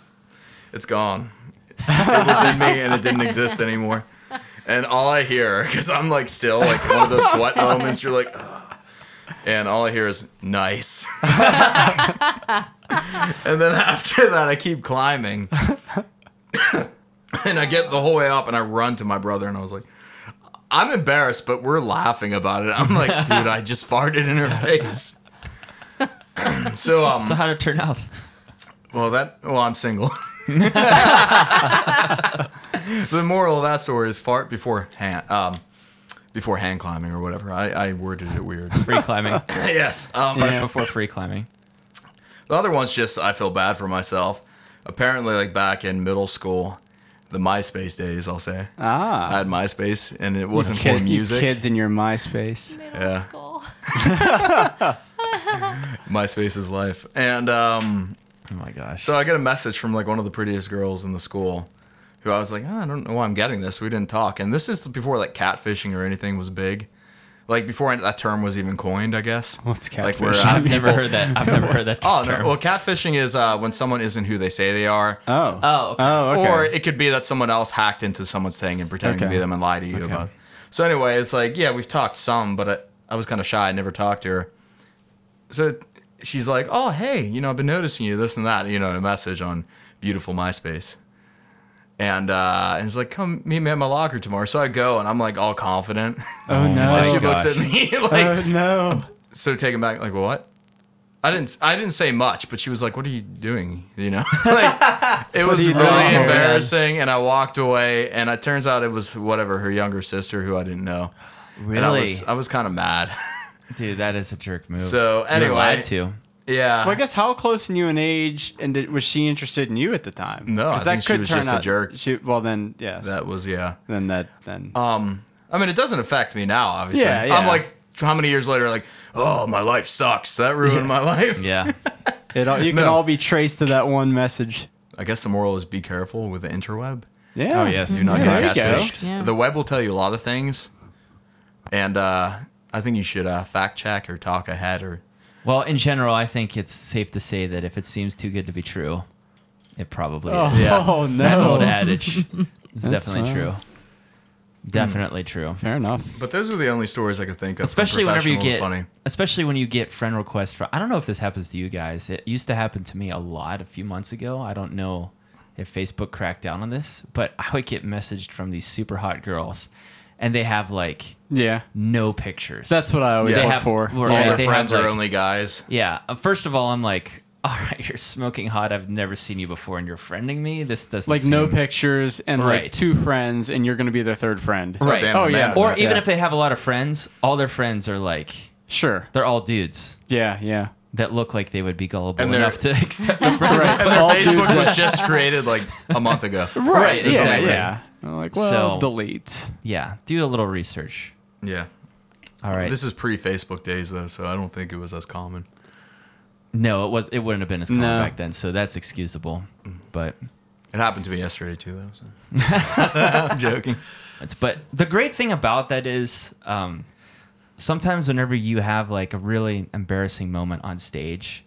Speaker 3: it's gone. It was in me, and it didn't exist anymore. And all I hear, because I'm like still like one of those sweat moments, you're like, "Ugh." and all I hear is nice. and then after that, I keep climbing. and I get the whole way up and I run to my brother and I was like, I'm embarrassed, but we're laughing about it. I'm like, dude, I just farted in her face. [CLEARS THROAT] so, um,
Speaker 1: So how did it turn out?
Speaker 3: well, that, well, I'm single. the moral of that story is fart before hand, um, before hand climbing or whatever. I, I worded it weird.
Speaker 1: Free
Speaker 3: [LAUGHS]
Speaker 1: climbing.
Speaker 3: yes. Um,
Speaker 1: Right before free climbing.
Speaker 3: The other one's just I feel bad for myself. Apparently, like back in middle school, the MySpace days, I'll say. I
Speaker 2: ah.
Speaker 3: had MySpace, and it wasn't
Speaker 2: Kid-
Speaker 3: for
Speaker 2: you [LAUGHS]
Speaker 3: music.
Speaker 2: Kids in your MySpace.
Speaker 4: Middle
Speaker 3: Yeah.
Speaker 4: school.
Speaker 3: MySpace is life. And um,
Speaker 1: Oh my gosh.
Speaker 3: so I get a message from like one of the prettiest girls in the school, who I was like, "Oh, I don't know why I'm getting this. We didn't talk. And this is before like catfishing or anything was big. Like before that term was even coined, I guess.
Speaker 2: What's
Speaker 3: Like where
Speaker 2: catfishing?
Speaker 3: uh,
Speaker 1: I've never
Speaker 3: people-
Speaker 1: heard that. I've never heard that.
Speaker 3: [LAUGHS] Oh
Speaker 1: term.
Speaker 3: no! Well, catfishing is uh, when someone isn't who they say they are,
Speaker 2: Oh.
Speaker 1: Oh, okay.
Speaker 2: Oh. Okay.
Speaker 3: Or it could be that someone else hacked into someone's thing and pretending to
Speaker 2: Okay.
Speaker 3: be them and lie to you about. It. So anyway, it's like yeah, we've talked some, but I, I was kind of shy. I never talked to her. So she's like, oh hey, you know I've been noticing you this and that. You know, a message on beautiful MySpace. And uh, and it's like, come meet me at my locker tomorrow. So I go and I'm like all confident.
Speaker 2: oh no.
Speaker 3: and
Speaker 1: my
Speaker 3: [LAUGHS] she
Speaker 1: God.
Speaker 3: looks at [LAUGHS] me like,
Speaker 2: Oh no.
Speaker 3: so taken back, like what? I didn't. I didn't say much, but she was like, "What are you doing?" You know, [LAUGHS] like, it was
Speaker 2: you
Speaker 3: really
Speaker 2: doing? Oh,
Speaker 3: embarrassing, and I walked away. And it turns out it was whatever her younger sister, who I didn't know. And I
Speaker 1: really,
Speaker 3: was, I was kind of mad. [LAUGHS]
Speaker 1: dude, that is a jerk move.
Speaker 3: So,
Speaker 1: you
Speaker 3: anyway.
Speaker 1: were lied to.
Speaker 3: yeah.
Speaker 2: Well, I guess how close in you in age, and did, was she interested in you at the time?
Speaker 3: No, I
Speaker 2: 'Cause
Speaker 3: think she was just a jerk.
Speaker 2: She, well, then yes.
Speaker 3: that was yeah.
Speaker 2: then that then.
Speaker 3: Um, I mean, it doesn't affect me now, obviously.
Speaker 2: Yeah, yeah.
Speaker 3: I'm like, how many years later? Like, oh, my life sucks. That ruined my life.
Speaker 1: Yeah.
Speaker 2: it all, you can
Speaker 3: no.
Speaker 2: all be traced to that one message.
Speaker 3: I guess the moral is be careful with the interweb.
Speaker 2: Yeah.
Speaker 1: Oh, yes.
Speaker 3: Do not
Speaker 2: Yeah,
Speaker 3: get
Speaker 2: there you go. [LAUGHS]
Speaker 3: catfished.
Speaker 4: Yeah.
Speaker 3: The web will tell you a lot of things, and uh, I think you should uh, fact check or talk ahead or
Speaker 1: Well, in general, I think it's safe to say that if it seems too good to be true, it probably
Speaker 2: Oh,
Speaker 1: is.
Speaker 2: oh,
Speaker 1: That
Speaker 2: no.
Speaker 1: old
Speaker 2: [LAUGHS]
Speaker 1: adage is
Speaker 2: That's,
Speaker 1: definitely
Speaker 2: uh, Hmm.
Speaker 1: true. Definitely true.
Speaker 2: Fair enough.
Speaker 3: But those are the only stories I could think of.
Speaker 1: Especially whenever you get,
Speaker 3: funny.
Speaker 1: especially when you get friend requests for. I don't know if this happens to you guys. It used to happen to me a lot a few months ago. I don't know if Facebook cracked down on this, but I would get messaged from these super hot girls, and they have like
Speaker 2: Yeah.
Speaker 1: no pictures.
Speaker 2: That's what I always
Speaker 3: Yeah.
Speaker 2: look
Speaker 3: They
Speaker 1: have-
Speaker 2: for.
Speaker 1: we're
Speaker 3: All
Speaker 1: Yeah,
Speaker 3: their
Speaker 1: they
Speaker 3: friends
Speaker 1: have,
Speaker 3: are
Speaker 1: like-
Speaker 3: only guys.
Speaker 1: Yeah. uh, First of all, I'm like, [LAUGHS] all right, you're smoking hot. I've never seen you before, and you're friending me. This doesn't
Speaker 2: like no
Speaker 1: seem-
Speaker 2: pictures and like
Speaker 1: Right.
Speaker 2: two friends, and you're going to be their third friend.
Speaker 1: Right.
Speaker 3: damn
Speaker 2: Oh
Speaker 3: the
Speaker 2: yeah.
Speaker 3: man.
Speaker 1: Or even
Speaker 2: Yeah.
Speaker 1: if they have a lot of friends, all their friends are like,
Speaker 2: sure.
Speaker 1: they're all dudes
Speaker 2: Yeah. Yeah.
Speaker 1: that look like they would be gullible
Speaker 3: And they're-
Speaker 1: enough to [LAUGHS] accept the friend. [LAUGHS]
Speaker 2: Right.
Speaker 3: [LAUGHS] And their
Speaker 2: All dudes
Speaker 3: Facebook was
Speaker 2: that-
Speaker 3: just created like a month ago. [LAUGHS]
Speaker 1: Right,
Speaker 2: Yeah.
Speaker 1: exactly.
Speaker 2: Yeah. I'm like well,
Speaker 1: So-
Speaker 2: delete.
Speaker 1: Yeah, do a little research.
Speaker 3: Yeah.
Speaker 1: All right.
Speaker 3: This is pre-Facebook days though, so I don't think it was as common.
Speaker 1: no, it was. It wouldn't have been as common
Speaker 2: No.
Speaker 1: back then, so that's excusable.
Speaker 3: Mm.
Speaker 1: But
Speaker 3: It happened to me yesterday too, though. So. [LAUGHS] I'm joking.
Speaker 1: It's- but the great thing about that is um, sometimes whenever you have like a really embarrassing moment on stage,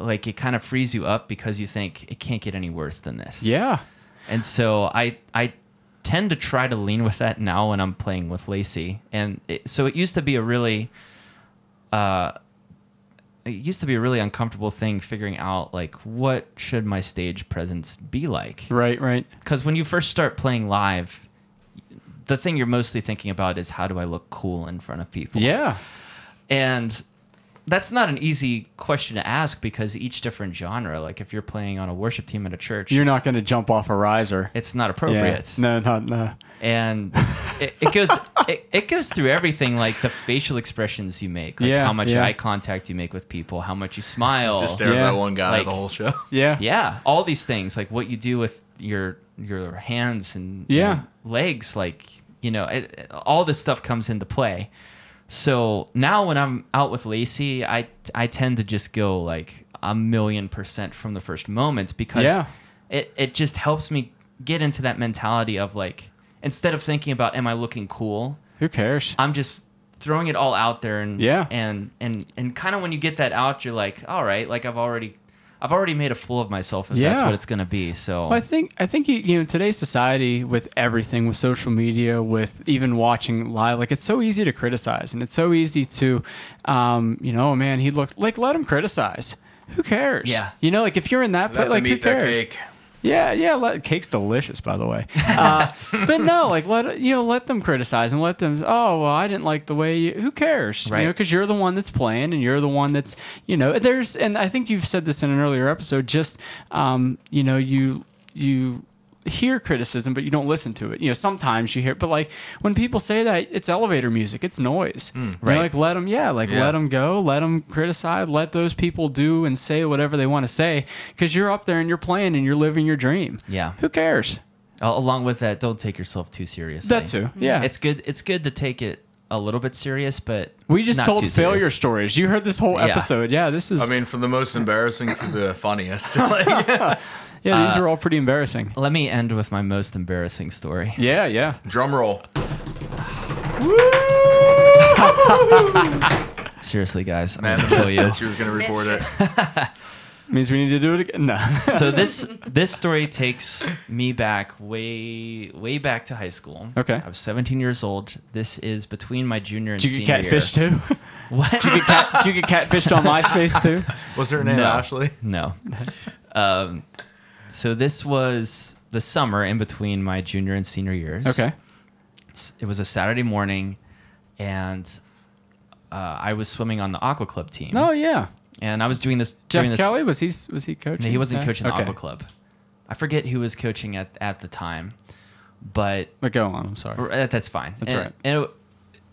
Speaker 1: like it kind of frees you up because you think it can't get any worse than this.
Speaker 2: Yeah.
Speaker 1: And so I I tend to try to lean with that now when I'm playing with Lacey. And it, so it used to be a really uh it used to be a really uncomfortable thing figuring out like what should my stage presence be like?
Speaker 2: Right. Right.
Speaker 1: Cuz when you first start playing live, the thing you're mostly thinking about is how do I look cool in front of people?
Speaker 2: Yeah.
Speaker 1: And that's not an easy question to ask because each different genre. Like if you're playing on a worship team at a church,
Speaker 2: You're not
Speaker 1: it's-
Speaker 2: going to jump off a riser.
Speaker 1: It's not
Speaker 2: Yeah.
Speaker 1: appropriate.
Speaker 2: No, not no.
Speaker 1: and it, it
Speaker 2: [LAUGHS]
Speaker 1: goes it, it goes through everything like the facial expressions you make like
Speaker 2: Yeah,
Speaker 1: how much
Speaker 2: yeah.
Speaker 1: eye contact you make with people how much you smile
Speaker 3: Just stare
Speaker 2: Yeah.
Speaker 3: at that one guy
Speaker 1: Like-
Speaker 3: the whole show.
Speaker 2: Yeah.
Speaker 1: yeah all these things like what you do with your your hands and you
Speaker 2: Yeah.
Speaker 1: know, legs like you know it, it- all this stuff comes into play so now when i'm out with lacey i i tend to just go like a million percent from the first moment because
Speaker 2: Yeah.
Speaker 1: it it just helps me get into that mentality of like instead of thinking about am i looking cool
Speaker 2: Who cares?
Speaker 1: I'm just throwing it all out there and
Speaker 2: Yeah.
Speaker 1: and and and kind of when you get that out you're like all right like I've already I've already made a fool of myself if that's
Speaker 2: Yeah.
Speaker 1: what it's going to be so
Speaker 2: Well, I think I think you know today's society with everything, with social media, with even watching live, like it's so easy to criticize, and it's so easy to, um, you know, man, he looked like let him criticize. Who cares?
Speaker 1: Yeah.
Speaker 2: you know, like if you're in that place,
Speaker 3: Let
Speaker 2: like
Speaker 3: them
Speaker 2: who
Speaker 3: eat their
Speaker 2: cares?
Speaker 3: cake.
Speaker 2: Yeah, yeah. Let, cake's delicious, by the way.
Speaker 1: [LAUGHS]
Speaker 2: Uh, but no, like let you know, let them criticize and let them. Oh well, I didn't like the way. You, who cares?
Speaker 1: Right.
Speaker 2: You know, because you're the one that's playing and you're the one that's you know. There's and I think you've said this in an earlier episode. Just um, you know, you you hear criticism but you don't listen to it you know sometimes you hear but like when people say that it's elevator music it's noise right
Speaker 1: Hmm, right.
Speaker 2: like let them yeah like let 'em
Speaker 3: Yeah.
Speaker 2: let them go let them criticize let those people do and say whatever they want to say because you're up there and you're playing and you're living your dream
Speaker 1: Yeah.
Speaker 2: who cares
Speaker 1: al- along with that don't take yourself too seriously
Speaker 2: that too yeah
Speaker 1: it's good it's good to take it a little bit serious but
Speaker 2: we just
Speaker 1: not
Speaker 2: told
Speaker 1: too
Speaker 2: failure
Speaker 1: serious.
Speaker 2: stories you heard this whole
Speaker 1: Yeah.
Speaker 2: episode yeah this is
Speaker 3: I mean, from the most embarrassing to the [LAUGHS] funniest. Like,
Speaker 2: yeah
Speaker 1: uh,
Speaker 2: these are all pretty embarrassing
Speaker 1: let me end with my most embarrassing story
Speaker 2: yeah yeah
Speaker 3: drum roll.
Speaker 1: [LAUGHS] seriously guys I'm
Speaker 3: Man,
Speaker 1: gonna
Speaker 3: the
Speaker 1: kill
Speaker 3: missed
Speaker 1: you
Speaker 3: it. She was going to
Speaker 4: Missed
Speaker 3: record it.
Speaker 2: [LAUGHS] means we need to do it
Speaker 1: [LAUGHS]
Speaker 2: again no
Speaker 1: [LAUGHS] so this this story takes me back way way back to high school
Speaker 2: Okay.
Speaker 1: I was 17 years old this is between my junior and
Speaker 2: did you
Speaker 1: senior
Speaker 2: get catfished
Speaker 1: year.
Speaker 2: too
Speaker 1: [LAUGHS] what
Speaker 2: did you get, cat, did you get catfished on myspace too
Speaker 3: Was her name
Speaker 1: No.
Speaker 2: [LAUGHS]
Speaker 3: Ashley?
Speaker 1: No. um, so this was the summer in between my junior and senior years.
Speaker 2: okay
Speaker 1: S- It was a Saturday morning, and uh, I was swimming on the Aqua Club team.
Speaker 2: no yeah
Speaker 1: And I was doing this.
Speaker 2: jeff
Speaker 1: doing this,
Speaker 2: kelly was he was he coaching
Speaker 1: No, he wasn't
Speaker 2: Yeah?
Speaker 1: coaching the
Speaker 2: okay.
Speaker 1: Aqua Club. I forget who was coaching at, at the time, but
Speaker 2: but go on i'm sorry
Speaker 1: Right, That's fine.
Speaker 2: That's
Speaker 1: And-
Speaker 2: right.
Speaker 1: And it,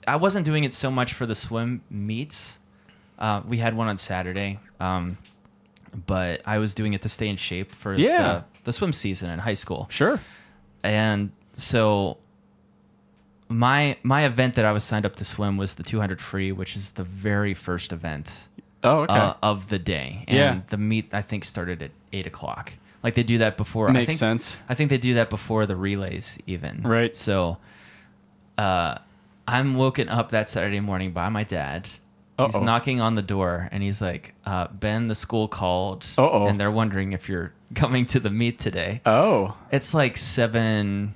Speaker 1: I wasn't doing it so much for the swim meets. Uh, we had one on Saturday, um, but I was doing it to stay in shape for
Speaker 2: Yeah.
Speaker 1: the, the swim season in high school.
Speaker 2: sure
Speaker 1: And so my my event that I was signed up to swim was the 200 free, which is the very first event
Speaker 2: oh okay
Speaker 1: uh, of the day. And
Speaker 2: Yeah.
Speaker 1: the meet I think started at eight o'clock. Like they do that before. I
Speaker 2: Makes
Speaker 1: think,
Speaker 2: sense.
Speaker 1: I think they do that before the relays even.
Speaker 2: Right.
Speaker 1: So, uh, I'm woken up that Saturday morning by my dad. He's
Speaker 2: Uh-oh.
Speaker 1: knocking on the door and he's like, uh, "Ben, the school called,
Speaker 2: Uh-oh.
Speaker 1: and they're wondering if you're coming to the meet today."
Speaker 2: oh
Speaker 1: It's like seven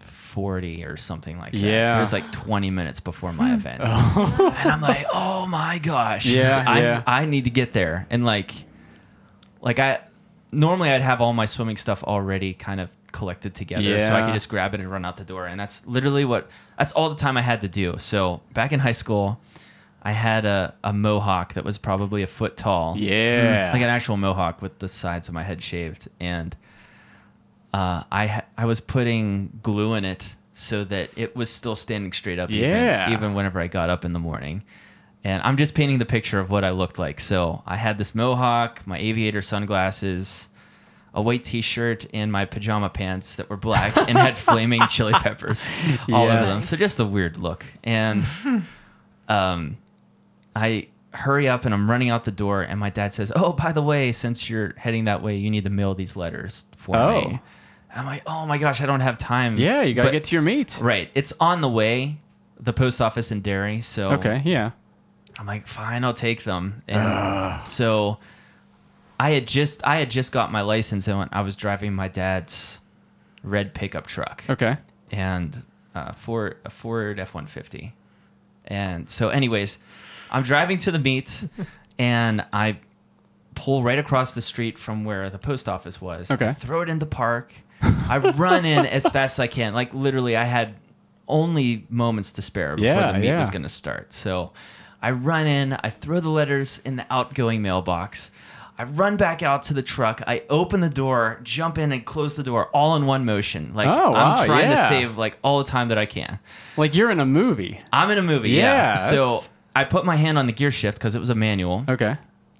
Speaker 1: forty or something like that.
Speaker 2: Yeah.
Speaker 1: There's like twenty minutes before my
Speaker 2: [LAUGHS]
Speaker 1: event. And I'm like, oh my gosh.
Speaker 2: Yeah,
Speaker 1: I,
Speaker 2: yeah.
Speaker 1: I need to get there. And like like I normally I'd have all my swimming stuff already kind of collected together. So I
Speaker 2: Yeah.
Speaker 1: could just grab it and run out the door. And that's literally what that's all the time I had to do. So back in high school, I had a, a mohawk that was probably a foot tall
Speaker 2: yeah
Speaker 1: like an actual mohawk with the sides of my head shaved, and uh, I ha- I was putting glue in it so that it was still standing straight up.
Speaker 2: Yeah.
Speaker 1: Even, even whenever I got up in the morning, and I'm just painting the picture of what I looked like. So I had this mohawk, my aviator sunglasses. A white T-shirt and my pajama pants that were
Speaker 2: [LAUGHS]
Speaker 1: black and had flaming chili peppers all over
Speaker 2: Yes.
Speaker 1: them. So just a weird look. And um, I hurry up and I'm running out the door, and my dad says, "Oh, by the way, since you're heading that way, you need to mail these letters for
Speaker 2: Oh.
Speaker 1: me." I'm like, "Oh my gosh, I don't have time."
Speaker 2: Yeah, you gotta
Speaker 1: But-
Speaker 2: get to your meet.
Speaker 1: right. It's on the way, the post office in Derry. So
Speaker 2: Okay, yeah.
Speaker 1: I'm like, "Fine, I'll take them." And so I had just I had just got my license, and I was driving my dad's red pickup truck
Speaker 2: Okay.
Speaker 1: and uh, Ford a Ford F one fifty. And so, anyways, I'm driving to the meet,
Speaker 2: [LAUGHS]
Speaker 1: and I pull right across the street from where the post office was.
Speaker 2: Okay.
Speaker 1: I throw it in the
Speaker 2: [LAUGHS]
Speaker 1: park. I run in as fast as I can. Like literally, I had only moments to spare before
Speaker 2: Yeah,
Speaker 1: the meet
Speaker 2: yeah.
Speaker 1: was going to start. So. I run in, I throw the letters in the outgoing mailbox. I run back out to the truck. I open the door, jump in, and close the door all in one motion. Like
Speaker 2: Oh, wow,
Speaker 1: I'm trying to
Speaker 2: yeah.
Speaker 1: save like all the time that I can.
Speaker 2: Like you're in a movie.
Speaker 1: I'm in a movie. Yeah.
Speaker 2: Yeah,
Speaker 1: So
Speaker 2: that's-
Speaker 1: I put my hand on the gear shift because it was a manual.
Speaker 2: Okay.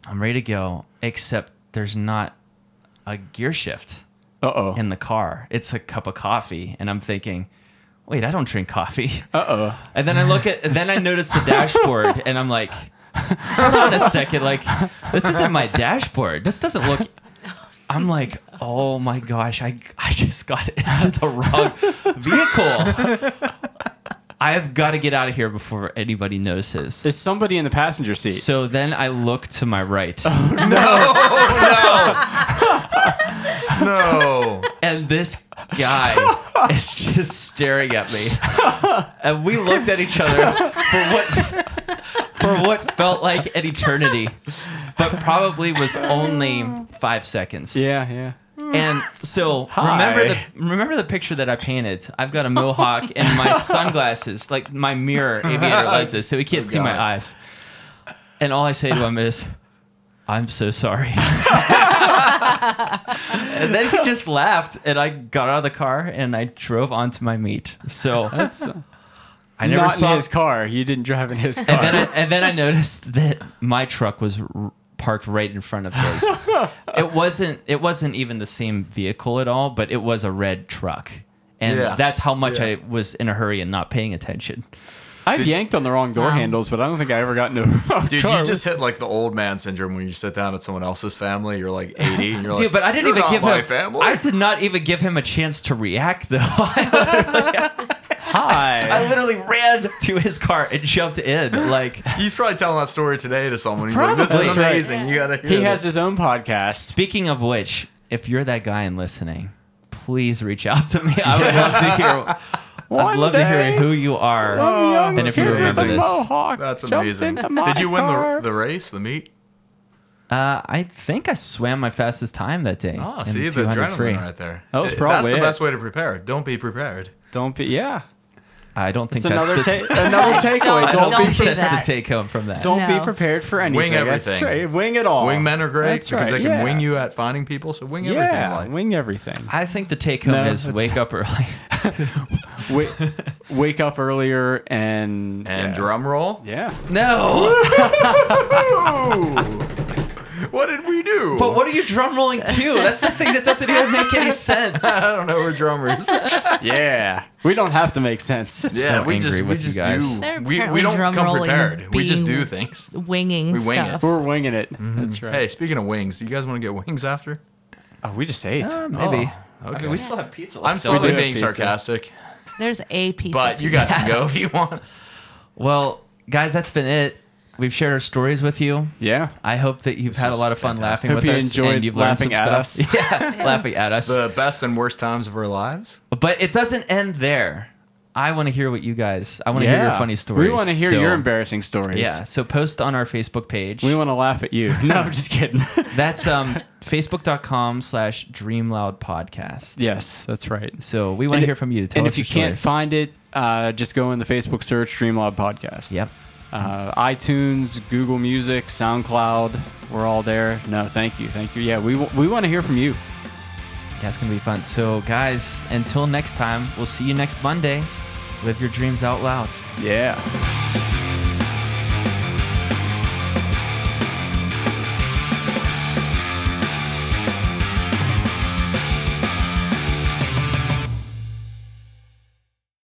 Speaker 1: I'm ready to go, except there's not a gear shift
Speaker 2: Uh oh.
Speaker 1: in the car. It's a cup of coffee, and I'm thinking, wait, I don't drink coffee. [LAUGHS]
Speaker 2: Uh oh.
Speaker 1: And then I look at, and then I notice the dashboard, and I'm like, hold on a second, like this isn't my dashboard. This doesn't look. I'm like, oh my gosh, I I just got [LAUGHS] into the wrong vehicle. I have got to get out of here before anybody notices.
Speaker 2: There's somebody in the passenger seat.
Speaker 1: So then I look to my right,
Speaker 3: No.
Speaker 1: and this guy is just staring at me. And we looked at each other for what for what felt like an eternity, but probably was only five seconds.
Speaker 2: yeah, yeah.
Speaker 1: And so
Speaker 2: Hi.
Speaker 1: remember the remember the picture that I painted. I've got a
Speaker 2: [LAUGHS]
Speaker 1: mohawk and my sunglasses, like my mirror aviator lenses, so he
Speaker 2: Oh,
Speaker 1: can't see my
Speaker 3: God.
Speaker 1: eyes. And all I say to him is, "I'm so
Speaker 2: [LAUGHS]
Speaker 1: sorry." and then he just laughed, and I got out of the car and I drove onto my meet. So
Speaker 2: That's
Speaker 1: I never
Speaker 2: not
Speaker 1: saw.
Speaker 2: in his car. You didn't drive in his
Speaker 1: and
Speaker 2: car.
Speaker 1: then I, and then I noticed that my truck was r- parked right in front of
Speaker 3: [LAUGHS]
Speaker 1: his. it wasn't it wasn't even the same vehicle at all, but it was a red truck. And
Speaker 3: Yeah.
Speaker 1: that's how much
Speaker 3: Yeah.
Speaker 1: I was in a hurry and not paying attention.
Speaker 2: I've yanked on the wrong door
Speaker 4: Wow.
Speaker 2: handles, but I don't think I ever got into a [LAUGHS] wrong
Speaker 3: Dude,
Speaker 2: car.
Speaker 3: you just hit like the old man syndrome when you sit down at someone else's family. You're like 80, and you're like,
Speaker 1: Dude, but I didn't
Speaker 3: "You're
Speaker 1: even
Speaker 3: not
Speaker 1: give
Speaker 3: my
Speaker 1: him.
Speaker 3: family.
Speaker 1: I did not even give him a chance to react, though. [LAUGHS] I
Speaker 2: Hi.
Speaker 1: literally ran to his car and jumped in. Like
Speaker 3: He's probably telling that story today to someone. He's like, this
Speaker 1: Probably.
Speaker 3: is
Speaker 1: That's right.
Speaker 3: amazing. You gotta hear
Speaker 2: He has
Speaker 3: this.
Speaker 2: his own podcast.
Speaker 1: speaking of which, if you're that guy and listening, please reach out to me. I would love to hear. I'd
Speaker 2: One
Speaker 1: love to hear
Speaker 2: day,
Speaker 1: who you are.
Speaker 2: I'm young
Speaker 1: And if you
Speaker 2: kid with
Speaker 1: remember
Speaker 2: a
Speaker 1: this.
Speaker 2: mohawk,
Speaker 3: That's
Speaker 2: jumped
Speaker 3: amazing.
Speaker 2: into my
Speaker 3: Did you win the,
Speaker 2: car.
Speaker 3: the race, the meet?
Speaker 1: Uh, I think I swam my fastest time that day.
Speaker 3: Oh,
Speaker 1: in
Speaker 3: see the
Speaker 1: 200
Speaker 3: adrenaline
Speaker 1: free.
Speaker 3: right there.
Speaker 2: That was
Speaker 3: It-
Speaker 2: probably
Speaker 3: That's the
Speaker 2: it.
Speaker 3: best way to prepare. Don't be prepared.
Speaker 2: Don't be. Yeah.
Speaker 1: I don't think
Speaker 2: It's
Speaker 1: that's
Speaker 2: another
Speaker 1: the,
Speaker 2: ta- [LAUGHS] another takeaway. Don't,
Speaker 4: Don't- don't
Speaker 2: be.
Speaker 1: that's
Speaker 4: do
Speaker 1: the
Speaker 4: that.
Speaker 1: take home from that.
Speaker 2: Don't
Speaker 4: No.
Speaker 2: be prepared for anything. That's
Speaker 3: everything.
Speaker 2: right. Wing it all.
Speaker 3: Wingmen are great
Speaker 2: That's
Speaker 3: because
Speaker 2: right,
Speaker 3: they can
Speaker 2: yeah.
Speaker 3: wing you at finding people. So wing everything. in
Speaker 2: Yeah.
Speaker 3: life.
Speaker 2: Wing everything.
Speaker 1: I think the take home
Speaker 2: No,
Speaker 1: is
Speaker 2: that's- [LAUGHS]
Speaker 1: wake up early. [LAUGHS]
Speaker 2: Wake, wake up earlier and
Speaker 3: and
Speaker 2: yeah.
Speaker 3: drum roll.
Speaker 2: Yeah.
Speaker 1: [LAUGHS] no,
Speaker 3: What did we do?
Speaker 1: but what are you drum rolling to? That's the thing that doesn't even make any [LAUGHS]
Speaker 2: [LAUGHS]
Speaker 1: sense.
Speaker 3: I don't know.
Speaker 4: [LAUGHS]
Speaker 3: We're drummers.
Speaker 2: Yeah. We don't have to make sense.
Speaker 3: Yeah,
Speaker 1: So
Speaker 3: we
Speaker 1: angry
Speaker 3: just we
Speaker 1: with you
Speaker 3: just
Speaker 1: guys.
Speaker 4: They're
Speaker 3: do. We, we
Speaker 4: apparently
Speaker 3: don't
Speaker 4: drum
Speaker 3: come
Speaker 4: rolling
Speaker 3: prepared. We just
Speaker 4: being-
Speaker 3: do things.
Speaker 4: Winging
Speaker 3: We wing it.
Speaker 2: [LAUGHS]
Speaker 4: stuff.
Speaker 2: We're winging it.
Speaker 1: Mm-hmm.
Speaker 2: That's right.
Speaker 3: Hey, speaking of wings, do you guys want to get wings after?
Speaker 2: Oh, we just ate.
Speaker 1: Uh, maybe.
Speaker 3: Oh, okay.
Speaker 1: We still have pizza. Left
Speaker 3: I'm slowly
Speaker 2: do have
Speaker 3: being
Speaker 2: pizza.
Speaker 3: sarcastic,
Speaker 4: There's a piece.
Speaker 3: but
Speaker 4: of
Speaker 3: you
Speaker 4: pizza.
Speaker 3: guys can go if you want.
Speaker 1: Well, guys, that's been it. We've shared our stories with you.
Speaker 2: yeah.
Speaker 1: I hope that you've had a
Speaker 3: was
Speaker 1: lot of fun
Speaker 3: fantastic.
Speaker 1: laughing with
Speaker 2: Hope you
Speaker 1: us
Speaker 2: enjoyed
Speaker 1: and you've learned some
Speaker 2: laughing at
Speaker 1: stuff. [LAUGHS] Yeah,
Speaker 2: [LAUGHS]
Speaker 1: laughing at us.
Speaker 3: The best and worst times of our lives.
Speaker 1: But it doesn't end there. I want to hear what you guys. I want to
Speaker 2: yeah.
Speaker 1: hear your funny stories.
Speaker 2: We want to hear
Speaker 1: So-
Speaker 2: your embarrassing stories.
Speaker 1: Yeah. So post on our Facebook page.
Speaker 2: We want to laugh
Speaker 1: [LAUGHS]
Speaker 2: at you. No, I'm just kidding.
Speaker 1: That's
Speaker 2: [LAUGHS]
Speaker 1: um facebook.com slash dreamloud podcast.
Speaker 2: yes, that's right.
Speaker 1: So we want to
Speaker 2: And-
Speaker 1: hear from you. Tell
Speaker 2: and
Speaker 1: us
Speaker 2: if you
Speaker 1: your
Speaker 2: can't
Speaker 1: stories.
Speaker 2: find it, uh, just go in the Facebook search Streamlab Podcast.
Speaker 1: Yep.
Speaker 2: Uh, iTunes, Google Music, SoundCloud, we're all there. No, thank you, thank you. Yeah, we w- we want to hear from you.
Speaker 1: That's gonna be fun. So guys, until next time, we'll see you next Monday. Live your dreams out loud.
Speaker 2: Yeah.